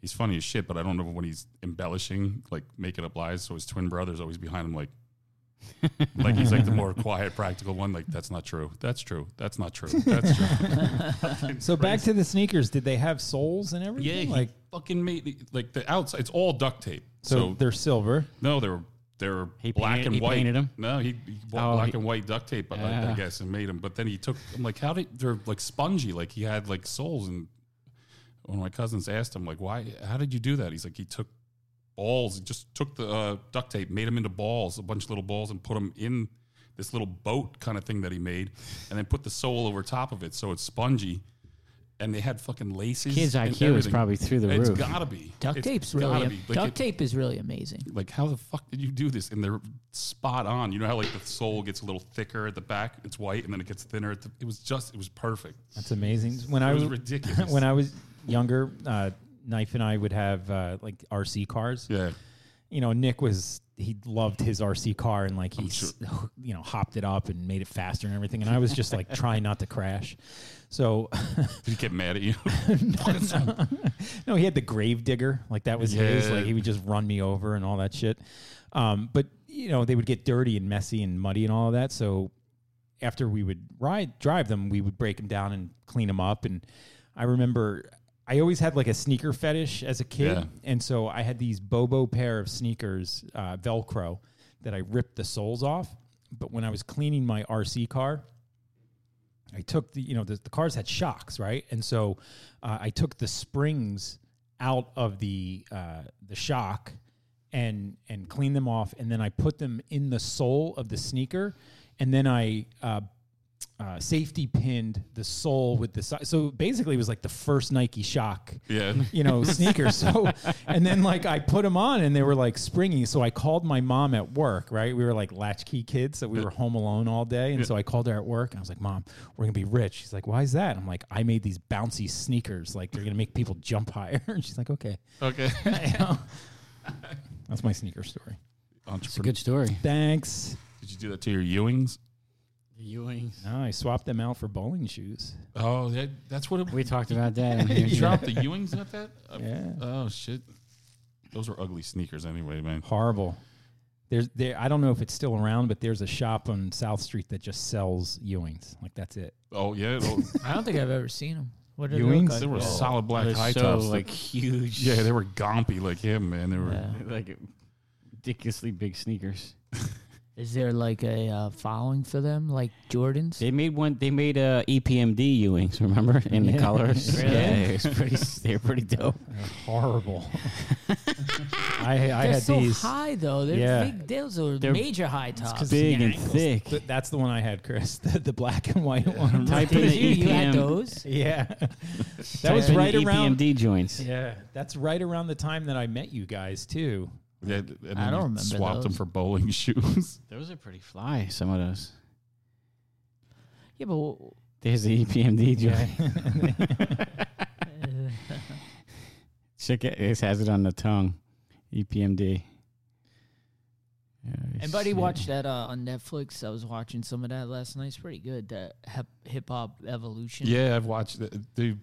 S9: he's funny as shit but I don't know when he's embellishing like making up lies so his twin brother's always behind him like like he's like the more quiet practical one like that's not true that's true that's not true that's true
S1: So back to the sneakers. Did they have soles and everything?
S9: *laughs* Yeah, he-
S1: like
S9: fucking made like the outside. It's all duct tape.
S1: So, they're silver.
S9: No, they were they were
S1: He
S9: black
S1: painted-
S9: and
S1: he
S9: white.
S1: painted 'em?
S9: No, he, he bought
S1: Oh,
S9: black
S1: he-
S9: and white duct tape, I- I,
S1: Yeah.
S9: guess, and made them. But then he took. I'm like, how did they're like spongy? Like he had like soles. And one of my cousins asked him, like, why? How did you do that? He's like, he took balls. He just took the uh, duct tape, made them into balls, a bunch of little balls, and put them in this little boat kind of thing that he made, and then put the sole over top of it so it's spongy. And they had fucking laces.
S5: Kid's
S9: and
S5: IQ is
S9: everything.
S5: probably through the
S9: It's
S5: roof.
S9: gotta be.
S10: Duct
S9: It's
S10: tape's
S9: gotta
S10: really
S9: be. Like,
S10: duct
S9: it-
S10: tape is really amazing.
S9: like how the fuck did you do this and they're spot on you know how like the sole gets a little thicker at the back it's white and then it gets thinner at the, it was just it was perfect
S1: That's amazing. When
S9: it
S1: I
S9: was
S1: w- *laughs*
S9: ridiculous
S1: when I was younger, uh, Knife and I would have uh, like RC cars.
S9: Yeah.
S1: You know, Nick was he loved his RC car and like he s- *laughs* you know hopped it up and made it faster and everything. And I was just like trying not to crash. So
S9: did he get mad at you
S1: no, *laughs* no, he had the grave digger. Like that was his.
S9: Yeah.
S1: Like he would just run me over and all that shit. Um, but you know, they would get dirty and messy and muddy and all of that. So after we would ride drive them, we would break them down and clean them up. And I remember I always had like a sneaker fetish as a kid,
S9: Yeah.
S1: and so I had these Bobo pair of sneakers, uh, Velcro, that I ripped the soles off. But when I was cleaning my RC car, I took the you know the, the cars had shocks right, and so uh, I took the springs out of the uh, the shock and and cleaned them off, and then I put them in the sole of the sneaker, and then I uh, uh, safety pinned the sole with the si- so basically it was like the first Nike shock
S9: *laughs* *laughs* Yeah.
S1: you know sneakers so and then like I put them on and they were like springy so I called my mom at work right we were like latchkey kids so we were home alone all day and so I called her at work and I was like mom we're gonna be rich she's like why is that I'm like I made these bouncy sneakers like they're gonna make people jump higher *laughs* and she's like okay
S9: okay
S1: *laughs* that's my sneaker story
S9: it's
S5: a good story
S1: thanks
S9: did you do that to your ewings
S5: Ewings.
S1: no I swapped them out for bowling shoes
S9: oh that, that's what it
S5: We talked about that.
S9: *laughs*
S5: on here,
S9: you
S5: too.
S9: dropped the ewings at *laughs* that Uh,
S1: Yeah.
S9: oh shit those were ugly sneakers anyway man
S1: Horrible. There's there. I don't know if it's still around, but there's a shop on South Street that just sells Ewings. Like that's it.
S9: oh *laughs* yeah Oh,
S10: I don't think I've ever seen them. What are
S1: Ewings?
S10: They,
S9: they were
S10: look like?
S9: solid black
S5: They're
S9: high
S5: so,
S9: tops that-
S5: like, huge.
S9: yeah they were gompy like him man they were
S5: like ridiculously big sneakers.
S10: Is there like a uh, following for them, like Jordans?
S5: They made one. They made uh, EPMD Ewings. Remember in the
S10: Yeah.
S5: colors.
S10: Really?
S5: Yeah, it was pretty. They're pretty dope.
S1: *laughs* horrible. I I
S10: They're
S1: had
S10: so
S1: these.
S10: high though. They're
S1: Yeah.
S10: big. Those are
S1: They're-
S10: major high tops.
S5: big and thick.
S1: Th- That's the one I had, Chris. *laughs* The, the black and white one.
S5: Type in the E
S10: You,
S3: E
S10: you
S5: EPM.
S10: had those?
S1: *laughs* Yeah, that
S5: Type
S1: was
S5: in E
S1: right
S5: the
S1: around.
S5: EPMD joints.
S1: Yeah, that's right around the time that I met you guys too.
S9: Yeah, and then
S10: I don't
S9: you
S10: remember
S9: swapped them
S10: those.
S9: for bowling *laughs* shoes
S5: Those are pretty fly. Some of those.
S10: Yeah, but
S9: *laughs*
S10: w-
S5: There's the E EPMD joint. *laughs* Check it. It has it on the tongue. E EPMD.
S10: and buddy watched that uh, on Netflix. I was watching some of that last night. It's pretty good. That hip hop evolution.
S9: Yeah, I've watched. th- They've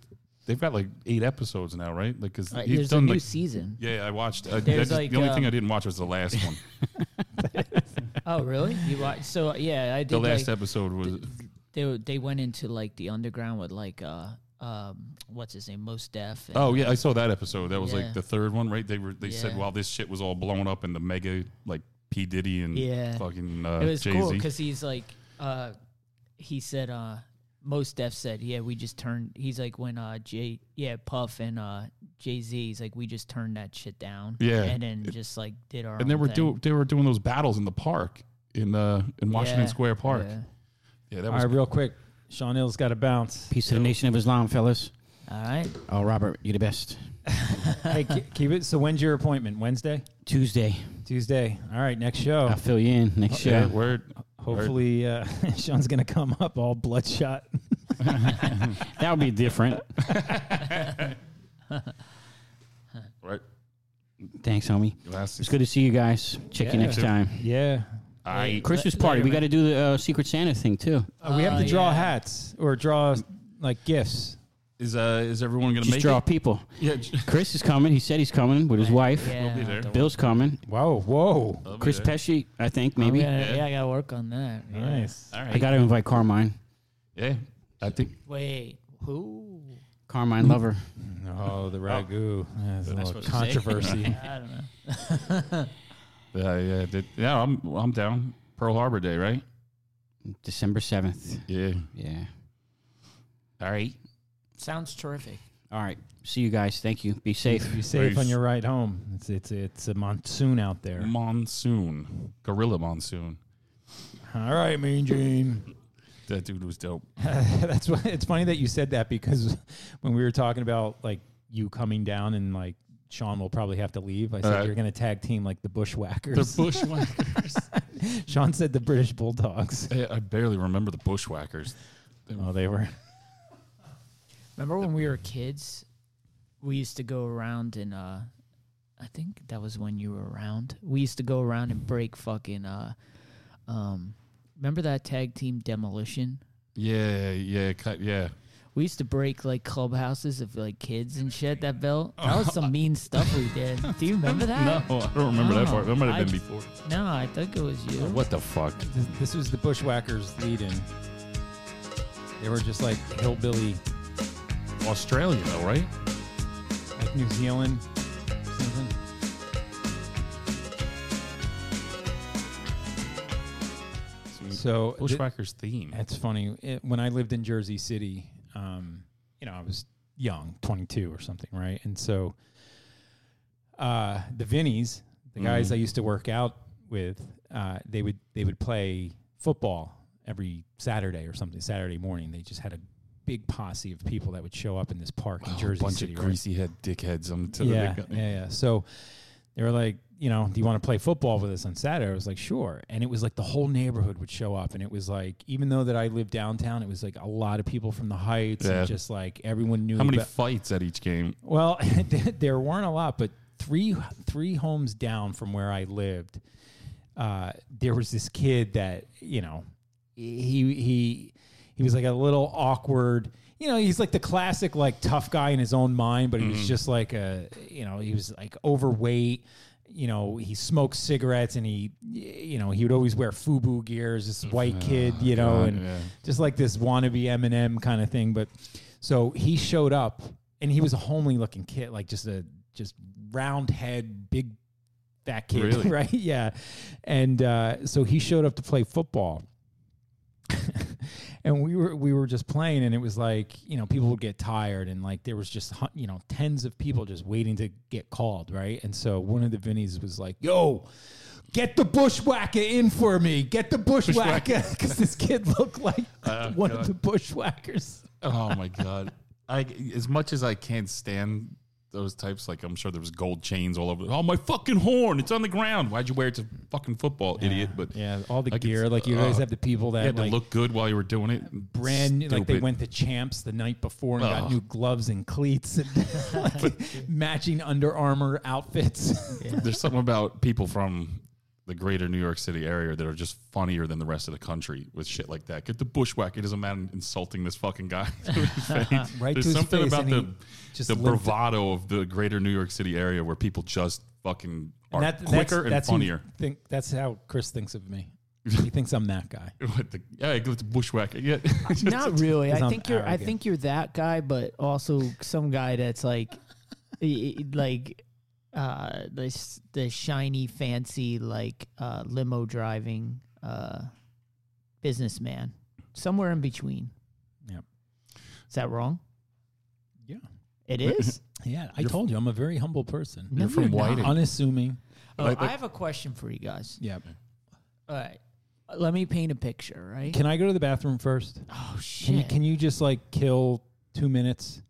S9: they've got like eight episodes now, right? Like because
S10: Uh,
S9: he's
S10: there's a
S9: done
S10: new
S9: like, *laughs*
S10: season.
S9: Yeah, I watched. I, I
S10: There's
S9: just-
S10: like,
S9: the only thing
S10: um,
S9: I didn't watch was
S10: *laughs*
S9: the last one.
S10: Oh, really? You watch? So yeah, I did.
S9: The last
S10: like,
S9: episode was
S10: they were- they went into like the underground with like uh um what's his name Most Def. and-
S9: Oh yeah, I saw that episode. That was
S10: Yeah.
S9: like the third one, right? They were they said
S10: Yeah.
S9: while this shit was all blown up and the mega like P Diddy and
S10: Yeah.
S9: fucking uh,
S10: it was
S9: Jay
S10: cool
S9: Z.
S10: because he's like, uh, he said, uh, most Def said, yeah, we just turned. He's like when uh Jay, yeah, Puff and uh Jay Z, he's like we just turned that shit down.
S9: Yeah.
S10: and then just like did our.
S9: and they
S10: own
S9: were
S10: thing.
S9: doing they were doing those battles in the park in uh in Washington
S10: Yeah,
S9: Square Park.
S10: yeah.
S9: Yeah, that
S1: All
S9: was
S1: right, real quick, Sean Hill's got to bounce.
S5: *laughs* Peace to the Nation of Islam, fellas.
S10: All right.
S5: Oh, Robert, you the best.
S1: hey, ke- keep it. So when's your appointment? Wednesday,
S5: Tuesday.
S1: Tuesday. All right, next show.
S5: I'll fill you in next
S9: Oh, yeah,
S5: show.
S9: word.
S1: Hopefully, uh, *laughs* Sean's gonna come up all bloodshot.
S5: That'll be different.
S9: Right.
S5: Thanks, homie.
S9: Glasses.
S5: It's good to see you guys. Check you
S1: Yeah.
S5: next time.
S1: Yeah.
S9: I
S5: Christmas party. We got to do the uh, Secret Santa thing too.
S1: Uh, we have to
S10: Oh,
S1: draw
S10: yeah.
S1: hats or draw like gifts.
S9: is uh is everyone gonna
S5: Just
S9: make
S5: draw
S9: it?
S5: people.
S9: Yeah, *laughs* j-
S5: Chris is coming. He said he's coming with his wife.
S10: Yeah,
S9: be there.
S5: Bill's coming.
S1: Whoa, whoa.
S9: I'll be
S5: Chris
S9: there.
S5: Pesci, I think maybe.
S13: Oh,
S10: I gotta- yeah. I gotta work on that. yeah.
S1: Nice.
S9: All right.
S5: I got to invite Carmine.
S9: Yeah, I think
S10: Wait, who?
S5: Carmine Lover.
S1: Oh, the ragu. That's a
S9: Am I
S1: little
S9: supposed to say?
S1: controversy.
S9: I Yeah, uh, yeah, did, yeah. I'm I'm down. Pearl Harbor Day, right?
S5: December seventh.
S9: Yeah,
S5: yeah. All right,
S13: Sounds terrific.
S5: all right. See you guys. Thank you. Be safe.
S1: Be safe on your ride home. It's it's it's a monsoon out there.
S9: Monsoon, gorilla monsoon.
S1: All right, Mean Gene. *laughs*
S9: That dude was dope.
S1: That's why it's funny that you said that because *laughs* when we were talking about like you coming down and like Sean will probably have to leave, I said
S9: Uh,
S1: you're going to tag team like the Bushwhackers.
S9: The *laughs* Bushwhackers.
S1: *laughs* Sean said the British *laughs* Bulldogs.
S9: I, I barely remember the Bushwhackers.
S1: Oh, they were.
S13: Remember when we were kids, we used to go around and uh, I think that was when you were around. We used to go around and break fucking. Uh, um, remember that tag team demolition?
S9: Yeah, yeah, cut, yeah.
S13: We used to break like clubhouses of like kids and shit that built. That was some mean stuff we did. Do you remember that?
S9: No, I don't remember
S1: Oh.
S9: that part. That might have been
S13: I-
S9: before.
S13: No, I think it was you.
S9: What the fuck?
S1: This, this was the Bushwhackers lead in. They were just like hillbilly,
S9: Australia, though, right?
S1: like New Zealand. Something. So
S9: Bushwhackers theme.
S1: That's funny. It- when I lived in Jersey City, um, you know, I was young, 22 or something, right? And so uh, the Vinnies, the guys
S9: Mhm.
S1: I used to work out with, uh, they would they would play football every Saturday or something. Saturday morning, they just had a big posse of people that would show up in this park in
S9: Oh,
S1: Jersey
S9: bunch
S1: City,
S9: of
S1: right?
S9: greasy head dickheads. I'm to
S1: yeah,
S9: the,
S1: yeah, yeah. So they were like, you know, do you want to play football with us on Saturday? I was like, sure. And it was like the whole neighborhood would show up, and it was like, even though that I lived downtown, it was like a lot of people from the Heights,
S9: Yeah.
S1: and just like everyone knew.
S9: How many
S1: about-
S9: fights at each game?
S1: well, *laughs* there- there weren't a lot, but three three homes down from where I lived, uh, there was this kid that you know, he he he was like a little awkward. You know, he's like the classic like tough guy in his own mind, but he was
S9: Mhm.
S1: just like a you know he was like overweight. You know, he smoked cigarettes and he, you know, he would always wear FUBU gears. This white kid, you know,
S9: Oh, God,
S1: and
S9: yeah.
S1: just like this wannabe Eminem kind of thing. But so he showed up, and he was a homely looking kid, like just a just round head, big fat kid,
S9: Really?
S1: *laughs* right? Yeah, and uh, so he showed up to play football, *laughs* and we were we were just playing, and it was like you know people would get tired, and like there was just hu- you know tens of people just waiting to get called, right? And so one of the Vinnies was like, "Yo." Get the bushwhacker in for me. Get the bushwhacker *laughs* because this kid looked like
S9: Oh,
S1: one of
S9: God.
S1: the bushwhackers.
S9: Oh my god! I as much as I can't stand those types. Like I'm sure there was gold chains all over. Oh my fucking horn! It's on the ground. Why'd you wear it to fucking football, idiot? But
S1: yeah, all the
S9: I could-
S1: gear. like you always
S9: uh,
S1: have the people that
S9: you had to
S1: like,
S9: look good while you were doing it.
S1: brand new, like they
S9: Stupid.
S1: went to champs the night before and got
S9: Ugh.
S1: new gloves and cleats and *laughs* like, matching Under Armour outfits.
S9: There's something about people from the greater New York City area that are just funnier than the rest of the country with shit like that. Get the bushwhack. It doesn't matter insulting this fucking guy. *laughs*
S1: *laughs*
S9: to his face.
S1: Right
S9: There's
S1: to his
S9: something
S1: face
S9: about
S1: and
S9: the
S1: he just
S9: the
S1: lived it.
S9: bravado of the greater New York City area where people just fucking are
S1: And that-
S9: quicker and
S1: who
S9: funnier.
S1: Think that's how Chris thinks of me. He thinks I'm that guy.
S9: *laughs* With the, yeah, with the bushwhacker. Yeah.
S13: *laughs* *laughs*
S9: *laughs*
S13: Not really.
S1: Because
S13: I
S1: I'm
S13: think you're. I
S1: arrogant.
S13: think you're that guy, but also some guy that's *laughs* like, i- i- like, uh, this the shiny, fancy, like uh, limo driving uh, businessman, somewhere in between.
S1: Yep.
S13: Is that wrong?
S1: Yeah.
S13: It is.
S1: Yeah, I told you I'm a very humble person.
S13: No, You're from you're not. Whiting.
S1: unassuming.
S13: Oh,
S1: Like-
S13: I have a question for you guys.
S1: Yeah.
S13: All right. Let me paint a picture. Right.
S1: Can I go to the bathroom first?
S13: Oh shit.
S1: Can you, can you just like kill two minutes?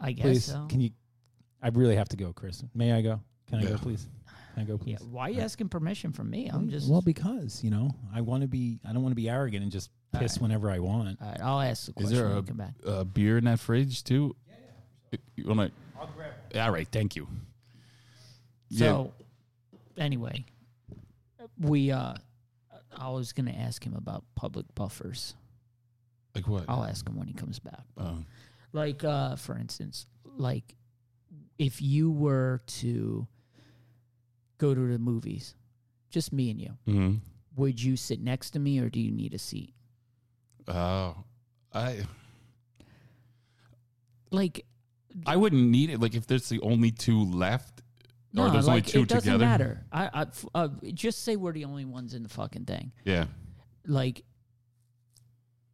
S13: I guess
S1: please?
S13: so.
S1: Can you? I really have to go, Chris. May I go? Can I
S9: Yeah.
S1: go, please? Can I go,
S13: yeah.
S1: please?
S13: Why are you asking permission from me? I'm just.
S1: well because you know I want to be. I don't want to be arrogant and just piss whenever I want.
S13: All right, I'll ask the
S9: Is
S13: question
S9: there
S13: when
S9: a,
S13: we come back.
S9: a Uh, beer in that fridge too? Yeah, yeah. You wanna? I'll grab. All right, thank you.
S13: So, anyway, we. uh I was gonna ask him about public buffers.
S9: like what?
S13: I'll ask him when he comes back.
S9: Oh.
S13: Like, uh, for instance, like if you were to go to the movies, just me and you,
S9: Mhm.
S13: would you sit next to me or do you need a seat?
S9: Oh, I.
S13: like
S9: I wouldn't need it. Like if there's the only two left,
S13: no,
S9: or there's
S13: like
S9: only two
S13: it doesn't
S9: together.
S13: matter. I, I f- uh, just say we're the only ones in the fucking thing.
S9: Yeah.
S13: Like,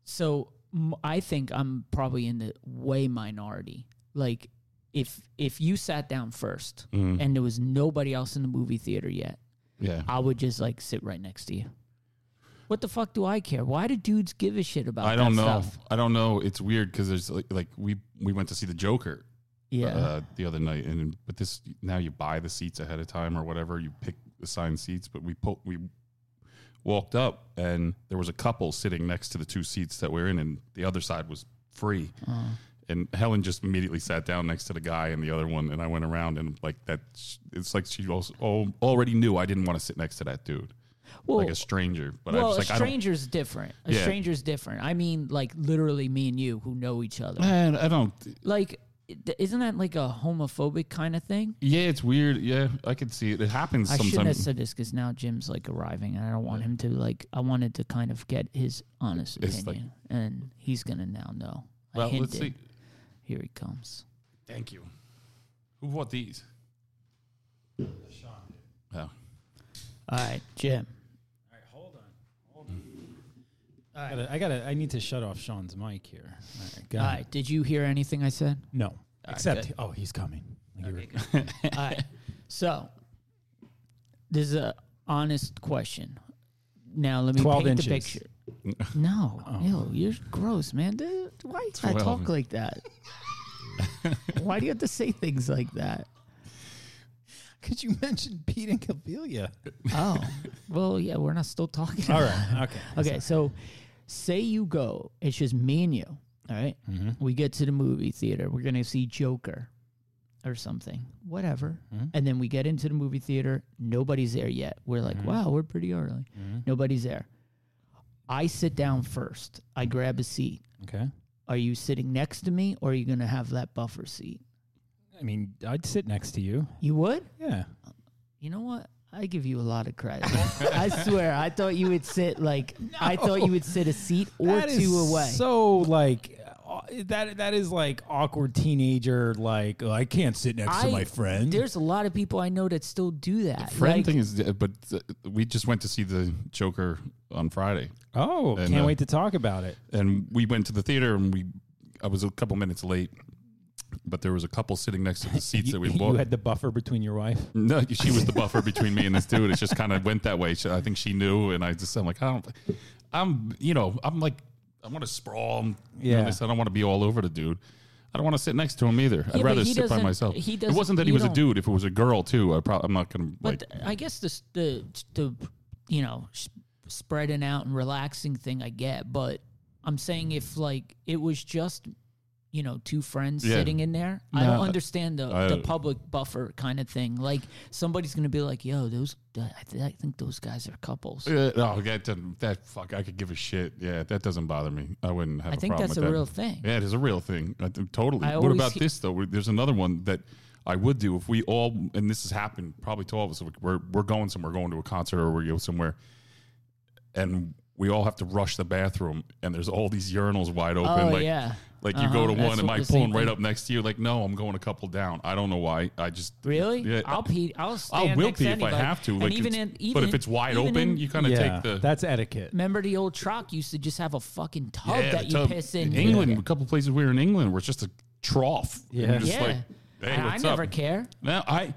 S13: so m- I think I'm probably in the way minority. Like, if if you sat down 1st
S9: Mhm.
S13: and there was nobody else in the movie theater yet,
S9: Yeah.
S13: I would just like sit right next to you. What the fuck do I care? Why do dudes give a shit about?
S9: I don't
S13: that
S9: know.
S13: Stuff?
S9: I don't know. It's weird because there's like, like we we went to see the Joker.
S13: Yeah.
S9: Uh, the other night, and but this now you buy the seats ahead of time or whatever you pick assigned seats. But we po- we walked up and there was a couple sitting next to the two seats that we are in, and the other side was free.
S14: Oh.
S9: And Helen just immediately sat down next to the guy and the other one, and I went around and like that. sh- It's like she also al- already knew I didn't want to sit next to that dude, like
S13: Well-
S9: a stranger. But I
S13: well,
S9: was like,
S13: a
S9: I don't.
S13: stranger's different. A
S9: Yeah.
S13: stranger's different. I mean, like literally me and you who know each other.
S9: Man, I don't.
S13: Like, it- isn't that like a homophobic kind of thing?
S9: Yeah, it's weird. Yeah, I could see it. It happens
S13: I shouldn't have
S9: sometimes.
S13: said this because now Jim's like arriving, and I don't want him to like. I wanted to kind of get his honest
S9: It's
S13: opinion,
S9: like-
S13: and he's gonna now know. I
S9: Well, let's
S13: hinted.
S9: see.
S13: Here he comes.
S9: Thank you. Who bought these? Oh.
S13: All right, Jim.
S1: I gotta, I gotta. I need to shut off Sean's mic here. All right, got
S13: All
S1: it.
S13: right, did you hear anything I said?
S1: No,
S13: right,
S1: except
S13: good.
S1: oh, he's coming. Like you *laughs* were-
S13: All right. So this is a honest question. Now let me
S1: 12
S13: paint the
S1: inches.
S13: picture.
S9: *laughs*
S13: No,
S9: Oh.
S13: ew, you're gross, man. Dude, why do I
S1: 12.
S13: talk like
S9: *laughs*
S13: that? why do you have to say things like that?
S1: Could you mention Pete and
S13: *laughs*
S1: Cabelia?
S13: Oh, well, yeah, we're not still talking.
S1: All
S13: about
S1: right,
S13: it. *laughs*
S1: okay,
S13: Okay, so say you go, it's just me and you. All right?
S1: Mm-hmm.
S13: we get to the movie theater, we're gonna see Joker or something, whatever.
S1: Mm-hmm.
S13: And then we get into the movie theater, nobody's there yet. We're like,
S1: Mm-hmm.
S13: wow, we're pretty early. Nobody's there. I sit down first, I grab a seat.
S1: Okay.
S13: Are you sitting next to me or are you gonna have that buffer seat?
S1: I mean, I'd sit next to you.
S13: You would?
S1: Yeah.
S13: You know what? I give you a lot of credit.
S1: *laughs*
S13: I swear, I thought you would sit like I thought you would sit a seat or
S1: That is
S13: two away.
S1: So like uh, that that is like awkward teenager. Like oh, I can't sit next to
S13: I-
S1: my friend.
S13: There's a lot of people I know that still do that.
S9: Friend
S13: Like,
S9: thing is, but uh, we just went to see the Joker on Friday.
S1: Oh,
S9: And,
S1: can't
S9: uh,
S1: wait to talk about it.
S9: and we went to the theater, and we I was a couple minutes late, but there was a couple sitting next
S13: *laughs*
S9: to the seats that
S1: *laughs*
S9: we
S1: You
S9: bought.
S1: had the buffer between your wife.
S9: no, she was the buffer between me and this dude. It just kind of went that way. She, I think she knew, and I just I'm like I don't, I'm you know I'm like I want to sprawl. and you know,
S1: Yeah.
S9: this. I don't want to be all over the dude. I don't want to sit next to him either.
S13: Yeah,
S9: I'd
S13: but
S9: rather
S13: he
S9: sit by
S13: doesn't-
S9: myself.
S13: he
S9: it
S13: doesn't-
S9: wasn't that he
S13: you
S9: was a
S13: don't-
S9: dude. If it was a girl too, I probably I'm not gonna like.
S13: but th- I guess the s- the the you know s- spreading out and relaxing thing I get, but I'm saying if like it was just you know two friends
S9: Yeah.
S13: sitting in there, I
S9: No,
S13: don't understand the
S9: I-
S13: the public buffer kind of thing. Like somebody's gonna be like, "Yo, those I, th- I think those guys are couples."
S9: Yeah, no, that doesn't, that fuck. I could give a shit. Yeah, that doesn't bother me. I wouldn't have.
S13: I
S9: a
S13: think
S9: problem
S13: that's
S9: with
S13: a
S9: that.
S13: real thing.
S9: Yeah, it is a real thing. I think- totally.
S13: I
S9: what
S13: always
S9: about
S13: he-
S9: this though? There's another one that I would do if we all, and this has happened probably to all of us. We're we're going somewhere, going to a concert, or we go somewhere, and we all have to rush the bathroom, and there's all these urinals wide open.
S13: Oh,
S9: like,
S13: yeah.
S9: Like you
S13: Uh-huh,
S9: go to
S13: that's
S9: one,
S13: what
S9: and I
S13: the
S9: pull
S13: same
S9: them right
S13: thing-
S9: up next to you. Like, no, I'm going a couple down. I don't know why. I just
S13: Really?
S9: Yeah,
S13: I'll pee. I'll stand
S9: I will
S13: next to
S9: pee if I
S13: anybody.
S9: have to.
S13: And
S9: Like
S13: even
S9: it's-
S13: in- even
S9: but
S13: in-
S9: if it's wide
S13: even
S9: open,
S13: in-
S9: you kind of
S1: yeah,
S9: take the
S1: that's etiquette.
S13: Remember the old truck used to just have a fucking tub
S9: Yeah,
S13: that
S9: the
S13: you
S9: tub-
S13: piss in.
S9: England, a couple places we were in England where it's just a trough. And
S13: Yeah.
S9: you're just
S13: Yeah.
S9: like, hey,
S13: And I
S9: what's
S13: never
S9: up?
S13: care.
S9: No, I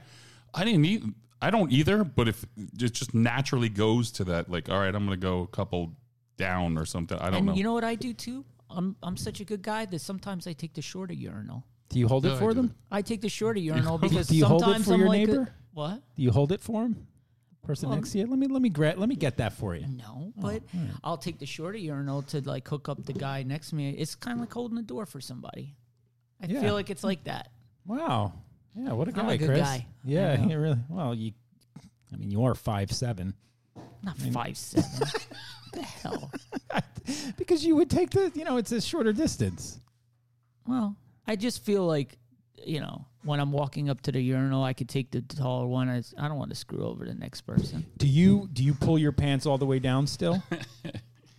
S9: I didn't eat I don't either, but if it just naturally goes to that, like, all right, I'm gonna go a couple down or something. I don't
S13: and
S9: know.
S13: you know what I do too? I'm I'm such a good guy that sometimes I take the shorter urinal.
S1: Do you hold
S9: No,
S1: it
S9: I
S1: for
S9: do
S1: them?
S13: I take the
S9: *laughs*
S13: shorter urinal because
S1: Do you hold
S13: sometimes
S1: it for
S13: I'm
S1: your
S13: like a-
S1: neighbor?
S13: what?
S1: Do you hold it for him? Person
S13: Well,
S1: next to you. Let me let me gra- let me get that for you.
S13: No,
S10: Oh,
S13: but
S10: hmm.
S13: I'll take the shorter urinal to like hook up the guy next to me. It's kind of like holding the door for somebody. I
S1: Yeah.
S13: feel like it's like that.
S1: Wow. Yeah, what a guy,
S13: I'm a good
S1: Chris.
S13: guy. I
S1: Yeah,
S13: know.
S1: yeah, really. Well, *laughs* you. I mean, you are five seven.
S13: Not five
S10: *laughs*
S13: seven. the hell.
S1: Because you would take the, you know, it's a shorter distance.
S13: Well, I just feel like, you know, when I'm walking up to the urinal, I could take the taller one. I, I don't want to screw over the next person.
S1: Do you do you pull your pants all the way down
S13: *laughs*
S1: still?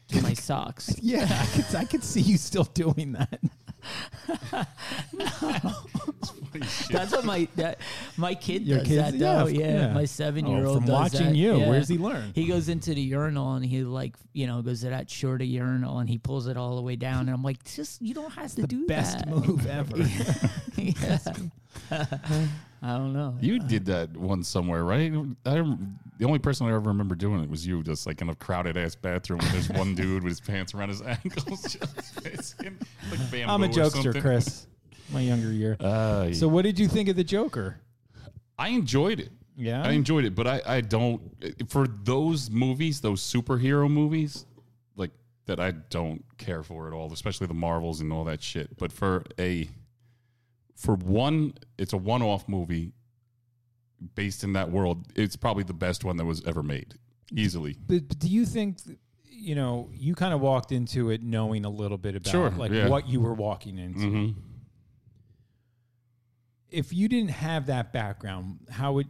S13: To my socks.
S1: *laughs* yeah, I could, I could see you still doing that.
S10: That's what my that, my kid
S1: Your
S10: does
S1: kids-
S10: that
S1: yeah,
S10: though.
S1: of-
S10: Yeah,
S1: yeah.
S10: my
S1: Oh,
S10: seven year old
S1: from watching you, where does he learn?
S10: He goes into the urinal and he like you know goes to that shorter urinal and he pulls it all the way down and I'm like, just you don't have to do
S1: best
S13: *laughs*
S10: that.
S1: move ever.
S10: *laughs* yeah. I don't know.
S9: You did that one somewhere, right? I rem- the only person I ever remember doing it was you, just like in a crowded ass bathroom where
S13: *laughs*
S9: there's one dude with his pants around his ankles, *laughs* just facing, like bamboo
S1: I'm a
S9: or
S1: jokester,
S9: something. *laughs*
S1: Chris. My younger year.
S9: Uh,
S1: so, what did you think of the Joker?
S9: I enjoyed it.
S1: Yeah?
S9: I enjoyed it, but I, I don't for those movies, those superhero movies, like that I don't care for at all, especially the Marvels and all that shit. But for a for one, it's a one-off movie based in that world. It's probably the best one that was ever made, easily.
S1: But, but do you think, th- you know, you kind of walked into it knowing a little bit about
S9: Sure,
S1: like
S9: yeah.
S1: what you were walking into?
S9: Mhm.
S1: If you didn't have that background, how would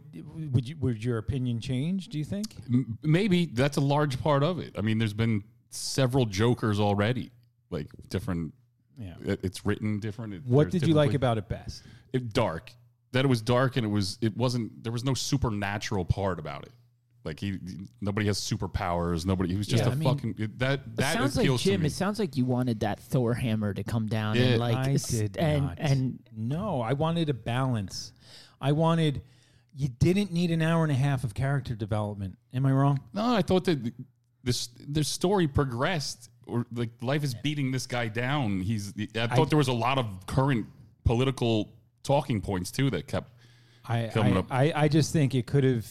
S1: would you would your opinion change? Do you think?
S9: M- maybe that's a large part of it. I mean, there's been several Jokers already, like different.
S1: Yeah.
S9: it- it's written different. it-
S1: What
S9: there's
S1: did you
S9: different
S1: like
S9: ways-
S1: about it best?
S9: It, dark. That it was dark, and it was it wasn't. There was no supernatural part about it. Like he, nobody has superpowers. Nobody. He was just
S10: Yeah,
S9: a
S10: I mean,
S9: fucking it- that.
S10: It
S9: That
S10: sounds like
S9: appeals to
S10: Jim.
S9: me.
S10: It sounds like you wanted that Thor hammer to come down and like
S1: I
S10: s-
S1: did
S10: and
S1: not.
S10: and
S1: no, I wanted a balance. I wanted. You didn't need an hour and a half of character development. Am I wrong?
S9: No, I thought that th- this the story progressed, or like life is beating this guy down. He's. I thought
S1: I-
S9: there was a lot of current political talking points too
S10: *laughs*
S9: that kept
S1: I
S9: coming
S1: I,
S9: up.
S1: I I just think it could have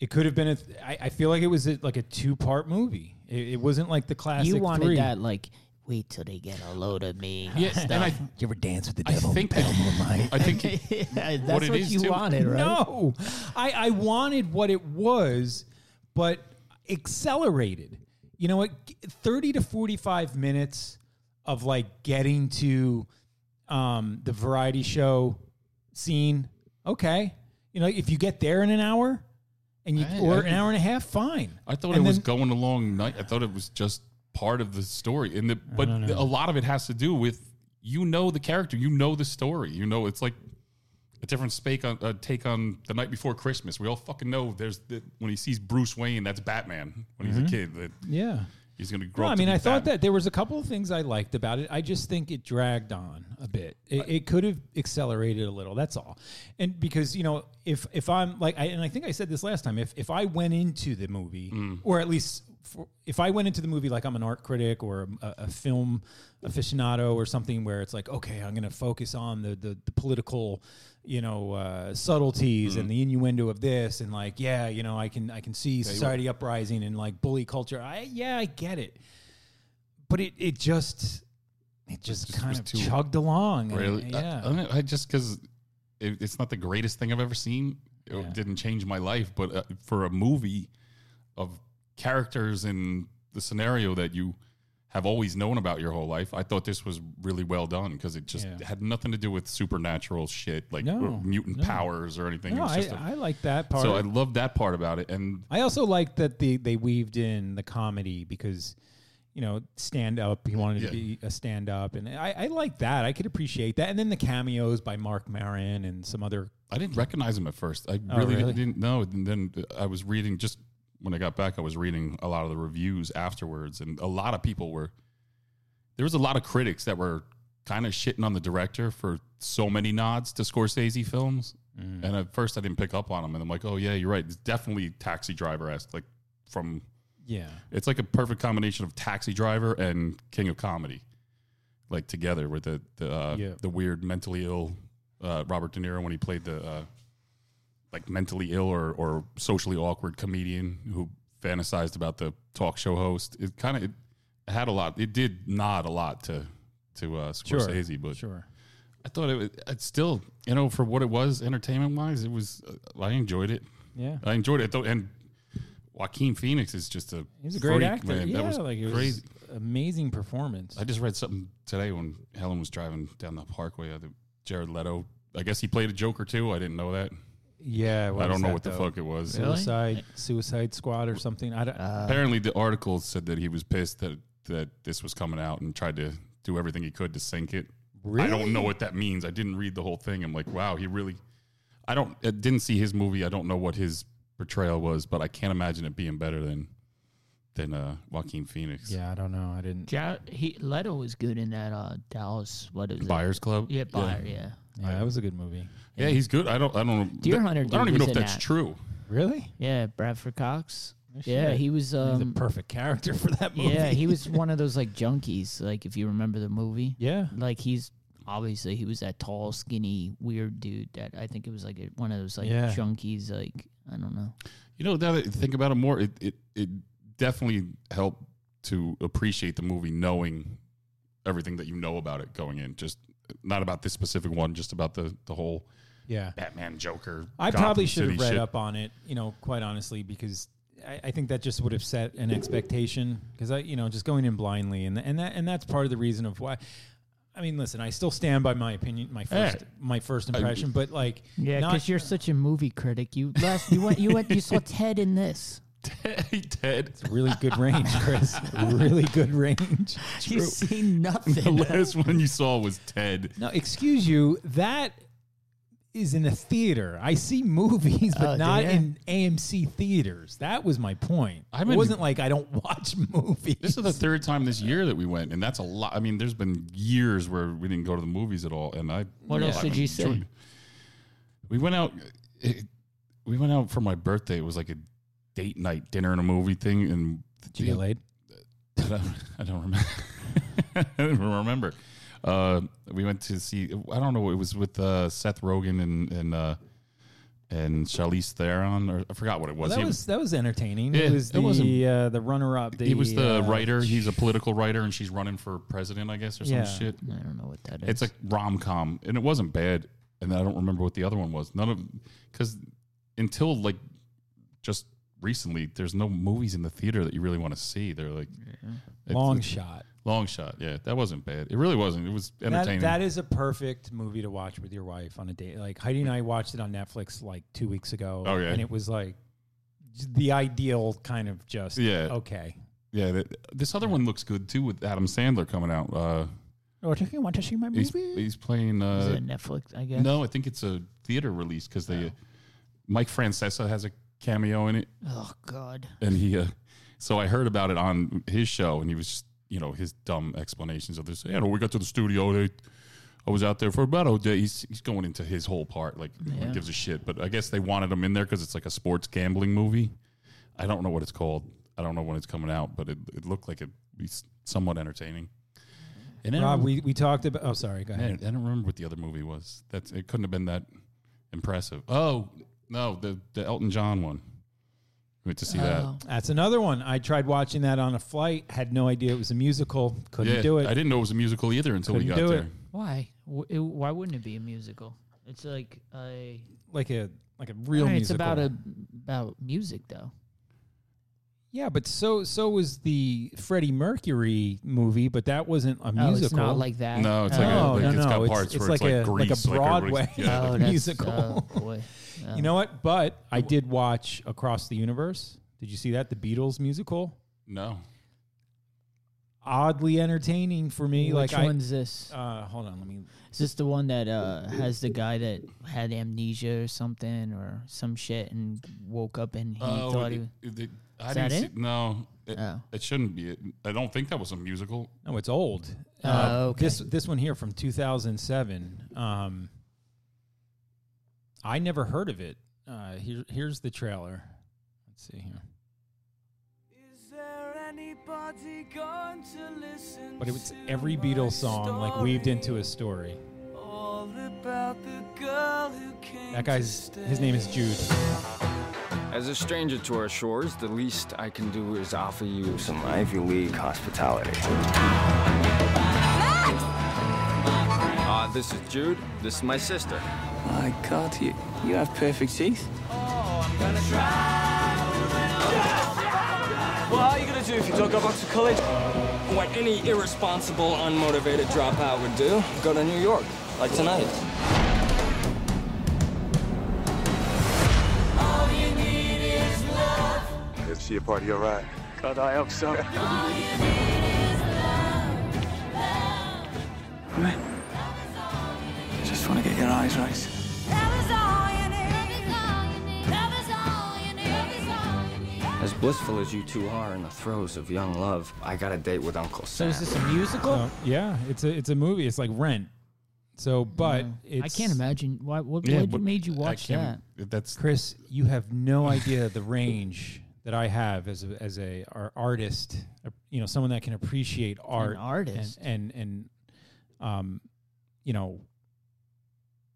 S1: it could have been a th- I, I feel like it was a, like a two part movie. It, it wasn't like the classic.
S10: you wanted
S1: three.
S10: that like wait till they get a load of me.
S9: Yeah,
S10: stuff. *laughs*
S1: *laughs*
S9: and I-
S1: you ever dance with the
S9: I think that, I think
S10: Yeah, that's
S9: what
S10: what,
S9: it is,
S10: you
S9: too.
S10: wanted, right?
S1: No, I I wanted what it was, but accelerated. You know what? Thirty to forty five minutes of like getting to um, the variety show scene. Okay, you know if you get there in an hour. And you,
S9: I-
S1: or
S9: I-
S1: an hour and a half, fine.
S9: I thought
S1: And
S9: it was
S1: then-
S9: going along night. I thought it was just part of the story. And the, but
S1: don't know.
S9: a lot of it has to do with you know the character, you know the story, you know it's like a different spake on uh, take on the night before Christmas. We all fucking know there's the, when he sees Bruce Wayne, that's Batman when he's
S1: Mhm.
S9: a kid. That
S1: Yeah.
S9: he's gonna
S1: No,
S9: grow.
S1: I
S9: up to
S1: mean,
S9: be
S1: I thought
S9: Batman.
S1: that there was a couple of things I liked about it. I just think it dragged on a bit. It, it could have accelerated a little. That's all. And because you know, if if I'm like, I, and I think I said this last time, if if I went into the movie,
S9: Mm.
S1: or at least for, if I went into the movie like I'm an art critic or a, a film aficionado or something, where it's like, okay, I'm going to focus on the the, the political, you know, uh, subtleties
S9: Mm-hmm.
S1: and the innuendo of this, and like, yeah, you know, I can I can see
S10: you-
S1: society uprising and like bully culture. I yeah, I get it but it it just it just, kind
S9: was
S1: of
S9: too-
S1: chugged along. and-
S9: Really? I-
S1: yeah.
S9: I, don't know, I just because it, it's not the greatest thing I've ever seen. It didn't change my life, but uh, for a movie of characters and the scenario that you have always known about your whole life, I thought this was really well done because it just
S1: Yeah.
S9: had nothing to do with supernatural shit like
S1: No,
S9: or mutant
S1: no.
S9: powers or anything.
S1: no,
S9: it was
S1: I,
S9: just a-
S1: I like that part.
S9: So I love that part about it, and
S1: I also like that they they weaved in the comedy because you know stand up. He wanted
S9: Yeah.
S1: to be a stand up, and I, I like that. I could appreciate that. And then the cameos by Mark Maron and some other.
S9: I didn't recognize him at first. I
S1: Oh,
S9: really,
S1: really?
S9: didn't know. And then I was reading just when I got back, I was reading a lot of the reviews afterwards, and a lot of people were there was a lot of critics that were kind of shitting on the director for so many nods to Scorsese films.
S1: Mm.
S9: And at first, I didn't pick up on them, and I'm like, oh yeah, you're right. It's definitely Taxi Driver esque, like from
S1: Yeah.
S9: it's like a perfect combination of Taxi Driver and King of Comedy, like together with the the uh,
S1: Yeah.
S9: the weird mentally ill uh, Robert De Niro when he played the uh, like mentally ill or or socially awkward comedian who fantasized about the talk show host. It kind of it had a lot. It did nod a lot to to uh,
S1: Sure.
S9: Scorsese, but
S1: Sure.
S9: I thought it, was, it's still, you know, for what it was, entertainment wise, it was. Uh, I enjoyed it.
S1: Yeah.
S9: I enjoyed it though. And Joaquin Phoenix is just a
S1: He's a great
S9: freak,
S1: actor.
S9: Man.
S1: Yeah,
S9: that was
S1: like it was
S9: crazy.
S1: amazing performance.
S9: I just read something today when Helen was driving down the Parkway. uh, that Jared Leto. I guess he played a Joker too. I didn't know that.
S1: Yeah,
S9: I don't
S1: was
S9: know
S1: that,
S9: what the
S1: though?
S9: fuck it was.
S1: Suicide Suicide Squad or something. I don't.
S9: Apparently, the article said that he was pissed that that this was coming out and tried to do everything he could to sink it. I don't know what that means. I didn't read the whole thing. I'm like, wow, he really. I don't. I didn't see his movie. I don't know what his portrayal was, but I can't imagine it being better than than uh, Joaquin Phoenix.
S1: Yeah, I don't know. I didn't.
S10: Ja- he Leto was good in that uh, Dallas. What is
S9: Buyers
S10: it?
S9: Club?
S10: Yeah, Buyer.
S9: Yeah.
S10: Yeah.
S1: Yeah, that was a good movie.
S9: Yeah, he's good. I don't. I don't. know.
S10: Deer Hunter.
S9: I don't
S10: dude
S9: even know
S10: was
S9: if
S10: in
S9: that's
S10: that.
S9: true.
S1: Really?
S10: Yeah, Bradford Cox.
S1: shit.
S10: Yeah, he was.
S1: He's
S10: Um, *laughs*
S1: the perfect character *laughs* for that movie.
S10: Yeah, he was one of those like junkies. Like if you remember the movie.
S1: *laughs* Yeah.
S10: Like he's obviously he was that tall, skinny, weird dude that I think it was like a, one of those like
S9: Yeah.
S10: junkies. Like I don't know.
S9: You know, now that I think about it more, it, it, it definitely helped to appreciate the movie knowing everything that you know about it going in. Just not about this specific one, just about the, the whole
S1: Yeah.
S9: Batman Joker.
S1: I probably
S9: Gotham
S1: should have
S9: City
S1: read
S9: shit.
S1: up on it, you know, quite honestly, because I, I think that just would have set an expectation. Because I, you know, just going in blindly, and and that and that's part of the reason of why. I mean, listen, I still stand by my opinion, my
S10: Yeah.
S1: first, my first impression, but like,
S10: Yeah,
S1: not-
S10: because you're such a movie critic. You last you went you went you saw Ted in *laughs* this.
S9: Ted.
S1: *laughs*
S9: *laughs* Ted. It's
S1: really good range, Chris. really good range.
S10: You've seen
S9: The
S10: nothing.
S9: last one you saw was Ted.
S1: No, excuse you. That is in a theater. I see movies, but
S9: Oh, do
S1: not
S9: ya?
S1: in AMC theaters. That was my point. it wasn't like I don't *laughs* watch movies.
S9: This is the third time this year that we went, and that's a lot. I mean, there's been years where we didn't go to the movies at all, and I.
S10: What else
S9: I
S10: did you see?
S9: enjoyed- We went out. It, we went out for my birthday. It was like a date night dinner and a movie thing, and
S1: Did you get laid?
S9: I don't, *laughs* I don't remember. *laughs* I don't even remember. Uh, we went to see. I don't know. It was with uh, Seth Rogen and and uh, and Charlize Theron, or I forgot what it was.
S1: Well,
S9: He
S1: that was that was entertaining.
S9: Yeah,
S1: it was
S9: it
S1: the
S9: wasn't-
S1: uh, the runner up. The,
S9: he was the
S1: uh,
S9: writer. He's a political writer, and she's running for president, I guess, or some
S1: Yeah.
S9: shit.
S10: I don't know what that is.
S9: It's like rom com, and it wasn't bad. And I don't remember what the other one was. None of because until like just recently, there's no movies in the theater that you really want to see. They're like it's-
S1: Long
S9: it's-
S1: Shot.
S9: long shot. Yeah, that wasn't bad. It really wasn't. It was
S1: That-
S9: entertaining.
S1: that is a perfect movie to watch with your wife on a date. Like Heidi and I watched it on Netflix like two weeks ago.
S9: Oh, yeah.
S1: and it was like j- the ideal kind of just
S9: yeah.
S1: okay.
S9: Yeah. That, this other one looks good too with Adam Sandler coming out. Uh,
S1: Oh, do you want to see my
S9: he's,
S1: movie?
S9: he's playing. Uh,
S10: Is it Netflix? I guess.
S9: No, I think it's a theater release because
S1: Oh.
S9: they uh, Mike Francesa has a cameo in it,
S10: Oh God.
S9: and he. Uh, so I heard about it on his show, and he was just you know his dumb explanations of this. You know, we got to the studio. They, I was out there for about a day. He's he's going into his whole part like who
S10: Yeah.
S9: gives a shit. But I guess they wanted him in there because it's like a sports gambling movie. I don't know what it's called. I don't know when it's coming out, but it, it looked like it'd be somewhat entertaining. And I
S1: Rob,
S9: don't-
S1: we, we talked about. Oh, sorry. Go
S9: I
S1: ahead.
S9: don't- I don't remember what the other movie was. That's it. Couldn't have been that impressive. Oh no, the the Elton John one. We went to see that.
S1: That's another one. I tried watching that on a flight. Had no idea it was a musical. Couldn't
S9: Yeah,
S1: do it.
S9: I didn't know it was a musical either until we
S1: Couldn't
S9: got
S1: do
S9: there.
S1: it.
S10: Why? W- it- why wouldn't it be a musical? It's like a
S1: Like a like a real
S10: Alright, It's
S1: musical.
S10: about a about music though.
S1: Yeah, but so so was the Freddie Mercury movie, but that wasn't a musical.
S10: Oh, it's not like that.
S9: No, it's like a-
S1: No,
S9: like
S1: no,
S9: it's
S1: no,
S9: got
S1: it's-
S9: parts
S1: it's
S9: where it's
S1: like
S9: like
S1: a- like a
S9: Grease, like a
S1: Broadway
S9: Greece- yeah.
S10: *laughs* Oh, that's-
S1: *laughs* musical.
S10: oh, *laughs*
S1: *laughs*
S10: boy.
S1: You know what? But I did watch Across the Universe. Did you see that? The Beatles musical.
S9: No.
S1: Oddly entertaining for me.
S10: Which
S1: like
S10: one's this?
S1: Uh, hold on, let me.
S10: Is this the one that uh, has the guy that had amnesia or something or some shit and woke up and he
S9: Oh,
S10: thought he
S9: it-
S10: was.
S9: it- I
S10: Is that
S9: didn't
S10: it?
S9: See, no, it,
S10: Oh.
S9: it shouldn't be. It, I don't think that was a musical.
S1: I, no, it's old. Uh,
S10: Oh, okay.
S1: This this one here from 2007. Um, I never heard of it. Uh, here, here's the trailer. Let's see here. But it was every Beatles song like weaved into a story. That guy's his name is Jude.
S15: As a stranger to our shores, the least I can do is offer you some Ivy League hospitality. Uh, this is Jude. This is my sister. My God, you, you have perfect teeth.
S16: What are you gonna do if you don't go back to college?
S15: What any irresponsible, unmotivated dropout would do, go to New York, like tonight.
S6: Is she a part of your ride? God, I hope so.
S15: What? Nice, nice.
S16: As blissful as you two are in the throes of young love, I got a date with Uncle
S1: So
S16: Sam.
S1: is this a musical? yeah, it's a it's a movie. It's like Rent. So, but
S3: Mm. I
S1: it's
S3: can't imagine why. What,
S1: Yeah,
S3: what
S1: but
S3: made you
S1: I
S3: watch that?
S1: can't- That's Chris. You have no idea the range that I have as a, as a our artist. uh, You know, someone that can appreciate art,
S10: artist.
S1: and and, and um, you know,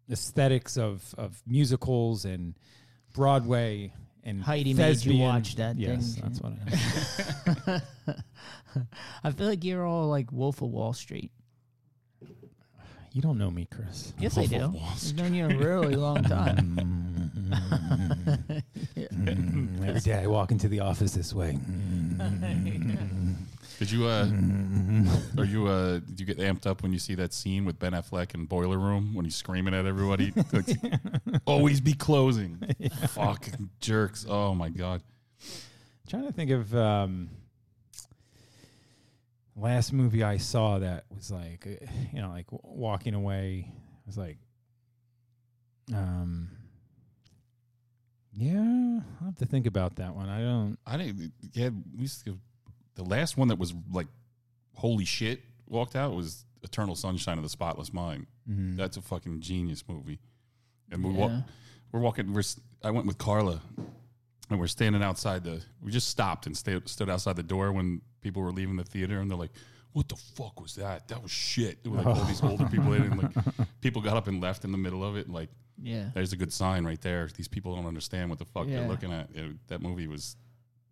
S1: aesthetics of of musicals and Broadway and
S10: Heidi made
S1: thespian.
S10: you watch that
S1: Yes,
S10: thing.
S1: that's what. I *laughs*
S10: I feel like you're all like Wolf of Wall Street.
S1: You don't know me, Chris.
S10: Yes,
S9: *laughs*
S10: I do. I've known you a really long time. *laughs*
S1: Mm, *laughs* Every day I walk into the office this way.
S9: Did you uh
S10: Mm-hmm.
S9: are you uh did you get amped up when you see that scene with Ben Affleck in Boiler Room when he's screaming at everybody
S10: *laughs*
S1: *laughs*
S9: like, always be closing. Fucking jerks. Oh my god.
S1: Trying to think of um, last movie I saw that was like uh, you know like w- walking away I was like um yeah I'll have to think about that one I don't
S9: I didn't yeah, we used to, the last one that was like holy shit walked out was Eternal Sunshine of the Spotless Mind.
S1: Mhm.
S9: That's a fucking genius movie. And we walk
S1: Yeah.
S9: we're walking we're s- I went with Carla and we're standing outside the we just stopped and sta- stood outside the door when people were leaving the theater and they're like what the fuck was that? That was shit. It was like all these
S10: Oh.
S9: older people in it, and like
S10: *laughs*
S9: people got up and left in the middle of it and like
S10: *laughs* Yeah.
S9: there's a good sign right there. These people don't understand what the fuck
S10: Yeah.
S9: they're looking at. It- that movie was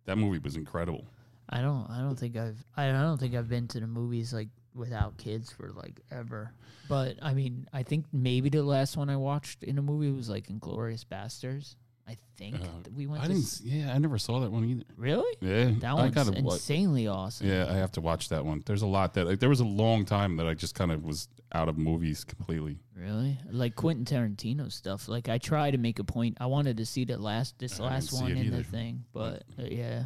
S9: that movie was incredible.
S10: I don't. I don't think I've. I don't think I've been to the movies like without kids for like ever. But I mean, I think maybe the last one I watched in a movie was like Inglorious Bastards. I think
S9: Uh,
S10: that we went.
S9: I
S10: to
S9: didn't.
S10: s-
S9: s- Yeah, I never saw that one either.
S10: Really?
S9: Yeah,
S10: That
S9: I
S10: one's
S9: gotta wa-
S10: insanely awesome.
S9: Yeah, I have to watch that one. There's a lot that like, there was a long time that I just kind of was out of movies completely.
S10: Really? Like Quentin Tarantino stuff. Like I try to make a point. I wanted to see the last this
S9: I
S10: last
S9: didn't see
S10: one
S9: it
S10: in the
S9: either.
S10: thing, but uh, yeah,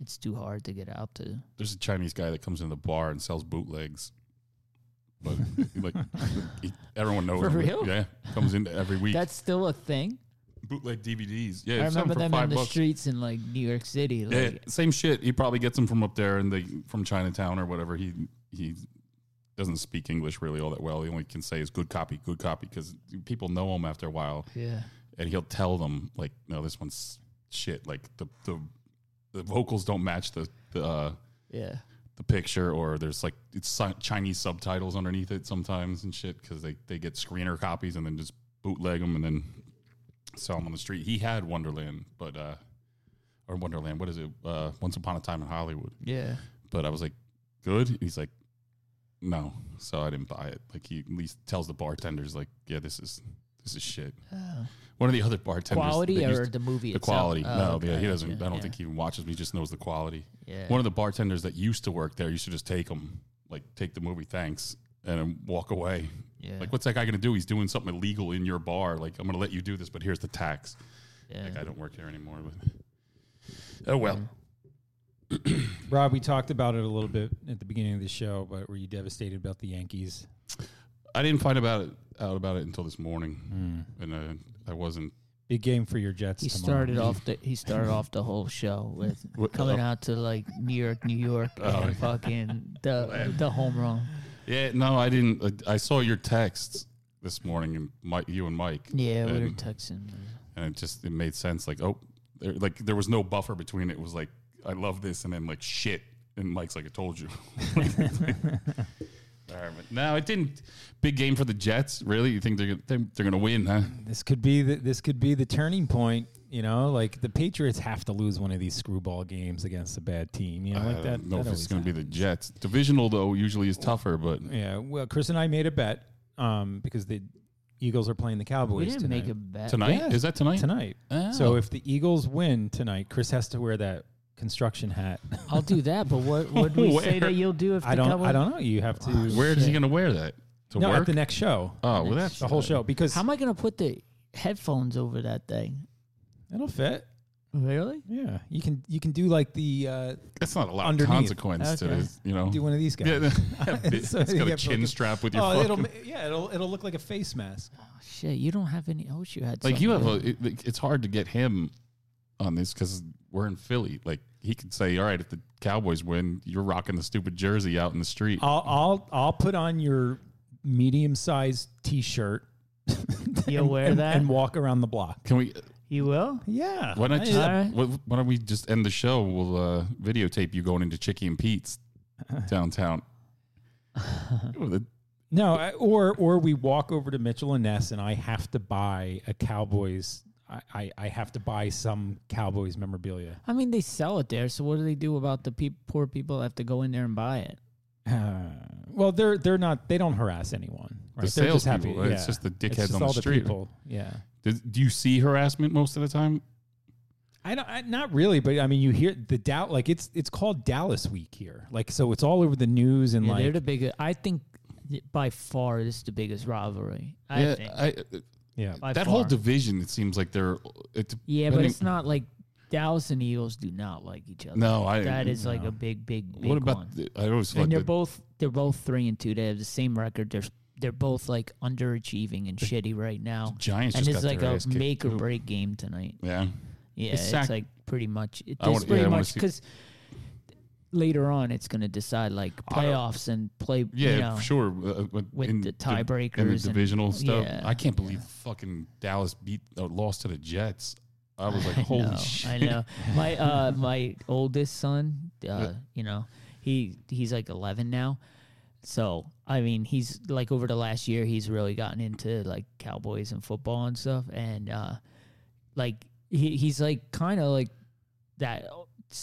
S10: it's too hard to get out to.
S9: There's a Chinese guy that comes into the bar and sells bootlegs. But *laughs* like he- everyone knows,
S10: For
S9: him.
S10: real?
S9: yeah, comes in every week.
S10: That's still a thing.
S9: bootleg DVDs. Yeah,
S10: I
S9: it's something
S10: remember
S9: for
S10: them
S9: five
S10: in the
S9: bucks.
S10: streets in like New York City.
S9: Yeah,
S10: Like,
S9: same shit. He probably gets them from up there and they from Chinatown or whatever. He he doesn't speak English really all that well. The only can say is good copy, good copy because people know him after a while.
S10: Yeah.
S9: and he'll tell them like, no, this one's shit. Like the the the vocals don't match the the uh,
S10: Yeah.
S9: the picture or there's like it's si- Chinese subtitles underneath it sometimes and shit because they they get screener copies and then just bootleg them and then sell them on the street. He had Wonderland, but uh, or Wonderland, what is it? Uh, Once Upon a Time in Hollywood.
S10: Yeah.
S9: But I was like, good. And he's like, no. So I didn't buy it. Like he at least tells the bartenders, like, yeah, this is this is shit.
S10: Oh.
S9: One of the other bartenders,
S10: Quality
S9: that
S10: or the movie *laughs*
S9: The
S10: itself?
S9: quality.
S10: Oh,
S9: no,
S10: okay,
S9: yeah, he doesn't.
S10: gotcha.
S9: I don't
S10: Yeah.
S9: think he even watches. me. He just knows the quality.
S10: Yeah.
S9: One of the bartenders that used to work there used to just take them, like take the movie, thanks, and then walk away.
S10: Yeah.
S9: Like, what's that guy gonna do? He's doing something illegal in your bar. Like, I'm gonna let you do this, but here's the tax.
S10: Yeah.
S9: Like, I don't work here anymore. But oh well.
S1: Rob we talked about it a little bit at the beginning of the show but were you devastated about the Yankees
S9: I didn't find about it out about it until this morning, and uh, I wasn't.
S1: big game for your Jets
S10: He
S1: tomorrow.
S10: started off the he started off the whole show
S9: *laughs*
S10: with
S9: What-
S10: coming
S9: oh.
S10: out to like New York, New York,
S9: Oh, yeah.
S10: and
S9: *laughs*
S10: fucking the the home run.
S9: Yeah, no, I didn't. I I saw your texts this morning, and Mike, you and Mike.
S10: Yeah, we were
S9: and-
S10: texting.
S9: and it just it made sense. Like, oh, there, like there was no buffer between it. It was like, I love this, and then like shit, and Mike's like, I told you. *laughs* All right, but no, it didn't. Big game for the Jets. Really, you think they're gonna, they're, they're gonna win, huh?
S1: this could be the, this could be the turning point. You know, like the Patriots have to lose one of these screwball games against a bad team. You know,
S9: I
S1: like that.
S9: don't know
S1: that
S9: if it's
S1: always
S9: gonna be the Jets. Divisional though usually is tougher, but
S1: happens. Yeah. Well, Chris and I made a bet um, because the Eagles are playing the Cowboys.
S10: didn't
S1: tonight.
S10: make a bet.
S9: Tonight?
S1: Yeah,
S9: Is that tonight?
S1: Tonight.
S9: Oh.
S1: So if the Eagles win tonight, Chris has to wear that construction
S10: *laughs*
S1: hat.
S10: I'll do that, but what
S9: *laughs*
S10: would we say
S9: Where?
S10: that you'll do if
S1: I
S10: the
S1: don't.
S10: Cowboys-
S1: I don't know. You have to.
S9: where is he gonna wear that to
S1: no,
S9: work?
S1: at the next show.
S9: oh, well, that's
S1: the whole show because
S10: How am I gonna put the headphones over that thing?
S1: it'll fit.
S3: Really?
S1: Yeah. You can you can do like the. Uh,
S9: That's not a lot
S1: underneath.
S9: of consequence to it, you know.
S1: Do one of these guys.
S9: *laughs* Yeah,
S1: And *laughs* so
S9: it's
S1: you
S9: got a
S1: have to
S9: chin
S1: look-
S9: strap with your phone.
S1: Oh, it'll ma- yeah, it'll it'll look like a face mask.
S3: Oh, Shit, you don't have any. I wish you had.
S9: like you have
S3: something.
S9: a, it- like, it's hard to get him on this because we're in Philly. Like he could say, "All right, if the Cowboys win, you're rocking the stupid jersey out in the street."
S3: Oh.
S1: I'll I'll I'll put on your medium sized t shirt.
S3: You'll wear
S1: and,
S3: that?
S1: and walk around the block.
S9: Can we?
S3: You will?
S1: Yeah.
S9: Why not? Just,
S3: All right.
S9: why, why don't we just end the show? We'll uh, videotape you going into Chicky
S3: *laughs*
S9: and Pete's downtown. With a-
S1: No, I- or or we walk over to Mitchell and Ness, and I have to buy a Cowboys. I, I, I have to buy some Cowboys memorabilia.
S3: I mean, they sell it there. So what do they do about the peop poor people that have to go in there and buy it?
S1: Uh, well, they're they're not. They don't harass anyone. Right?
S9: The
S1: they're just happy.
S9: salespeople, right? It's just the dickheads
S1: just
S9: on the
S1: all
S9: street.
S1: people. Yeah.
S9: do, do you see harassment most of the time?
S1: I don't. I, not really, but I mean, you hear the doubt. Like it's it's called Dallas Week here. Like so, it's all over the news and
S3: Yeah, they're
S1: like
S3: the biggest. I think th- by far this is the biggest rivalry. I
S9: yeah,
S3: think.
S9: I,
S1: yeah.
S3: By
S9: that whole
S3: far.
S9: division. It seems like they're. It,
S3: yeah, but
S9: depending-
S3: it's not like Dallas and Eagles do not like each other.
S9: No, I-
S3: That is like
S9: no.
S3: a big, big, big
S9: What about?
S3: one.
S9: The, I always feel
S3: and
S9: like
S3: they're
S9: the-
S3: both they're both three and two. They have the same record. They're they're both like underachieving and shitty right now.
S9: Giants
S3: and
S9: just
S3: it's
S9: got
S3: like
S9: their
S3: a
S9: ass kicked,
S3: make or
S9: too.
S3: break game tonight.
S9: Yeah.
S3: yeah,
S9: It's
S3: it's,
S9: sac-
S3: like pretty much it
S9: I
S3: is
S9: wanna- yeah,
S3: pretty
S9: I wanna
S3: much
S9: see-
S3: because later on it's going to decide like playoffs and play.
S9: Yeah,
S3: you know,
S9: sure. Uh, but
S3: with
S9: in
S3: the
S9: di- in the
S3: tiebreakers and-
S9: divisional stuff.
S3: yeah,
S9: I can't believe fucking Dallas beat uh, lost to the Jets.
S3: *laughs*
S9: I was like, holy
S3: know,
S9: shit!
S3: I know. My uh
S9: *laughs*
S3: my oldest son, uh, you know, he he's like 11 now. So, I mean, he's like over the last year he's really gotten into like Cowboys and football and stuff and uh like he he's like kind of like that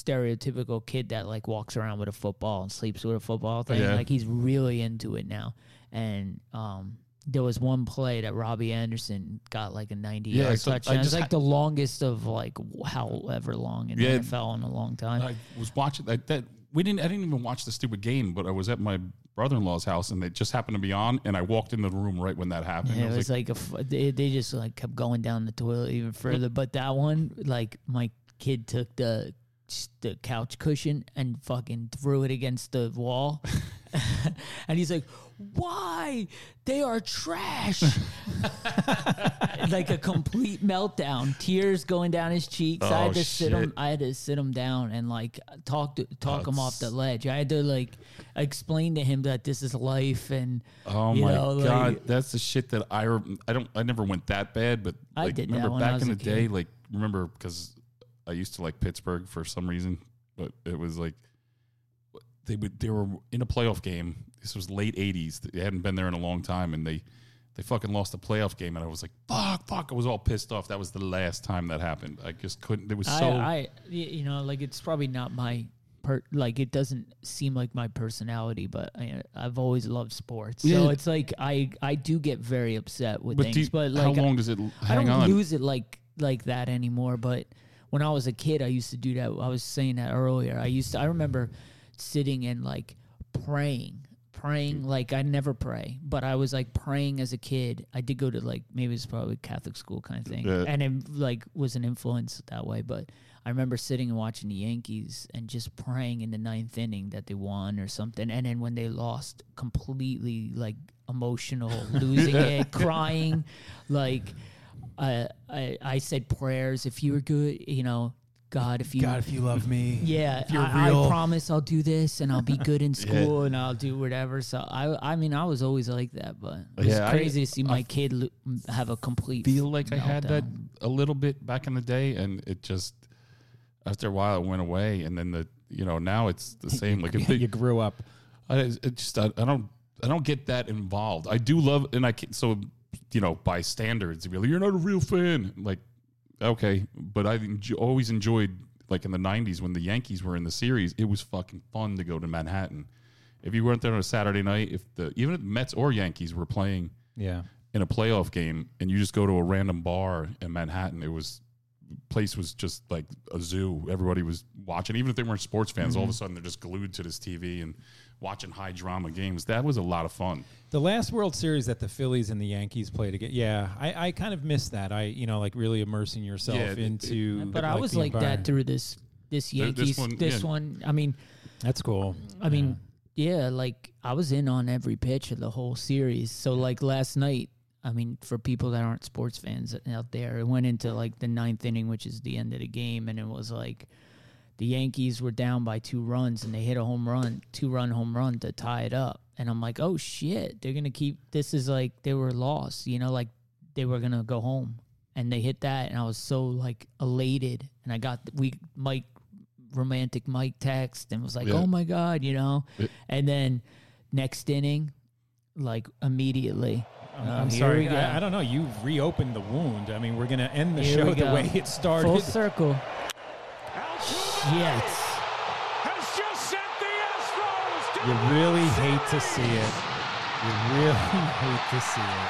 S3: stereotypical kid that like walks around with a football and sleeps with a football thing.
S9: Yeah.
S3: Like he's really into it now. And um there was one play that Robbie Anderson got like a 90
S9: Yeah,
S3: yard
S9: so I
S3: touchdown. It was,
S9: just-
S3: like the longest of like w- however long in the
S9: Yeah.
S3: NFL in a long time.
S9: I was watching that. that we didn't. I didn't even watch the stupid game, but I was at my brother-in-law's house, and it just happened to be on. And I walked in the room right when that happened.
S3: Yeah,
S9: I
S3: it was like, a f they, they just like kept going down the toilet even further. But that one, like my kid took the the couch cushion and fucking threw it against the wall, *laughs* and he's like, "Why they are trash!" *laughs* like a complete meltdown, tears going down his cheeks. I
S9: Oh,
S3: had to sit
S9: shit.
S3: him. I had to sit him down and like talk to, talk him off the
S9: That's-
S3: ledge. I had to like explain to him that this is life and
S9: Oh
S3: you
S9: my
S3: know, like-
S9: god, that's the shit that I rem- I don't I never went that bad, but
S3: I
S9: like,
S3: did that
S9: remember
S3: when I
S9: back
S3: was
S9: in the
S3: a
S9: day,
S3: kid.
S9: like remember because I used to like Pittsburgh for some reason, but it was like they would they were in a playoff game. This was late '80s. They hadn't been there in a long time, and they they fucking lost the playoff game, and I was like, fuck, fuck. I was all pissed off. That was the last time that happened. I just couldn't. It was so.
S3: I, I y- you know like it's probably not my per like it doesn't seem like my personality but I, i've always loved sports so
S9: Yeah.
S3: it's like i i do get very upset with
S9: But do
S3: things
S9: you-
S3: but like
S9: how long does it l-
S3: i
S9: hang
S3: don't
S9: on?
S3: lose it like like that anymore but when i was a kid i used to do that i was saying that earlier i used to i remember sitting and like praying praying like i never pray but i was like praying as a kid i did go to like maybe it's probably catholic school kind of thing
S9: Yeah.
S3: and it like was an influence that way but i remember sitting and watching the yankees and just praying in the ninth inning that they won or something and then when they lost completely like emotional losing it crying like I, I i said prayers if you were good you know god if you
S1: God, if you love me,
S3: *laughs* yeah,
S1: if you're
S3: I,
S1: real.
S3: I promise I'll do this and I'll be good in school and I'll do whatever. So I, I mean, I was always like that, but it's
S9: Yeah, I-
S3: crazy to see my
S9: I
S3: kid lo- m- have a complete.
S9: feel like I had that
S3: meltdown.
S9: a little bit back in the day, and it just after a while it went away, and then the you know now it's the same. like if they,
S1: you grew up.
S9: I it just I, I don't I don't get that involved. I do love and I can, so you know by standards you'd be like, you're not a real fan. Like okay, but I enjo- always enjoyed like in the '90s when the Yankees were in the series. It was fucking fun to go to Manhattan. If you weren't there on a Saturday night, if the even if the Mets or Yankees were playing
S1: Yeah.
S9: in a playoff game and you just go to a random bar in Manhattan, it was place was just like
S3: Mm-hmm.
S9: a zoo. Everybody was watching, even if they weren't sports fans. All of a sudden, they're just glued to this TV and watching high drama games. That was a lot of fun.
S1: The last World Series that the Phillies and the Yankees played again. Yeah, I, I kind of missed that. I you know like really immersing yourself
S9: Yeah, it-
S1: into.
S3: But I was
S1: the
S3: like that
S1: environment.
S3: through this this
S1: Th- this
S3: Yankees this
S1: one,
S3: one.
S1: yeah.
S3: I mean,
S1: That's cool.
S3: I mean, yeah. like I was in on every pitch of the whole series. So like last night, I mean, for people that aren't sports fans out there, it went into like the ninth inning, which is the end of the game, and it was like the Yankees were down by two runs and they hit a home run, two run home run to tie it up. And I'm like, oh shit, they're gonna keep this is like they were lost, you know, like they were gonna go home. And they hit that and I was so like elated and I got we Mike romantic Mike text and was like,
S10: Yeah.
S3: Oh my god, you know? And then next inning, like immediately.
S1: I'm,
S3: oh,
S1: I'm
S3: here
S1: sorry.
S3: we go.
S1: I, I don't know. You reopened the wound. I mean, we're gonna end the
S3: Here
S1: show
S3: we
S1: the
S3: go.
S1: way it started.
S3: Full circle. Yes.
S2: Has just sent the Astros to
S1: You
S2: the
S1: really
S2: World
S1: hate to see it. You really *laughs* hate to see it.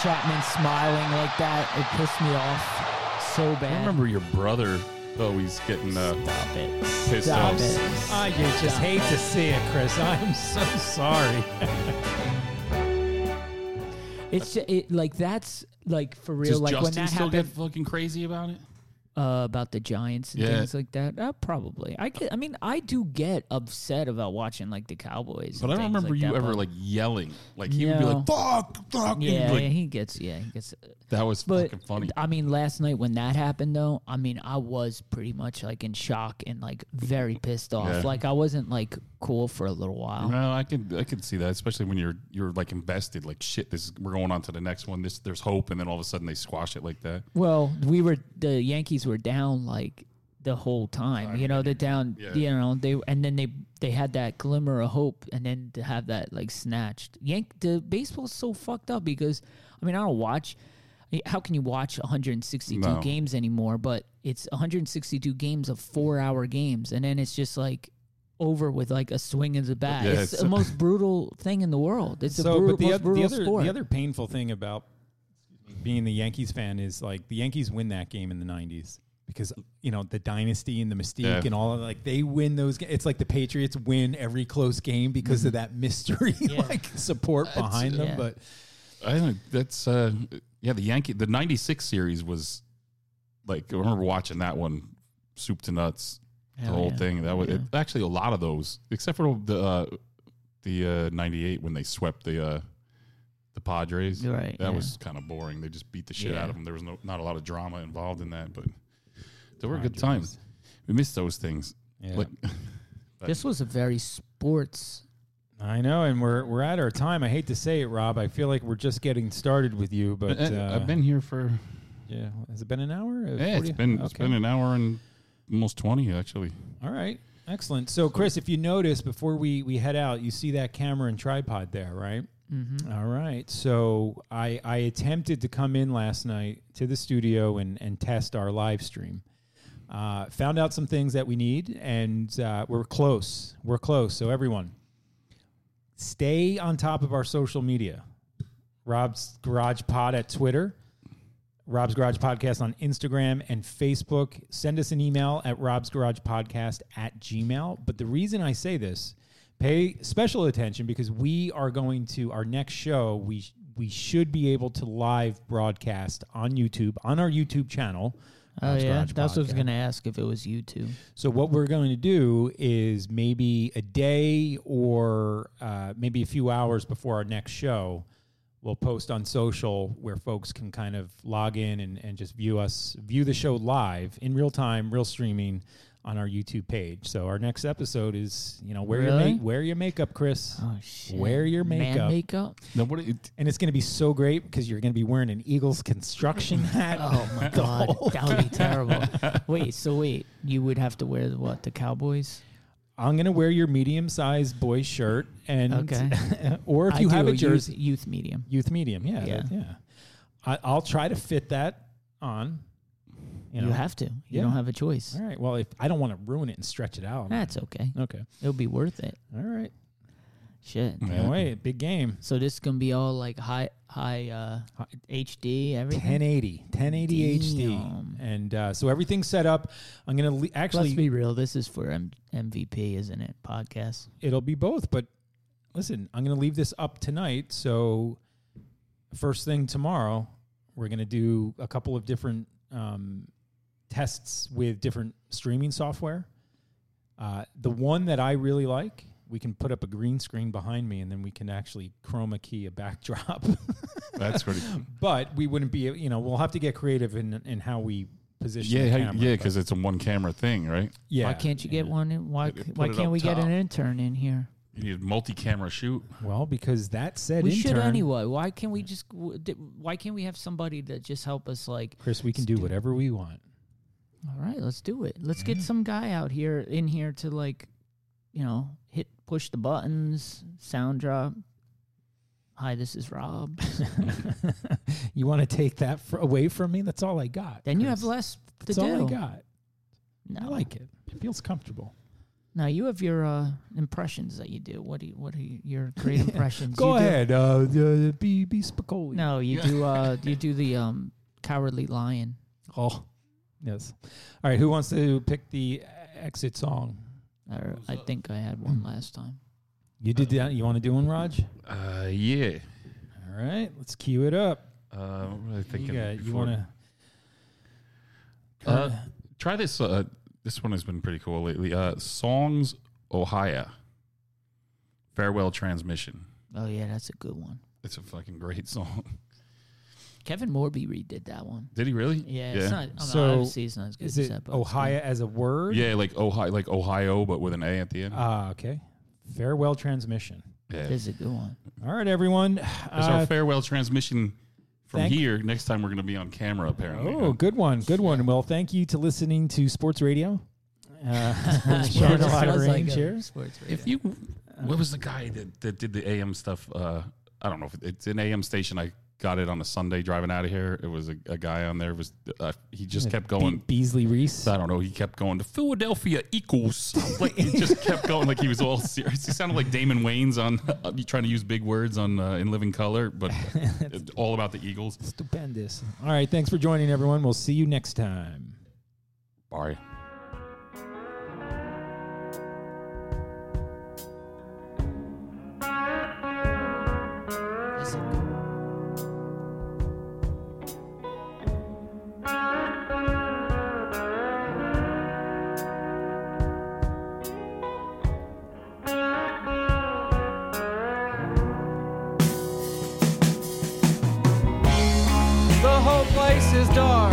S3: Chapman smiling like that, it pissed me off so bad.
S9: I remember your brother always getting uh, pissed
S1: Stop
S9: off.
S1: it. I just hate to see it, Chris. I'm so sorry.
S3: It's ju- it, like that's like for real.
S9: Does
S3: like when
S9: Justin
S3: that
S9: still
S3: happened
S9: get fucking crazy about it?
S3: uh, about the Giants and
S9: Yeah.
S3: things like that, uh, probably. I get, I mean, I do get upset about watching like the Cowboys.
S9: But I
S3: and
S9: don't
S3: things
S9: remember
S3: like
S9: you
S3: that,
S9: ever
S3: but-
S9: like yelling. Like he would be
S3: No.
S9: like, "Fuck, fuck." He'd be
S3: Yeah,
S9: like-
S3: yeah, he gets. Yeah, he gets.
S9: that was
S3: But
S9: fucking funny.
S3: I mean, last night when that happened, though, I mean, I was pretty much like in shock and like very pissed off.
S9: Yeah.
S3: Like I wasn't like cool for a little while.
S9: No, I could I could see that, especially when you're you're like invested. Like shit, this is, we're going on to the next one. This there's hope, and then all of a sudden they squash it like that.
S3: Well, we were the Yankees were down like the whole time. you know, they're down.
S9: Yeah.
S3: You know, they and then they they had that glimmer of hope, and then to have that like snatched. Yank the baseball's so fucked up because I mean I don't watch. How can you watch 162
S10: No.
S3: games anymore? But it's 162 games of four hour games, and then it's just like over with like a swing of the bat.
S1: Yeah,
S3: it's,
S1: it's-
S3: the most brutal thing in the world. It's
S1: so,
S3: the brutal,
S1: but the,
S3: most
S1: oth- the
S3: brutal
S1: other
S3: sport.
S1: the other painful thing about being the Yankees fan is like the Yankees win that game in the '90s because you know the dynasty and the mystique
S9: Yeah.
S1: and all of like they win those. ga- It's like the Patriots win every close game because of that mystery *laughs* like support behind them. But
S9: I think that's uh, yeah. The Yankee the '96 series was like I remember watching that one, soup to nuts, the
S1: Hell
S9: whole
S1: yeah.
S9: thing. That was it, actually a lot of those, except for the uh, the '98 when they swept the uh, the Padres.
S3: Right, yeah.
S9: that was kind of boring. They just beat the shit
S3: Yeah.
S9: out of them. There was no not a lot of drama involved in that, but there were good times. We missed those things.
S1: Yeah.
S9: but-
S3: this was a very sports
S1: I know, and we're we're at our time. I hate to say it, Rob. I feel like we're just getting started with you, but
S9: I-
S1: uh,
S9: I've been here for
S1: yeah. Has it been an hour? Uh,
S9: yeah, it's
S1: 40?
S9: been it's
S1: Okay.
S9: been an hour and almost twenty actually.
S1: All right. Excellent. So, Chris, if you notice before we, we head out, you see that camera and tripod there, right?
S3: Mhm.
S1: All right. So, I, I attempted to come in last night to the studio and, and test our live stream. Uh, found out some things that we need, and uh, we're close. We're close. So, everyone, stay on top of our social media. Rob's Garage Pod at Twitter, Rob's Garage Podcast on Instagram and Facebook. Send us an email at Rob's Garage Podcast at Gmail. But the reason I say this, pay special attention because we are going to our next show. We we should be able to live broadcast on YouTube on our YouTube channel.
S3: Oh
S1: Rob's
S3: yeah,
S1: Garage
S3: that's what I was
S1: Podcast.
S3: gonna ask if it was you two.
S1: So what we're going to do is maybe a day or uh, maybe a few hours before our next show, we'll post on social where folks can kind of log in and, and just view us, view the show live in real time, real streaming on our YouTube page. So our next episode is, you know, wear your
S3: Really?
S1: ma- wear your makeup, Chris. Oh shit. Wear your
S3: Man
S1: makeup.
S3: makeup?
S9: No, what it,
S1: and it's going to be so great because you're going to be wearing an Eagles
S3: *laughs*
S1: construction hat.
S3: Oh
S1: *laughs*
S3: my
S1: the
S3: god,
S1: whole
S3: that
S1: *laughs*
S3: would be terrible. wait, so wait, you would have to wear the, what the Cowboys?
S1: I'm gonna wear your medium-sized boy shirt, and
S3: Okay.
S1: *laughs* or if
S3: I
S1: you
S3: do
S1: have a
S3: a youth-
S1: jersey,
S3: youth medium,
S1: youth medium, yeah,
S3: Yeah.
S1: that- yeah. I, I'll try to fit that on.
S3: You have to. You don't have a choice.
S1: All right. Well, if I don't want to ruin it and stretch it out,
S3: That's okay.
S1: Okay.
S3: It'll be worth it.
S1: All right.
S3: Shit.
S1: Can't wait. Big game.
S3: So this is gonna be all like high high uh HD everything.
S1: 1080, 1080 HD, and uh, so everything's set up. I'm gonna le- actually
S3: Let's be real. This is for M- MVP, isn't it? Podcast.
S1: It'll be both, but listen, I'm going to leave this up tonight. So, first thing tomorrow, we're going to do a couple of different um, tests with different streaming software. Uh, the one that I really like, we can put up a green screen behind me and then we can actually chroma key a backdrop. *laughs*
S9: That's *laughs* pretty-
S1: But we wouldn't be, you know, we'll have to get creative in, in how we position
S9: Yeah,
S1: the
S9: how-
S1: camera.
S9: yeah, because it's a one camera thing, right?
S1: Yeah.
S3: Why can't you get one? In, why
S9: Put
S3: Why
S9: it
S3: can't
S9: up
S3: we get
S9: top.
S3: an intern in here?
S9: You need multi camera shoot.
S1: Well, because that said,
S3: we
S1: intern,
S3: should anyway. Why can't we just? w- di- Why can't we have somebody that just help us? Like,
S1: Chris, we can do whatever we want.
S3: all right, let's do it. Let's get some guy out here in here to like, you know, hit push the buttons, sound drop. Hi, this is Rob.
S1: *laughs* You want to take that fr- away from me? That's all I got.
S3: Then you have
S1: Chris.
S3: less to
S1: That's all I
S3: do. Oh.
S1: got.
S3: No.
S1: I like it. It feels comfortable.
S3: Now you have your uh, impressions that you do. What do you, what are you, your
S1: *laughs*
S3: great impressions?
S1: Go
S3: You do-
S1: ahead. Uh, uh, be be Spicoli.
S3: No, you do. Uh, you do the um, cowardly lion.
S1: Oh, yes. All right. Who wants to pick the exit song?
S3: I think I had one last time.
S1: You did that. You want to do one, Raj?
S9: Uh, yeah.
S1: All right. Let's cue it up.
S9: Uh, what was I thinking?
S1: you got- you
S9: before?
S1: want to?
S9: Uh, try this. Uh, this one has been pretty cool lately. Uh, Songs Ohio. Farewell Transmission.
S3: Oh yeah, that's a good one.
S9: It's a fucking great *laughs* song.
S3: Kevin Morby redid that one.
S9: Did he really?
S3: Yeah, it's not. I mean,
S1: So
S3: obviously, it's not as good
S1: is
S3: as
S1: it
S3: that. but it's
S1: Ohio
S3: good.
S1: as a word?
S9: Yeah, like Ohio, like Ohio, but with an A at the end.
S1: Ah, okay. Farewell transmission.
S9: yeah.
S3: It Uh, is a good one.
S1: All right, everyone.
S9: It's
S1: Uh,
S9: our farewell transmission from
S1: thank-
S9: here. Next time we're going to be on camera, apparently.
S1: Oh, good one, good one. Well, thank you to listening to Sports
S3: *laughs*
S1: Radio. Uh, *laughs* Sports
S3: Yeah,
S1: Radio
S3: it
S1: Live
S3: sounds
S1: Range
S3: like a
S1: here.
S3: sports radio.
S9: If you, what was the guy that, that did the AM stuff? Uh, I don't know if it's an AM station. I got it on a Sunday driving out of here. It was a, a guy on there. Was uh, he just kept going?
S1: Be- Beasley Reese.
S9: I don't know. He kept going. Philadelphia equals. like he just kept going. Like he was all serious. He sounded like Damon Wayans on *laughs* uh, trying to use big words on uh, in Living
S1: *laughs*
S9: Color, but it's all about the Eagles.
S1: Stupendous. All right, thanks for joining, everyone. We'll see you next time.
S9: Bye.
S13: The whole place is dark.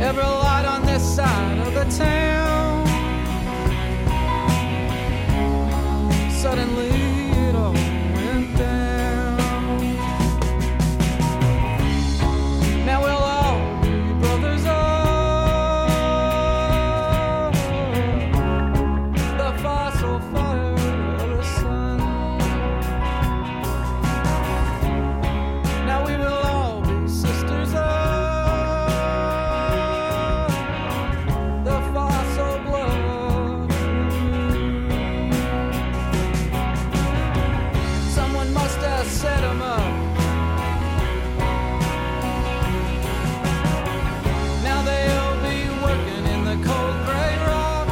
S13: Every light on this side of the town. Suddenly it all went down. Now we'll all be brothers. all. The fossil fire of the sun. Now we will all be sisters of the fossil blood. Someone must have set 'em up. Now they'll be working in the cold gray rock.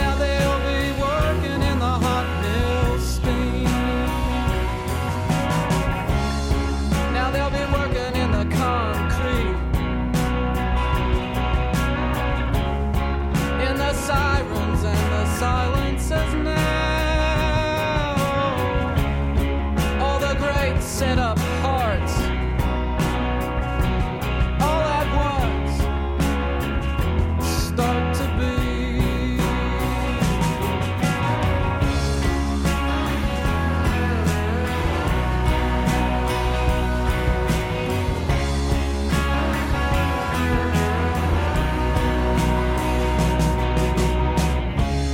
S13: Now they'll be working in the hot mill steam. Now they'll be working in the concrete. In the sirens and the silences now. All the great set up hearts. All at once start to be.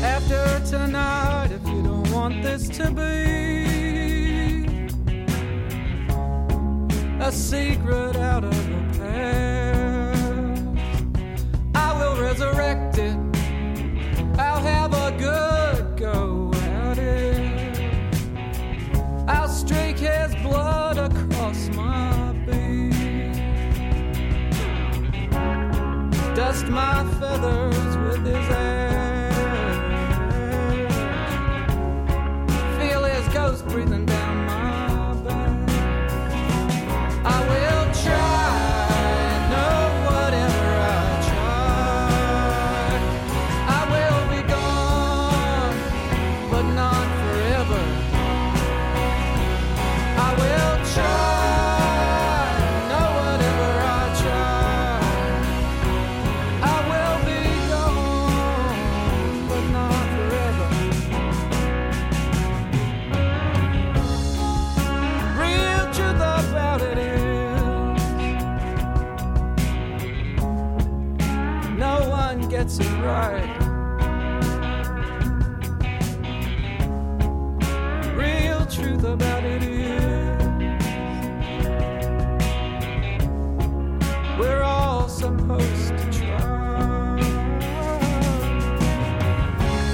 S13: after tonight if you don't want this to be a secret out of the past. I tossed my feathers with his air. Feel his ghost breathing down my back. I will try, no, whatever I try. I will be gone, but not forever. I will try, no, whatever I try. I will be gone, but not forever. Real truth about it is, no one gets it right. Real truth about it is, we're all supposed to try.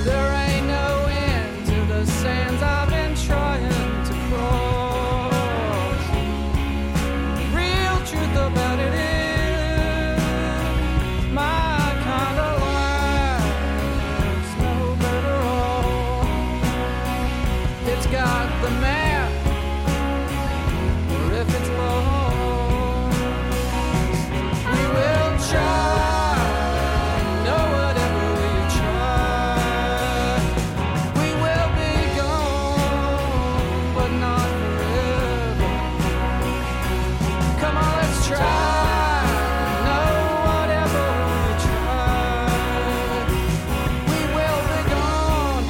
S13: There ain't no end to the sands I've been trying to cross. Real truth about it is, my kind of life's no better off. It's got the map, or if it's lost, we will try. No, whatever we try, we will be gone, but not forever. Come on, let's try. No, whatever we try, we will be gone,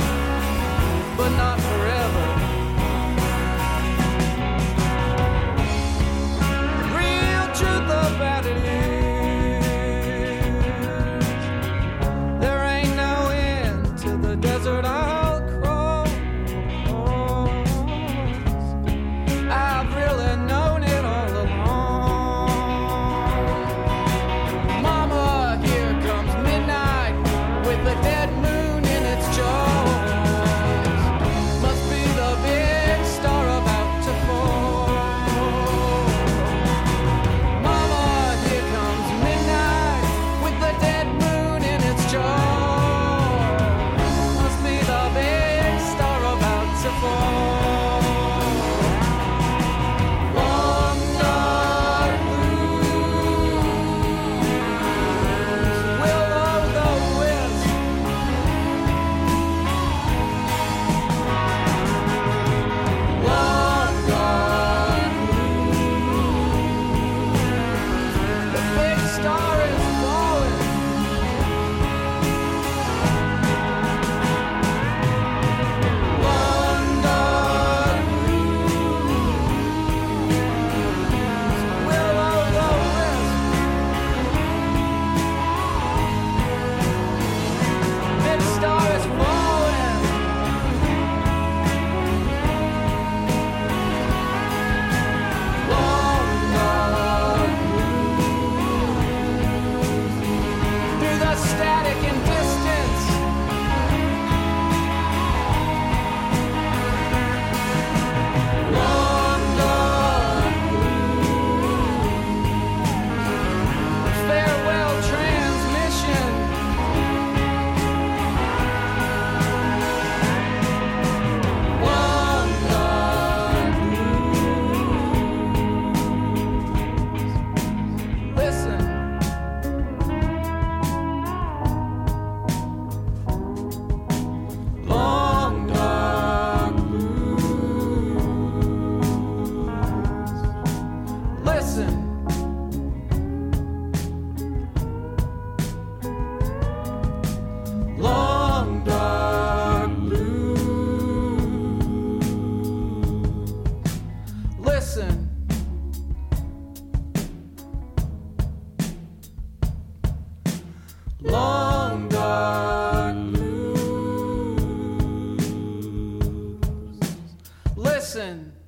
S13: but not forever. Real truth about it is, there ain't no end to the desert I'll cross. I've really known it all along. Mama, here comes midnight with the dead moon in its jaws. Must be the big star about to fall. Mama, here comes midnight with the dead moon in its jaws. Must be the big star about to fall. Long dark blues will blow the winds. Long dark blues, the big star is falling. Long dark Static and distance, long dark Farewell transmission. One love. Listen. Long dark blues. Listen. Long dark blue. Listen. Long dark blues. Listen.